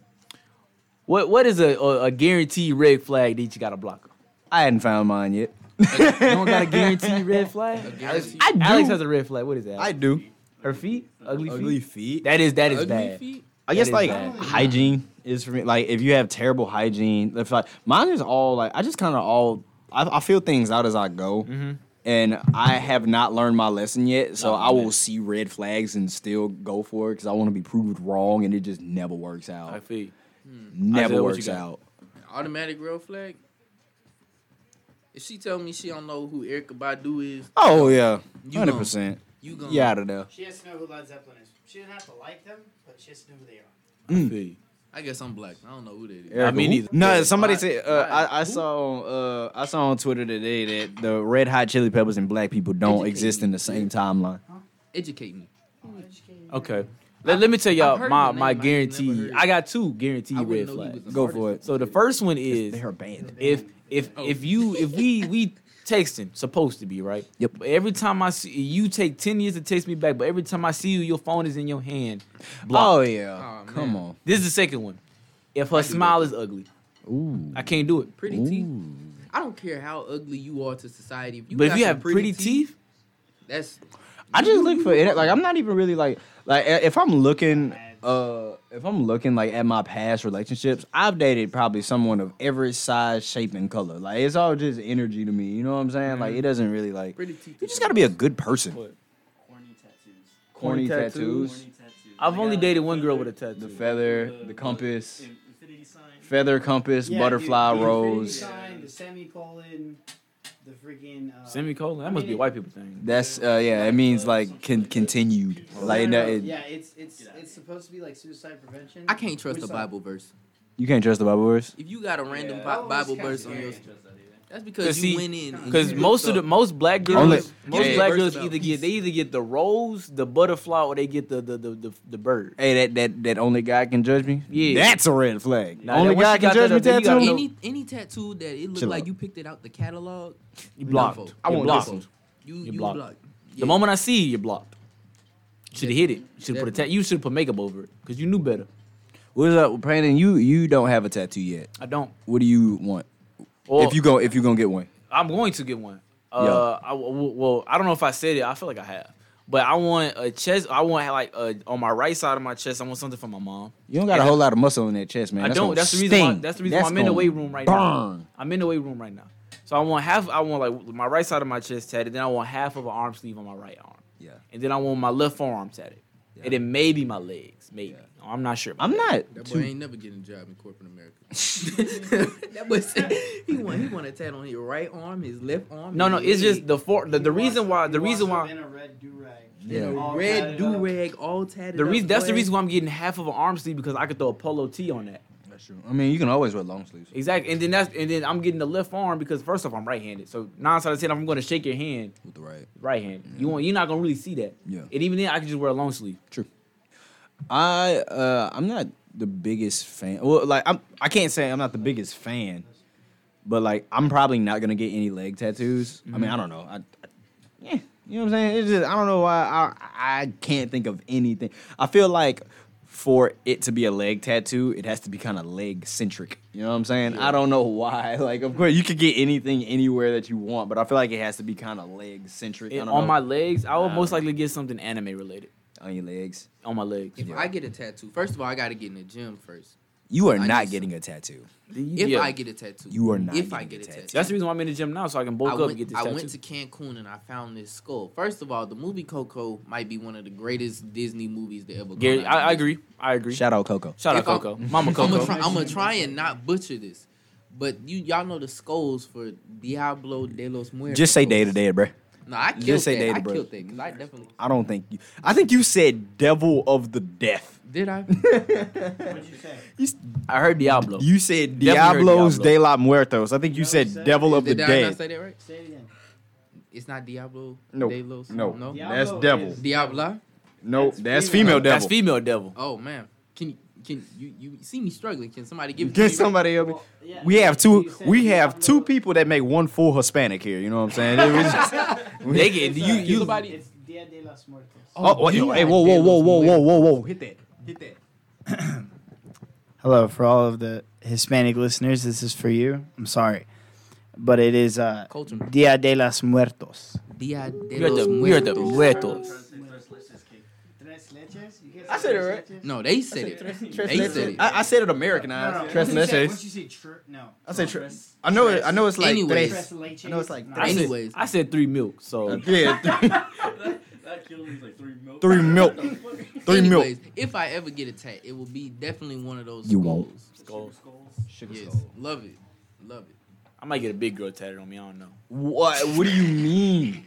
Speaker 4: What what is a, a, a guaranteed red flag that you gotta block?
Speaker 1: I hadn't found mine yet.
Speaker 4: You don't got a guaranteed red flag.
Speaker 3: guarantee.
Speaker 1: I do.
Speaker 4: Alex has a red flag. What is that?
Speaker 1: I do.
Speaker 4: Her feet, ugly,
Speaker 1: Ugly
Speaker 4: feet.
Speaker 1: feet.
Speaker 4: That is that is
Speaker 3: Ugly
Speaker 4: bad.
Speaker 3: feet.
Speaker 1: I guess
Speaker 4: is
Speaker 1: like
Speaker 4: bad.
Speaker 1: hygiene is for me. Like if you have terrible hygiene, if like mine is all like I just kind of all I, I feel things out as I go,
Speaker 4: Mm-hmm.
Speaker 1: and I have not learned my lesson yet.
Speaker 4: Oh,
Speaker 1: So I will see red flags and still go for it because I want to be proved wrong, and it just never works out.
Speaker 4: Her feet.
Speaker 1: never
Speaker 4: Isaiah, what you
Speaker 1: works
Speaker 4: got?
Speaker 1: out.
Speaker 3: Automatic red flag. If she tell me she don't know who Erica Badu is,
Speaker 1: Oh yeah,
Speaker 3: You
Speaker 1: hundred percent.
Speaker 3: you gonna
Speaker 1: You out of there.
Speaker 10: She has to know who Led Zeppelin is. She doesn't have to like them, but she has to know who they are.
Speaker 4: Her feet.
Speaker 3: I guess I'm black. I don't know who that is.
Speaker 1: Erica,
Speaker 4: mean,
Speaker 1: who-
Speaker 4: either.
Speaker 1: No, somebody
Speaker 3: Why-
Speaker 1: said uh,
Speaker 3: why?
Speaker 1: I, I saw on, uh, I saw on Twitter today that the Red Hot Chili Peppers and Black people don't
Speaker 3: Educate
Speaker 1: exist in the same timeline.
Speaker 3: Educate me.
Speaker 4: Okay. Let, let me tell y'all
Speaker 3: Mm-hmm. I've heard
Speaker 4: my
Speaker 3: the name, I
Speaker 4: my
Speaker 3: ain't never heard
Speaker 4: guarantee.
Speaker 3: it.
Speaker 4: I got two guaranteed
Speaker 3: I
Speaker 4: red
Speaker 3: wouldn't know he was
Speaker 4: flags.
Speaker 3: an
Speaker 1: Go for
Speaker 3: artist.
Speaker 1: it.
Speaker 4: So the first one is
Speaker 1: They're a band.
Speaker 4: if if
Speaker 3: Oh.
Speaker 4: if you if we we texting supposed to be right.
Speaker 1: Yep.
Speaker 4: But every time I see you take ten years to text me back, but every time I see you, your phone is in your hand. Block.
Speaker 1: Oh yeah,
Speaker 3: Aw,
Speaker 1: come
Speaker 3: man.
Speaker 1: on.
Speaker 4: This is the second one. If her smile is ugly,
Speaker 1: Ooh,
Speaker 4: I can't do it.
Speaker 3: Pretty teeth. I don't care how ugly you are to society. If you
Speaker 4: but if
Speaker 3: got
Speaker 4: you
Speaker 3: some
Speaker 4: have pretty, teeth,
Speaker 3: that's
Speaker 1: I just look for it. Like I'm not even really like like i- if I'm looking uh if I'm looking like at my past relationships, I've dated probably someone of every size, shape, and color. Like it's all just energy to me. You know what I'm saying? Like it doesn't really like.
Speaker 3: pretty teeth.
Speaker 1: You just gotta be a good person.
Speaker 2: Corny tattoos.
Speaker 1: Corny
Speaker 4: Corny
Speaker 1: tattoos,
Speaker 2: Corny tattoos.
Speaker 4: I've
Speaker 2: Like,
Speaker 4: only
Speaker 2: uh,
Speaker 4: dated one girl with
Speaker 2: feather,
Speaker 4: a tattoo.
Speaker 1: the feather, the compass.
Speaker 2: in- Infinity sign.
Speaker 1: Feather compass,
Speaker 10: Yeah,
Speaker 1: butterfly
Speaker 10: dude, the infinity
Speaker 1: rose.
Speaker 10: sign, the semicolon, the freaking. Uh,
Speaker 4: Semicolon. That must be a white people thing.
Speaker 1: That's uh yeah, it means like can continued. Like no, it,
Speaker 10: yeah, it's it's
Speaker 2: Get out of
Speaker 10: it's supposed to be like suicide prevention.
Speaker 3: I can't trust
Speaker 10: Which
Speaker 3: a
Speaker 10: side?
Speaker 3: Bible verse.
Speaker 1: you can't trust the Bible verse.
Speaker 3: If you got a random
Speaker 2: Yeah.
Speaker 3: Bi-
Speaker 10: Oh,
Speaker 3: Bible
Speaker 10: this
Speaker 3: verse
Speaker 10: guy's
Speaker 3: on your,
Speaker 10: scary.
Speaker 3: that's
Speaker 4: Cause
Speaker 3: because you
Speaker 4: see-
Speaker 3: went in. and
Speaker 4: Because
Speaker 3: you
Speaker 4: Mm-hmm. most of
Speaker 3: looked
Speaker 4: the
Speaker 3: up.
Speaker 4: most black girls,
Speaker 1: Only-
Speaker 4: most
Speaker 1: Yeah.
Speaker 4: black
Speaker 3: Verse
Speaker 4: girls
Speaker 3: about
Speaker 4: either
Speaker 3: peace.
Speaker 4: get they either get the rose, the butterfly, or they get the the the the, the bird.
Speaker 1: Hey, that that that only God can judge me.
Speaker 4: Yeah.
Speaker 1: that's a red flag.
Speaker 4: Nah,
Speaker 1: only
Speaker 4: that- once
Speaker 1: God
Speaker 4: you
Speaker 1: can
Speaker 4: got
Speaker 1: judge
Speaker 4: that
Speaker 1: me
Speaker 4: up, then you
Speaker 1: tattoo.
Speaker 4: gotta know-
Speaker 3: any any tattoo that it looked
Speaker 1: Chill
Speaker 3: like
Speaker 1: out.
Speaker 3: you picked it out the catalog,
Speaker 4: You blocked.
Speaker 3: no vote.
Speaker 1: I
Speaker 4: You
Speaker 1: want
Speaker 4: blocked.
Speaker 1: this
Speaker 3: You
Speaker 4: You
Speaker 3: you,
Speaker 4: blocked.
Speaker 3: blocked.
Speaker 4: The moment I see you, you're blocked. Should have hit it. Should have put a ta-
Speaker 3: Definitely.
Speaker 4: You should have put makeup over it because you knew better.
Speaker 1: What's up, Brandon? You you don't have a tattoo yet.
Speaker 4: I don't.
Speaker 1: What do you want?
Speaker 4: Or
Speaker 1: if you go, if you gonna get one,
Speaker 4: I'm going to get one. Uh, I, w- w- well, I don't know if I said it. I feel like I have, but I want a chest. I want like a, on my right side of my chest. I want something from my mom.
Speaker 1: you don't got a
Speaker 4: And
Speaker 1: whole lot of muscle in that chest, man.
Speaker 4: I
Speaker 1: That's
Speaker 4: don't.
Speaker 1: gonna
Speaker 4: That's the reason. Why,
Speaker 1: sting.
Speaker 4: that's the reason why I'm in the
Speaker 1: gonna
Speaker 4: weight room right
Speaker 1: burn.
Speaker 4: now. I'm in the weight room right now. So I want half. I want like my right side of my chest tatted. Then I want half of an arm sleeve on my right arm,
Speaker 1: Yeah,
Speaker 4: and then I want my left forearm tatted, and then maybe my legs. Maybe Oh, I'm not sure. about
Speaker 1: I'm
Speaker 4: that.
Speaker 1: not.
Speaker 3: That boy
Speaker 1: Too,
Speaker 3: ain't never getting a job in corporate America. that boy said he want he want a tat on his right arm, his left arm.
Speaker 4: No, no.
Speaker 3: his
Speaker 4: It's just
Speaker 3: leg.
Speaker 4: the for the, the reason why the reason
Speaker 10: In
Speaker 4: why
Speaker 10: a red do rag.
Speaker 1: Yeah.
Speaker 3: And a red do rag all tatted.
Speaker 4: the
Speaker 3: up,
Speaker 4: reason that's the
Speaker 3: boy.
Speaker 4: reason why I'm getting half of an arm sleeve because I could throw a polo tee on that.
Speaker 1: that's true. I mean, you can always wear long sleeves.
Speaker 4: Exactly, and then that's and then I'm getting the left arm because first off I'm right-handed, so nine out of ten I'm going to shake your hand
Speaker 1: With the right.
Speaker 4: right-handed. You want you're not going to really see that.
Speaker 1: Mm-hmm. Yeah.
Speaker 4: And even then I can just wear a long sleeve.
Speaker 1: I uh I'm not the biggest fan. Well, like I'm I can't say I'm not the biggest
Speaker 4: Mm-hmm.
Speaker 1: fan, but like I'm probably not gonna get any leg tattoos. I mean, I don't know. I, I yeah, you know what I'm saying? It's just I don't know why I I can't think of anything. I feel like for it to be a leg tattoo, it has to be kind of leg centric. You know what I'm saying? I don't know why. Like, of course, you could get anything anywhere that you want, but I feel like it has to be kind of leg centric.
Speaker 4: It-
Speaker 1: I
Speaker 4: on
Speaker 1: don't know.
Speaker 4: my legs, I would
Speaker 1: Nah.
Speaker 4: most likely get something anime related
Speaker 1: on your legs.
Speaker 4: on my legs.
Speaker 3: If I get a tattoo, first of all, I gotta get in the gym first.
Speaker 1: You are
Speaker 3: I
Speaker 1: not
Speaker 3: just-
Speaker 1: getting a tattoo.
Speaker 3: If
Speaker 4: Yeah.
Speaker 3: I get a tattoo,
Speaker 1: You are not
Speaker 3: If I
Speaker 1: getting
Speaker 3: get a
Speaker 1: a
Speaker 3: tattoo,
Speaker 1: tattoo.
Speaker 4: That's the reason why I'm in the gym now, so I can bulk
Speaker 3: I
Speaker 4: up
Speaker 3: went,
Speaker 4: and get this
Speaker 3: I
Speaker 4: tattoo.
Speaker 3: went to Cancun and I found this skull. First of all, the movie Coco might be one of the greatest Disney movies to ever. come
Speaker 4: Gary,
Speaker 3: out.
Speaker 4: I, I agree. I agree. Shout,
Speaker 1: Shout out Coco.
Speaker 4: out
Speaker 3: If I'm-
Speaker 4: Coco, Mama
Speaker 3: I'm
Speaker 4: Coco.
Speaker 3: gonna try, I'ma try and not butcher this, but you y'all know the skulls for Diablo de los Muertos.
Speaker 1: Just say day to day, bruh.
Speaker 3: No, I killed
Speaker 1: just say
Speaker 3: that.
Speaker 1: day to
Speaker 3: I
Speaker 1: bro.
Speaker 3: killed that because I definitely
Speaker 1: I don't think you. I think you said devil of the death.
Speaker 3: did. I
Speaker 10: What'd you say?
Speaker 4: I heard Diablo.
Speaker 1: You said
Speaker 4: Definitely heard
Speaker 1: Diablos
Speaker 4: Diablo.
Speaker 1: de la Muertos. I think you
Speaker 10: No,
Speaker 1: said
Speaker 10: said-
Speaker 1: devil of the
Speaker 3: did I not
Speaker 1: dead.
Speaker 3: say that right?
Speaker 10: Say it again.
Speaker 3: It's not Diablo
Speaker 1: No,
Speaker 3: de los
Speaker 1: no,
Speaker 3: no
Speaker 2: That's
Speaker 10: Diablo
Speaker 2: devil.
Speaker 10: is-
Speaker 3: Diabla.
Speaker 1: No,
Speaker 10: That's
Speaker 1: that's
Speaker 10: female.
Speaker 1: female
Speaker 4: That's
Speaker 1: devil.
Speaker 4: female devil.
Speaker 3: Oh man, can you can you you see me struggling? Can somebody give it to
Speaker 1: Get
Speaker 3: me?
Speaker 1: somebody else.
Speaker 10: Well, yeah,
Speaker 1: We have
Speaker 10: you
Speaker 1: two.
Speaker 10: said
Speaker 1: We have
Speaker 10: Diablo-
Speaker 1: two people that make one full Hispanic here. You know what I'm saying? It was just-
Speaker 4: They get you.
Speaker 3: You
Speaker 4: You
Speaker 3: somebody.
Speaker 10: It's Dia de los Muertos.
Speaker 1: oh, what-
Speaker 3: Dia
Speaker 1: hey, whoa,
Speaker 3: de
Speaker 1: whoa, whoa, whoa,
Speaker 3: los
Speaker 1: whoa,
Speaker 3: Muertos.
Speaker 1: whoa, whoa! Hit that. Hit that.
Speaker 10: Hello, for all of the Hispanic listeners, this is for you. I'm sorry, but it is uh,
Speaker 3: Culture.
Speaker 10: Dia de los Muertos.
Speaker 3: Dia de
Speaker 4: You're
Speaker 3: los
Speaker 4: the you're the
Speaker 3: Muertos.
Speaker 4: muertos.
Speaker 10: Tres leches. You guys
Speaker 1: I said it right.
Speaker 3: No, they said it. They
Speaker 1: Tres
Speaker 3: said
Speaker 1: leches.
Speaker 3: it.
Speaker 1: I, I said it Americanized. Tres leches.
Speaker 10: you say tr- no,
Speaker 1: I said tr- I know it. I know it's like
Speaker 3: Anyways.
Speaker 1: tres.
Speaker 10: leches.
Speaker 1: I know it's like
Speaker 10: No.
Speaker 4: I said-
Speaker 3: Anyways.
Speaker 4: I said three milk. So
Speaker 1: Yeah,
Speaker 11: That killed me like three milk.
Speaker 1: three milk. Three milk.
Speaker 3: Anyways, If I ever get a tat, it will be definitely one of those.
Speaker 1: You won't.
Speaker 3: skulls.
Speaker 4: Skulls.
Speaker 1: Sugar
Speaker 3: Yes,
Speaker 1: skull.
Speaker 3: love it, love it.
Speaker 4: I might get a big girl tatted on me. I don't know.
Speaker 1: What? What do you mean?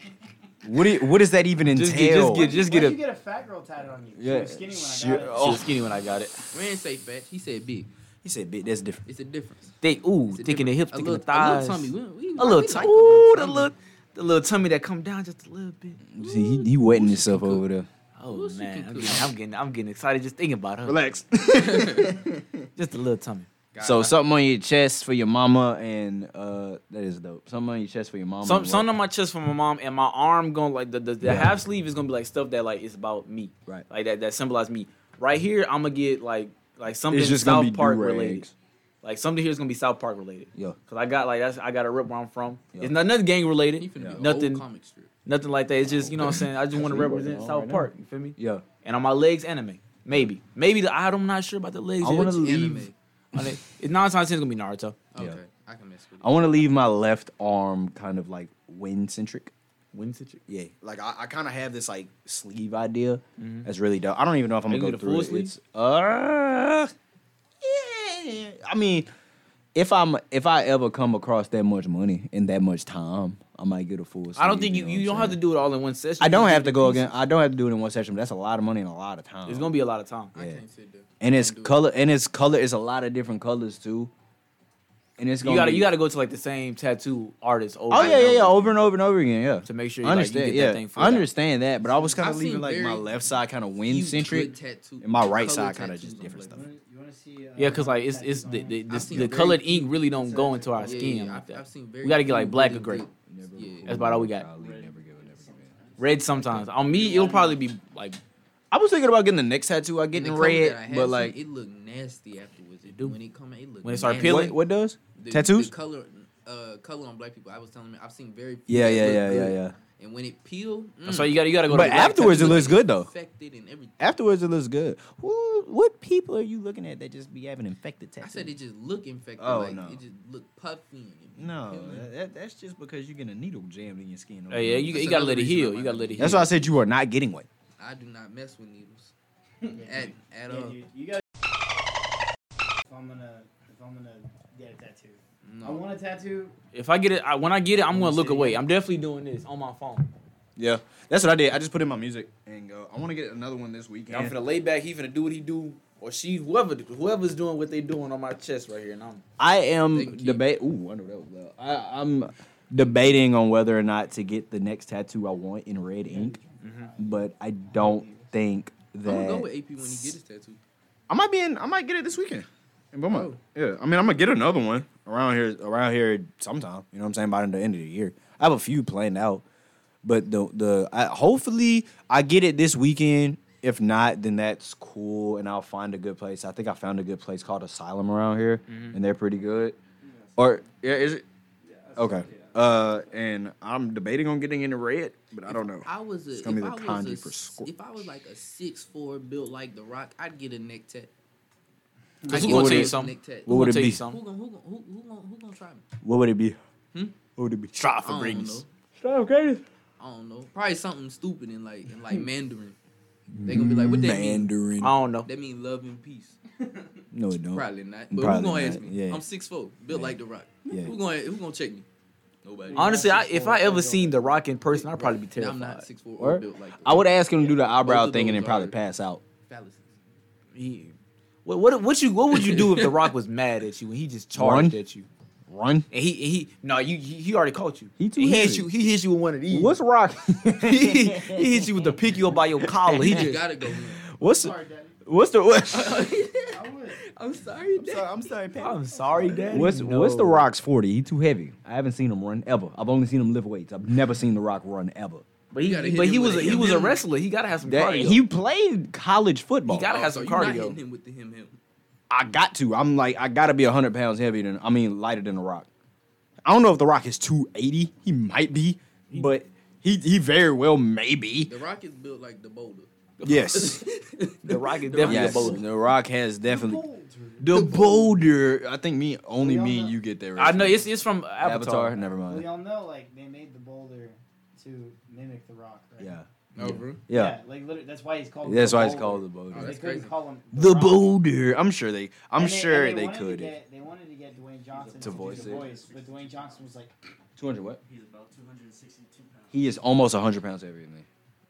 Speaker 1: What? Do, what does that even entail?
Speaker 4: Just get, just get, just get
Speaker 10: Why'd
Speaker 4: a.
Speaker 10: you get a fat girl tatted on you?
Speaker 1: Yeah. oh.
Speaker 10: She was skinny when I got
Speaker 1: Sure.
Speaker 10: it.
Speaker 4: She was skinny when I got it.
Speaker 3: We ain't say fat. He said big.
Speaker 1: He said, "Bit, that's different."
Speaker 3: It's a difference.
Speaker 4: They ooh,
Speaker 3: It's a
Speaker 4: thick in the
Speaker 3: difference.
Speaker 4: hips,
Speaker 3: A
Speaker 4: thick in the
Speaker 3: little-
Speaker 4: thighs.
Speaker 3: A little tummy. We, we,
Speaker 4: A little
Speaker 3: we like
Speaker 4: tummy.
Speaker 3: the little
Speaker 4: Ooh, the
Speaker 3: tummy.
Speaker 4: little, the little tummy that come down just a little bit.
Speaker 1: See, he, he wetting himself over there.
Speaker 4: Oh
Speaker 3: Ooh, she
Speaker 4: man,
Speaker 3: can
Speaker 4: I'm
Speaker 3: cook.
Speaker 4: getting, I'm getting, I'm getting excited just thinking about her.
Speaker 1: Relax.
Speaker 4: Just a little tummy.
Speaker 3: God,
Speaker 1: so
Speaker 3: I-
Speaker 1: something on your chest for your mama, and uh, that is dope. Something on your chest for your mama.
Speaker 4: Some, something on my chest for my mom, and my arm going like the the, the
Speaker 1: Yeah.
Speaker 4: half sleeve is gonna be like stuff that like is about me,
Speaker 1: Right.
Speaker 4: Like that that symbolize me. Right here, I'm gonna get like like something
Speaker 1: It's just
Speaker 4: South
Speaker 1: gonna be
Speaker 4: Park
Speaker 1: do
Speaker 4: related. Like something here is gonna be South Park related.
Speaker 1: Yo,
Speaker 4: Cause I got like that's I got to rip where I'm from.
Speaker 1: Yeah.
Speaker 4: It's not nothing gang related,
Speaker 3: He finna be an
Speaker 4: nothing
Speaker 3: Old comic strip.
Speaker 4: nothing like that. It's just you know what I'm saying. I just want to
Speaker 1: what we working
Speaker 4: represent
Speaker 1: on
Speaker 4: South
Speaker 1: right now.
Speaker 4: Park. You feel me?
Speaker 1: yo.
Speaker 4: And on my legs, anime. Maybe maybe the, I- I'm not sure about the legs.
Speaker 1: I wanna
Speaker 4: It's-
Speaker 1: leave-
Speaker 3: Anime.
Speaker 4: on it- It's nine times ten it's gonna be Naruto.
Speaker 3: Okay,
Speaker 1: Yeah.
Speaker 3: I can mess with it.
Speaker 1: I want to leave my left arm kind of like wind centric.
Speaker 4: Win situation.
Speaker 1: Yeah, like I, I kind of have this like sleeve idea. That's really dope. I don't even know if I'm
Speaker 4: Mm-hmm. Are you
Speaker 1: gonna go through
Speaker 4: gonna full
Speaker 1: it.
Speaker 4: sleeve?
Speaker 1: It's- Uh, yeah. I mean, if I'm if I ever come across that much money in that much time, I might get a full. Sleeve,
Speaker 4: I don't think you, you,
Speaker 1: know what
Speaker 4: don't
Speaker 1: I'm
Speaker 4: have to
Speaker 1: saying?
Speaker 4: do it all in one session.
Speaker 1: I
Speaker 4: You
Speaker 1: don't
Speaker 4: can
Speaker 1: have
Speaker 4: do
Speaker 1: to go
Speaker 4: pieces.
Speaker 1: again. I don't have to do it in one session. But that's a lot of money and a lot of time.
Speaker 4: It's gonna be a lot of time.
Speaker 3: I
Speaker 1: yeah.
Speaker 3: can't sit there.
Speaker 1: and it's
Speaker 3: Can't do it.
Speaker 1: color and it's color is a lot of different colors too. And it's gonna
Speaker 4: You gotta
Speaker 1: be,
Speaker 4: you gotta go to like the same tattoo artist over.
Speaker 1: Oh
Speaker 4: and
Speaker 1: yeah, yeah, yeah,
Speaker 4: over.
Speaker 1: over and over and over again, yeah.
Speaker 4: To make sure
Speaker 1: I
Speaker 4: you, like, you
Speaker 1: understand,
Speaker 4: get
Speaker 1: yeah,
Speaker 4: that thing.
Speaker 1: I
Speaker 4: filled out.
Speaker 1: understand that, but I was kind
Speaker 3: I've
Speaker 1: of leaving
Speaker 3: seen
Speaker 1: like my
Speaker 3: very
Speaker 1: left side kind of wind
Speaker 3: Huge
Speaker 1: centric.
Speaker 3: good tattoo-
Speaker 1: and my
Speaker 3: color
Speaker 1: right side kinda
Speaker 3: tattoos
Speaker 1: just
Speaker 3: on
Speaker 1: different
Speaker 3: black.
Speaker 1: stuff.
Speaker 10: You want to see? Uh,
Speaker 4: Yeah, cause like it's it's the the,
Speaker 3: I've
Speaker 4: the,
Speaker 3: seen
Speaker 4: the
Speaker 3: a very
Speaker 4: colored
Speaker 3: few-
Speaker 4: ink really don't go into our
Speaker 3: Yeah,
Speaker 4: skin
Speaker 3: yeah,
Speaker 4: like
Speaker 3: I've-
Speaker 4: that.
Speaker 3: I've seen
Speaker 4: We
Speaker 3: very
Speaker 4: gotta get like
Speaker 3: few
Speaker 4: black
Speaker 3: really
Speaker 4: or gray.
Speaker 3: good- Yeah.
Speaker 4: That's about all we got.
Speaker 1: Probably never give it, never give it.
Speaker 4: Red sometimes. On me, it'll probably be like
Speaker 1: I was thinking about getting the next tattoo I
Speaker 3: And
Speaker 1: get
Speaker 3: the
Speaker 1: in
Speaker 3: color that I
Speaker 1: red,
Speaker 3: had
Speaker 1: but
Speaker 3: seen,
Speaker 1: like
Speaker 3: it looked nasty afterwards. It
Speaker 4: do.
Speaker 3: do. When it come, out, it looked
Speaker 4: When it start
Speaker 3: nasty.
Speaker 4: peeling?
Speaker 1: what what does?
Speaker 3: The-
Speaker 1: Tattoos?
Speaker 3: The color, uh, color on black people. I was telling them I've seen very. few
Speaker 1: Yeah,
Speaker 3: that
Speaker 1: yeah,
Speaker 3: look
Speaker 1: yeah, yeah,
Speaker 3: good.
Speaker 1: yeah.
Speaker 3: And when it peel, mm,
Speaker 4: so you gotta you gotta go.
Speaker 1: But
Speaker 4: to the black
Speaker 1: afterwards- it
Speaker 4: tattoo.
Speaker 1: looks good, though.
Speaker 3: Infected and everything.
Speaker 1: Afterwards, it looks good. Who, what people are you looking at that just be having infected
Speaker 3: I
Speaker 1: tattoos?
Speaker 3: said it just look infected.
Speaker 1: Oh,
Speaker 3: like,
Speaker 1: no.
Speaker 3: It just looked puffy. And it
Speaker 1: no,
Speaker 3: peeling.
Speaker 1: that, that's just because you get a needle jammed in your skin.
Speaker 4: Oh, yeah, you, you gotta let it heal. You gotta let it heal.
Speaker 1: That's why I said you are not getting one.
Speaker 3: I do not mess with needles
Speaker 10: yeah,
Speaker 3: at at all.
Speaker 10: dude, you got. If I'm gonna, if I'm gonna get a tattoo, I
Speaker 3: No.
Speaker 10: want a tattoo.
Speaker 4: If I get it, I, when I get it, I'm
Speaker 10: Let
Speaker 4: gonna
Speaker 10: me
Speaker 4: look
Speaker 10: see.
Speaker 4: away. I'm definitely doing this on my phone.
Speaker 1: Yeah, that's what I did. I just put in my music and go. I want to get another one this weekend.
Speaker 4: I'm finna lay back. He finna do what he do, or she, whoever, whoever's doing what they doing on my chest right here, and I'm.
Speaker 1: I
Speaker 3: Thank
Speaker 1: am
Speaker 3: you.
Speaker 1: debate. Ooh, I know that was loud. I, I'm debating on whether or not to get the next tattoo I want in red ink, but I don't think
Speaker 3: Mm-hmm. I'm gonna
Speaker 1: that
Speaker 3: go with AP when he get his tattoo.
Speaker 1: I might be in. I might get it this weekend. In Beaumont.
Speaker 3: Oh.
Speaker 1: Yeah, I mean, I'm gonna get another one around here, around here sometime. You know what I'm saying? By the end of the year, I have a few planned out, But the the I, hopefully I get it this weekend. If not, then that's cool, and I'll find a good place. I think I found a good place called Asylum around here,
Speaker 3: Mm-hmm.
Speaker 1: and they're pretty good. Or yeah, is it? Okay. Uh, and I'm debating on getting into red, but I don't know.
Speaker 3: I was a,
Speaker 1: It's
Speaker 3: if,
Speaker 1: gonna be
Speaker 3: I
Speaker 1: the
Speaker 3: was a
Speaker 1: kanji
Speaker 3: s-
Speaker 1: for squ-
Speaker 3: if I was like a six four built like the Rock, I'd get a neck tat.
Speaker 4: Cause
Speaker 3: I
Speaker 4: who gonna
Speaker 3: get
Speaker 4: tell
Speaker 3: a
Speaker 4: you
Speaker 3: neck
Speaker 4: something?
Speaker 3: tat.
Speaker 1: What would
Speaker 4: I'ma
Speaker 1: it
Speaker 4: tell you
Speaker 1: be?
Speaker 3: Who
Speaker 4: something.
Speaker 3: gonna who gonna who, who gonna who gonna try me?
Speaker 1: What would it be?
Speaker 3: Hmm?
Speaker 1: What would it be?
Speaker 4: Strive
Speaker 3: I
Speaker 4: for
Speaker 3: don't
Speaker 4: greatness.
Speaker 3: know. I don't know. Probably something stupid in like in
Speaker 4: Mm.
Speaker 3: like Mandarin. They gonna be like, what that mean?
Speaker 1: Mandarin.
Speaker 4: I don't know.
Speaker 3: That mean love and peace.
Speaker 1: No, it don't.
Speaker 3: Um, Probably not. But
Speaker 1: Mm. Probably
Speaker 3: who gonna
Speaker 1: not,
Speaker 3: ask me?
Speaker 1: yeah.
Speaker 3: I'm six four, built like the Rock.
Speaker 1: Yeah.
Speaker 3: Who gonna who gonna check me? Nobody.
Speaker 4: Honestly, I, if I ever seen The Rock in person, I'd probably be terrified.
Speaker 3: I'm not six four or
Speaker 1: Word?
Speaker 3: built like the
Speaker 1: I would ask him to do the eyebrow
Speaker 3: of
Speaker 1: thing and
Speaker 3: those
Speaker 1: then probably
Speaker 3: are-
Speaker 1: pass out.
Speaker 3: Fallacies.
Speaker 4: He- what, what what you what would you do if The Rock was mad at you and he just charged
Speaker 1: Run?
Speaker 4: at you?
Speaker 1: Run.
Speaker 4: And he and he no you he he already caught you.
Speaker 1: He too
Speaker 4: And hit
Speaker 1: heavy.
Speaker 4: you. He hit you with one of these.
Speaker 1: What's rock?
Speaker 4: he, he hit you with the pick you up by your collar. He
Speaker 3: You
Speaker 4: just
Speaker 3: gotta go. in.
Speaker 1: What's
Speaker 10: Sorry, Daddy.
Speaker 1: what's the what?
Speaker 10: I would.
Speaker 3: I'm sorry, Dad.
Speaker 12: I'm sorry,
Speaker 4: I'm sorry, Daddy.
Speaker 1: What's
Speaker 4: No.
Speaker 1: what's the Rock's forty? He too heavy. I haven't seen him run ever. I've only seen him lift weights. I've never seen the Rock run ever.
Speaker 4: But he,
Speaker 3: You gotta hit
Speaker 4: but
Speaker 3: him
Speaker 4: he
Speaker 3: with
Speaker 4: was a,
Speaker 3: a
Speaker 4: he
Speaker 3: him,
Speaker 4: was a
Speaker 3: him.
Speaker 4: wrestler. He gotta have some
Speaker 1: That-
Speaker 4: cardio.
Speaker 1: he played college football.
Speaker 4: He gotta have some
Speaker 3: you're Oh, Not
Speaker 4: cardio.
Speaker 3: hitting him with the him him.
Speaker 1: I got to. I'm like I gotta be hundred pounds heavier than I mean lighter than the Rock. I don't know if the Rock is two eighty. He might be, but he he very well may be.
Speaker 3: The Rock is built like the boulder.
Speaker 1: Yes.
Speaker 4: the Rock is definitely
Speaker 1: yes.
Speaker 4: a boulder.
Speaker 1: The Rock has definitely the boulder. I think me only me and you get that.
Speaker 4: I know
Speaker 1: reference.
Speaker 4: it's it's from Avatar.
Speaker 1: Avatar. Never
Speaker 10: We
Speaker 1: mind.
Speaker 10: all know like they made the boulder to mimic the rock, right?
Speaker 1: Yeah.
Speaker 3: No, bro.
Speaker 1: Yeah.
Speaker 10: like literally, that's why he's called.
Speaker 1: That's
Speaker 10: the
Speaker 1: why it's
Speaker 10: Boulder.
Speaker 1: called the boulder.
Speaker 3: Oh,
Speaker 10: They
Speaker 3: that's
Speaker 10: couldn't
Speaker 3: crazy.
Speaker 10: call him
Speaker 1: The
Speaker 10: Rock.
Speaker 1: boulder. I'm sure they. I'm
Speaker 10: And
Speaker 1: sure
Speaker 10: and
Speaker 1: they,
Speaker 10: wanted to
Speaker 1: could.
Speaker 10: Get, they wanted to get Dwayne Johnson to,
Speaker 1: voice
Speaker 10: do
Speaker 1: it.
Speaker 10: the voice, but Dwayne Johnson was like,
Speaker 1: Two hundred what?
Speaker 13: He's about 262 pounds.
Speaker 1: He is almost hundred pounds heavier than me.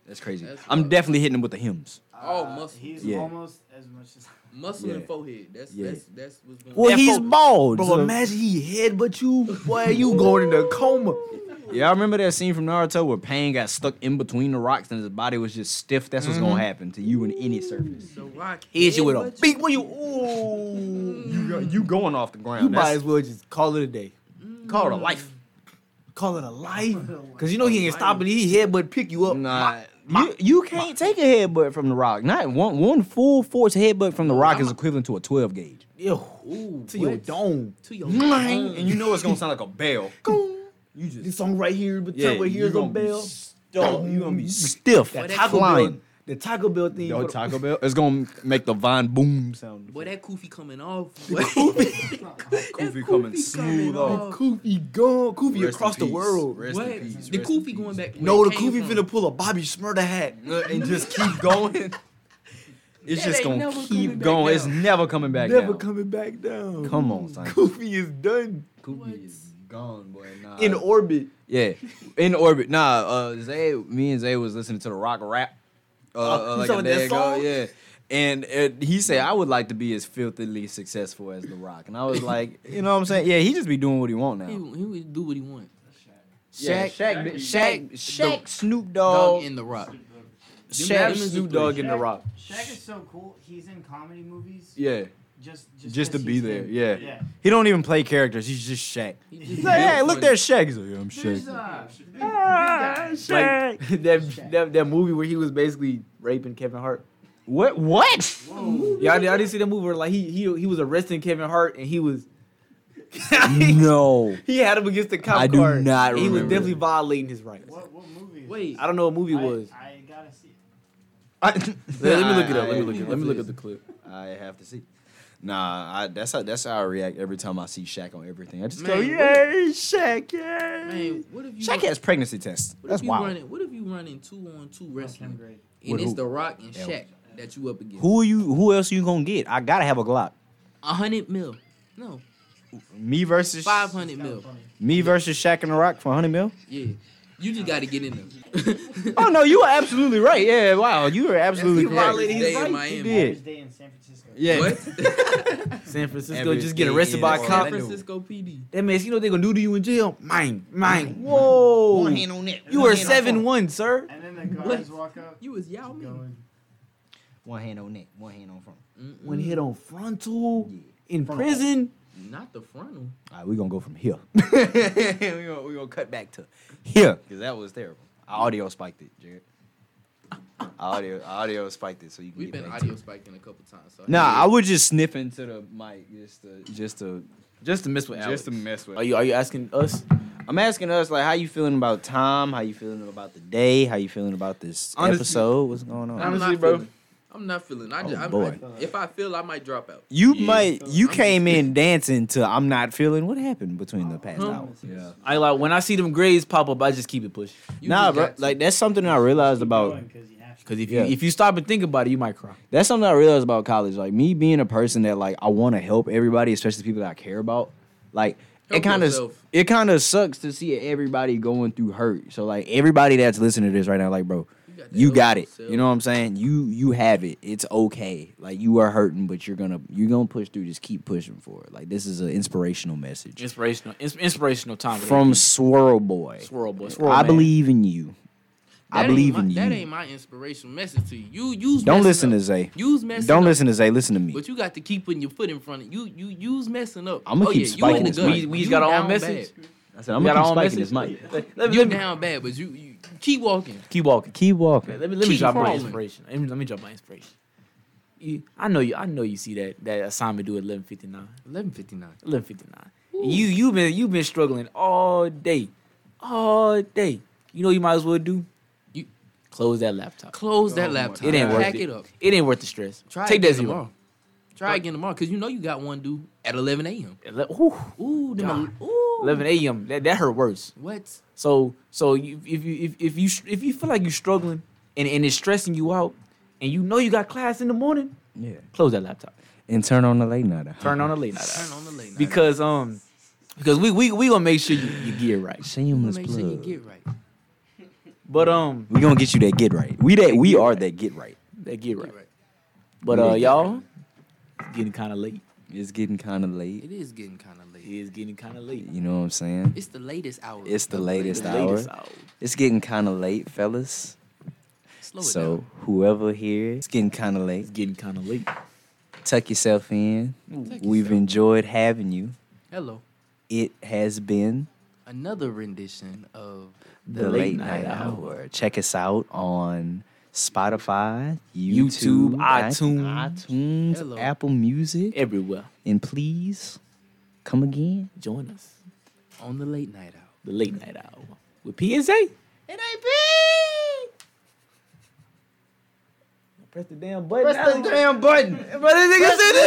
Speaker 1: That's crazy.
Speaker 3: That's
Speaker 1: I'm
Speaker 3: wild.
Speaker 1: definitely hitting him with the hymns.
Speaker 3: All
Speaker 10: uh,
Speaker 3: Oh, muscle.
Speaker 10: He's
Speaker 1: Yeah. Uh,
Speaker 10: almost as much as.
Speaker 3: Muscle and
Speaker 1: Yeah.
Speaker 3: forehead. That's
Speaker 1: Yeah.
Speaker 3: that's that's what's going
Speaker 1: Well,
Speaker 3: on.
Speaker 1: he's bald.
Speaker 4: Bro,
Speaker 1: so-
Speaker 4: imagine he head but you, boy, you going into a coma.
Speaker 1: Y'all remember that scene from Naruto where Pain got stuck in between the rocks and his body was just stiff? That's what's gonna happen to you in any surface.
Speaker 3: The Rock
Speaker 4: Mm-hmm. Hit you with a
Speaker 3: headbutt
Speaker 4: big one. You ooh.
Speaker 1: You go- you going off the ground?
Speaker 4: You might
Speaker 1: That's-
Speaker 4: as well just call it a day.
Speaker 1: call it a life.
Speaker 4: Call it a life. Cause you know he ain't stopping. He headbutt pick you up.
Speaker 1: Nah, you, you can't take a headbutt from the rock. Not one one full force headbutt from the rock is equivalent to a twelve gauge.
Speaker 4: Ew.
Speaker 3: Ooh,
Speaker 4: to your
Speaker 3: what?
Speaker 4: dome.
Speaker 3: to your
Speaker 1: and you know it's gonna sound like a bell. You just
Speaker 4: This song right here, but yeah, right here's a bell.
Speaker 1: Yo, you gonna be stiff,
Speaker 3: Boy, that
Speaker 4: Taco Bell,
Speaker 1: flying.
Speaker 4: the Taco Bell thing.
Speaker 1: Yo,
Speaker 4: for the-
Speaker 1: Taco Bell. It's gonna make the vine boom sound.
Speaker 3: Boy, that koofy coming off. Boy. Koofy
Speaker 1: Koofy coming smooth off.
Speaker 4: Koofy gone. Koofy
Speaker 1: Rest in
Speaker 4: across the
Speaker 1: peace.
Speaker 4: world.
Speaker 1: Rest
Speaker 3: What?
Speaker 1: in peace.
Speaker 3: The
Speaker 1: Rest in
Speaker 3: koofy going back. where it
Speaker 4: No, the
Speaker 3: came
Speaker 4: Koofy
Speaker 3: from.
Speaker 4: finna pull a Bobby Smurda hat.
Speaker 1: peace. uh, and just keep going. It's just
Speaker 3: That ain't
Speaker 1: gonna
Speaker 3: never coming
Speaker 1: keep
Speaker 3: back
Speaker 1: going. It's
Speaker 3: down.
Speaker 1: never coming back.
Speaker 4: Never
Speaker 1: down.
Speaker 4: coming back down.
Speaker 1: Come on, son.
Speaker 4: Koofy is done
Speaker 1: Koofy is gone, boy. Nah.
Speaker 4: in orbit.
Speaker 1: yeah, in orbit. Nah, uh, Zay. Me and Zay was listening to the rock rap.
Speaker 4: Oh,
Speaker 1: Uh, uh,
Speaker 4: you
Speaker 1: like
Speaker 4: talking
Speaker 1: a
Speaker 4: about that
Speaker 1: day ago.
Speaker 4: song?
Speaker 1: Yeah. And it, he said, I would like to be as filthily successful as The Rock. And I was like, you know what I'm saying? Yeah, he just be doing what he want now.
Speaker 3: He, he would do what he want.
Speaker 1: Shaq, Shaq, Shaq, Shaq, Snoop
Speaker 3: Dog
Speaker 1: Dogg,
Speaker 3: in the rock.
Speaker 1: Shaq,
Speaker 3: Them is the
Speaker 1: Snoop
Speaker 3: three.
Speaker 1: Dogg, and The Rock.
Speaker 10: Shaq is so cool. He's in comedy movies.
Speaker 1: Yeah,
Speaker 10: Just, just,
Speaker 1: just to
Speaker 10: 'cause
Speaker 1: be
Speaker 10: he's
Speaker 1: there.
Speaker 10: him.
Speaker 1: Yeah.
Speaker 10: Yeah.
Speaker 1: he don't even play characters. He's just Shaq.
Speaker 3: He
Speaker 1: He's
Speaker 3: just
Speaker 1: like, hey,
Speaker 3: built
Speaker 1: look,
Speaker 3: for
Speaker 1: there's Shaq. He's like, yeah, I'm
Speaker 10: There's,
Speaker 1: Shaq.
Speaker 10: uh, big-
Speaker 1: Ah,
Speaker 10: big guy.
Speaker 4: Like that, that that movie where he was basically raping Kevin Hart.
Speaker 1: What? What?
Speaker 10: Whoa.
Speaker 4: Y'all, y'all didn't see that movie where like he he he was arresting Kevin Hart and he was
Speaker 1: no.
Speaker 4: he had him against the cop
Speaker 1: I do
Speaker 4: car.
Speaker 1: not
Speaker 4: He was
Speaker 1: remember
Speaker 4: definitely
Speaker 1: that.
Speaker 4: violating his rights.
Speaker 10: What, what movie? is
Speaker 3: Wait,
Speaker 10: this?
Speaker 4: I don't know what movie it was.
Speaker 10: I, I gotta see it.
Speaker 1: I,
Speaker 4: Let, let me look it up. Let me look it up. Let me look at the clip.
Speaker 1: I have to see. Nah, I, that's how that's how I react every time I see Shaq on everything. I just
Speaker 3: Man,
Speaker 1: go,
Speaker 3: what-
Speaker 1: yay, Shaq, yay.
Speaker 3: Man, what if you?
Speaker 1: Shaq has pregnancy tests.
Speaker 3: what
Speaker 1: That's
Speaker 3: if you
Speaker 1: wild.
Speaker 3: running? What if you running two on two
Speaker 10: Tenth
Speaker 3: wrestling?
Speaker 10: grade.
Speaker 3: And
Speaker 1: With
Speaker 3: it's
Speaker 1: who?
Speaker 3: the Rock and
Speaker 1: Yeah.
Speaker 3: Shaq that you up against.
Speaker 1: Who are you? Who else you gonna get? I gotta have a Glock.
Speaker 3: A hundred mil. No,
Speaker 1: Me versus
Speaker 3: five hundred mil.
Speaker 1: Me versus Shaq and the Rock for hundred mil.
Speaker 3: Yeah, you just got to get in there.
Speaker 1: Oh no, you are absolutely right. Yeah, wow, you are absolutely
Speaker 4: He
Speaker 1: correct.
Speaker 4: violated his
Speaker 3: Stay in
Speaker 4: rights.
Speaker 3: Miami.
Speaker 1: He
Speaker 10: Average
Speaker 1: did.
Speaker 10: day in San Francisco.
Speaker 1: Yeah.
Speaker 3: What?
Speaker 4: San Francisco
Speaker 1: Every
Speaker 4: just get
Speaker 1: day
Speaker 4: arrested
Speaker 1: in
Speaker 4: by a
Speaker 1: Orlando.
Speaker 4: cop.
Speaker 3: San Francisco PD.
Speaker 4: That man, you know what they gonna do to you in jail? Mine, mine. Whoa,
Speaker 1: on that.
Speaker 4: you
Speaker 10: one
Speaker 4: are
Speaker 10: hand on
Speaker 4: seven one, sir.
Speaker 10: And then the guards
Speaker 3: What?
Speaker 10: walk up.
Speaker 3: You was Yao
Speaker 10: keep
Speaker 3: Ming.
Speaker 10: going.
Speaker 1: One hand on neck. One hand on front.
Speaker 3: Mm-mm.
Speaker 4: When hit on frontal
Speaker 1: Yeah.
Speaker 4: in
Speaker 1: Frontal.
Speaker 4: prison,
Speaker 3: Not the frontal.
Speaker 1: All right, we're gonna go from here. we gonna we gonna cut back to here because that was terrible. I audio spiked it, Jared. I audio, I audio spiked it, so you can
Speaker 3: We've
Speaker 1: get
Speaker 3: been
Speaker 1: back to
Speaker 3: audio
Speaker 1: it.
Speaker 3: spiked in a couple times. So
Speaker 1: Nah, I would just sniff into the mic just to, just to,
Speaker 4: Just to miss with Alex.
Speaker 1: just to mess with.
Speaker 4: Are you are you asking us?
Speaker 1: I'm asking us like, how you feeling about time? How you feeling about the day? How you feeling about this
Speaker 2: Honestly-
Speaker 1: episode? What's going on?
Speaker 3: I'm
Speaker 4: Honestly,
Speaker 3: not
Speaker 4: bro.
Speaker 3: Feeling, I'm not feeling. I
Speaker 1: Oh,
Speaker 3: just, I'm,
Speaker 1: boy.
Speaker 3: I- if I feel, I might drop out.
Speaker 1: You
Speaker 4: Yeah.
Speaker 1: might you
Speaker 3: I'm
Speaker 1: came
Speaker 3: just-
Speaker 1: in dancing to I'm not feeling what happened between the past
Speaker 3: Huh?
Speaker 1: hour. Yeah.
Speaker 4: I like when I see them grades pop up, I just keep it pushing.
Speaker 3: You
Speaker 1: nah,
Speaker 3: just
Speaker 1: bro.
Speaker 3: got to.
Speaker 1: Like that's something I realized about
Speaker 10: Because you have to.
Speaker 4: Cause if
Speaker 1: Yeah.
Speaker 4: you if you stop and think about it, you might cry.
Speaker 1: that's something I realized about college. Like me being a person that like I want to help everybody, especially people that I care about. Like
Speaker 3: Help
Speaker 1: it kind of
Speaker 3: yourself.
Speaker 1: it kind of sucks to see everybody going through hurt. So like everybody that's listening to this right now, like bro,
Speaker 3: got to
Speaker 1: you
Speaker 3: help
Speaker 1: got it.
Speaker 3: yourself.
Speaker 1: You know what I'm saying? You you have it. It's okay. Like you are hurting, but you're gonna you're gonna push through. Just keep pushing for it. Like this is an inspirational message
Speaker 4: Inspirational, ins- inspirational time
Speaker 1: from Swirl Boy.
Speaker 4: Swirl Boy. Swirl
Speaker 1: I
Speaker 4: Man.
Speaker 1: believe in you.
Speaker 3: That
Speaker 1: I
Speaker 3: ain't
Speaker 1: believe
Speaker 3: my-
Speaker 1: in you.
Speaker 3: That ain't my inspirational message to you. You use.
Speaker 1: Don't listen to
Speaker 3: up.
Speaker 1: Zay.
Speaker 3: Use messing.
Speaker 1: Don't
Speaker 3: up,
Speaker 1: listen to Zay. Listen to me.
Speaker 3: But you got to keep putting your foot in front of you. You use messing up.
Speaker 1: I'ma
Speaker 3: oh,
Speaker 1: keep
Speaker 3: yeah, you in
Speaker 1: spiking
Speaker 3: the
Speaker 1: this
Speaker 3: gut.
Speaker 1: mic.
Speaker 4: We- we
Speaker 3: You
Speaker 4: got our own
Speaker 3: down
Speaker 4: message.
Speaker 3: bad.
Speaker 1: I said,
Speaker 4: We
Speaker 1: I'm
Speaker 4: got
Speaker 1: gonna
Speaker 4: our
Speaker 1: keep
Speaker 4: own
Speaker 1: spiking
Speaker 4: message.
Speaker 1: this mic.
Speaker 4: Let, let me,
Speaker 3: You're
Speaker 4: let me
Speaker 3: down bad, but you, you keep walking.
Speaker 4: keep walking.
Speaker 1: Keep walking.
Speaker 4: Let me let me
Speaker 3: Keep
Speaker 4: drop my
Speaker 3: crawling.
Speaker 4: inspiration. Let me, let me drop my inspiration. You, I know you. I know you see that that assignment due at eleven fifty nine.
Speaker 3: Eleven fifty nine.
Speaker 4: Eleven fifty nine. You you been you been struggling all day, all day. You know what you might as well do. You close that laptop.
Speaker 3: Close that laptop.
Speaker 4: It ain't worth
Speaker 3: Pack
Speaker 4: it.
Speaker 3: it. up.
Speaker 4: It ain't worth the stress.
Speaker 3: Try
Speaker 4: Take
Speaker 3: again
Speaker 4: that zero.
Speaker 3: tomorrow. Try again tomorrow because you know you got one due at eleven a.m.
Speaker 4: Ele- whew,
Speaker 3: Ooh, them,
Speaker 4: God.
Speaker 3: ooh.
Speaker 4: Eleven a.m. That that hurt worse.
Speaker 3: What?
Speaker 4: So so you, if you if, if you if you feel like you're struggling and, and it's stressing you out, and you know you got class in the morning,
Speaker 1: Yeah.
Speaker 4: close that laptop.
Speaker 1: And turn on the late night.
Speaker 4: Turn on the late night.
Speaker 3: Turn on the late night.
Speaker 4: because um because we we we gonna make sure you, you get it right.
Speaker 1: shameless
Speaker 3: make sure you
Speaker 1: plug.
Speaker 3: get right.
Speaker 4: But um
Speaker 1: We gonna get you that get right. We that we are that get right.
Speaker 4: they get right.
Speaker 3: Get right.
Speaker 4: But uh y'all it's getting kind of late.
Speaker 1: It's getting kind of late.
Speaker 3: It is getting kind of
Speaker 4: It
Speaker 3: late.
Speaker 4: is getting kind of late.
Speaker 1: You know what I'm saying?
Speaker 3: It's the latest hour.
Speaker 1: It's the latest
Speaker 4: The
Speaker 1: hour.
Speaker 4: latest hour.
Speaker 1: It's getting kind of late, fellas.
Speaker 3: Slow it
Speaker 1: So
Speaker 3: down.
Speaker 1: whoever here, it's getting kind of late.
Speaker 4: It's getting kind of late.
Speaker 1: Tuck yourself in.
Speaker 3: Take
Speaker 1: We've
Speaker 3: yourself.
Speaker 1: enjoyed having you.
Speaker 3: Hello.
Speaker 1: It has been
Speaker 3: Another rendition of
Speaker 1: the, late, night, hour. Check us out on Spotify,
Speaker 4: YouTube,
Speaker 1: YouTube,
Speaker 4: iTunes.
Speaker 1: iTunes,
Speaker 3: Hello.
Speaker 1: Apple Music,
Speaker 4: Everywhere.
Speaker 1: and please come again.
Speaker 4: Join us.
Speaker 3: On the Late Night Hour.
Speaker 4: The late night hour with P and Z.
Speaker 3: It ain't big.
Speaker 4: Press the damn button.
Speaker 1: damn button.
Speaker 4: But this nigga said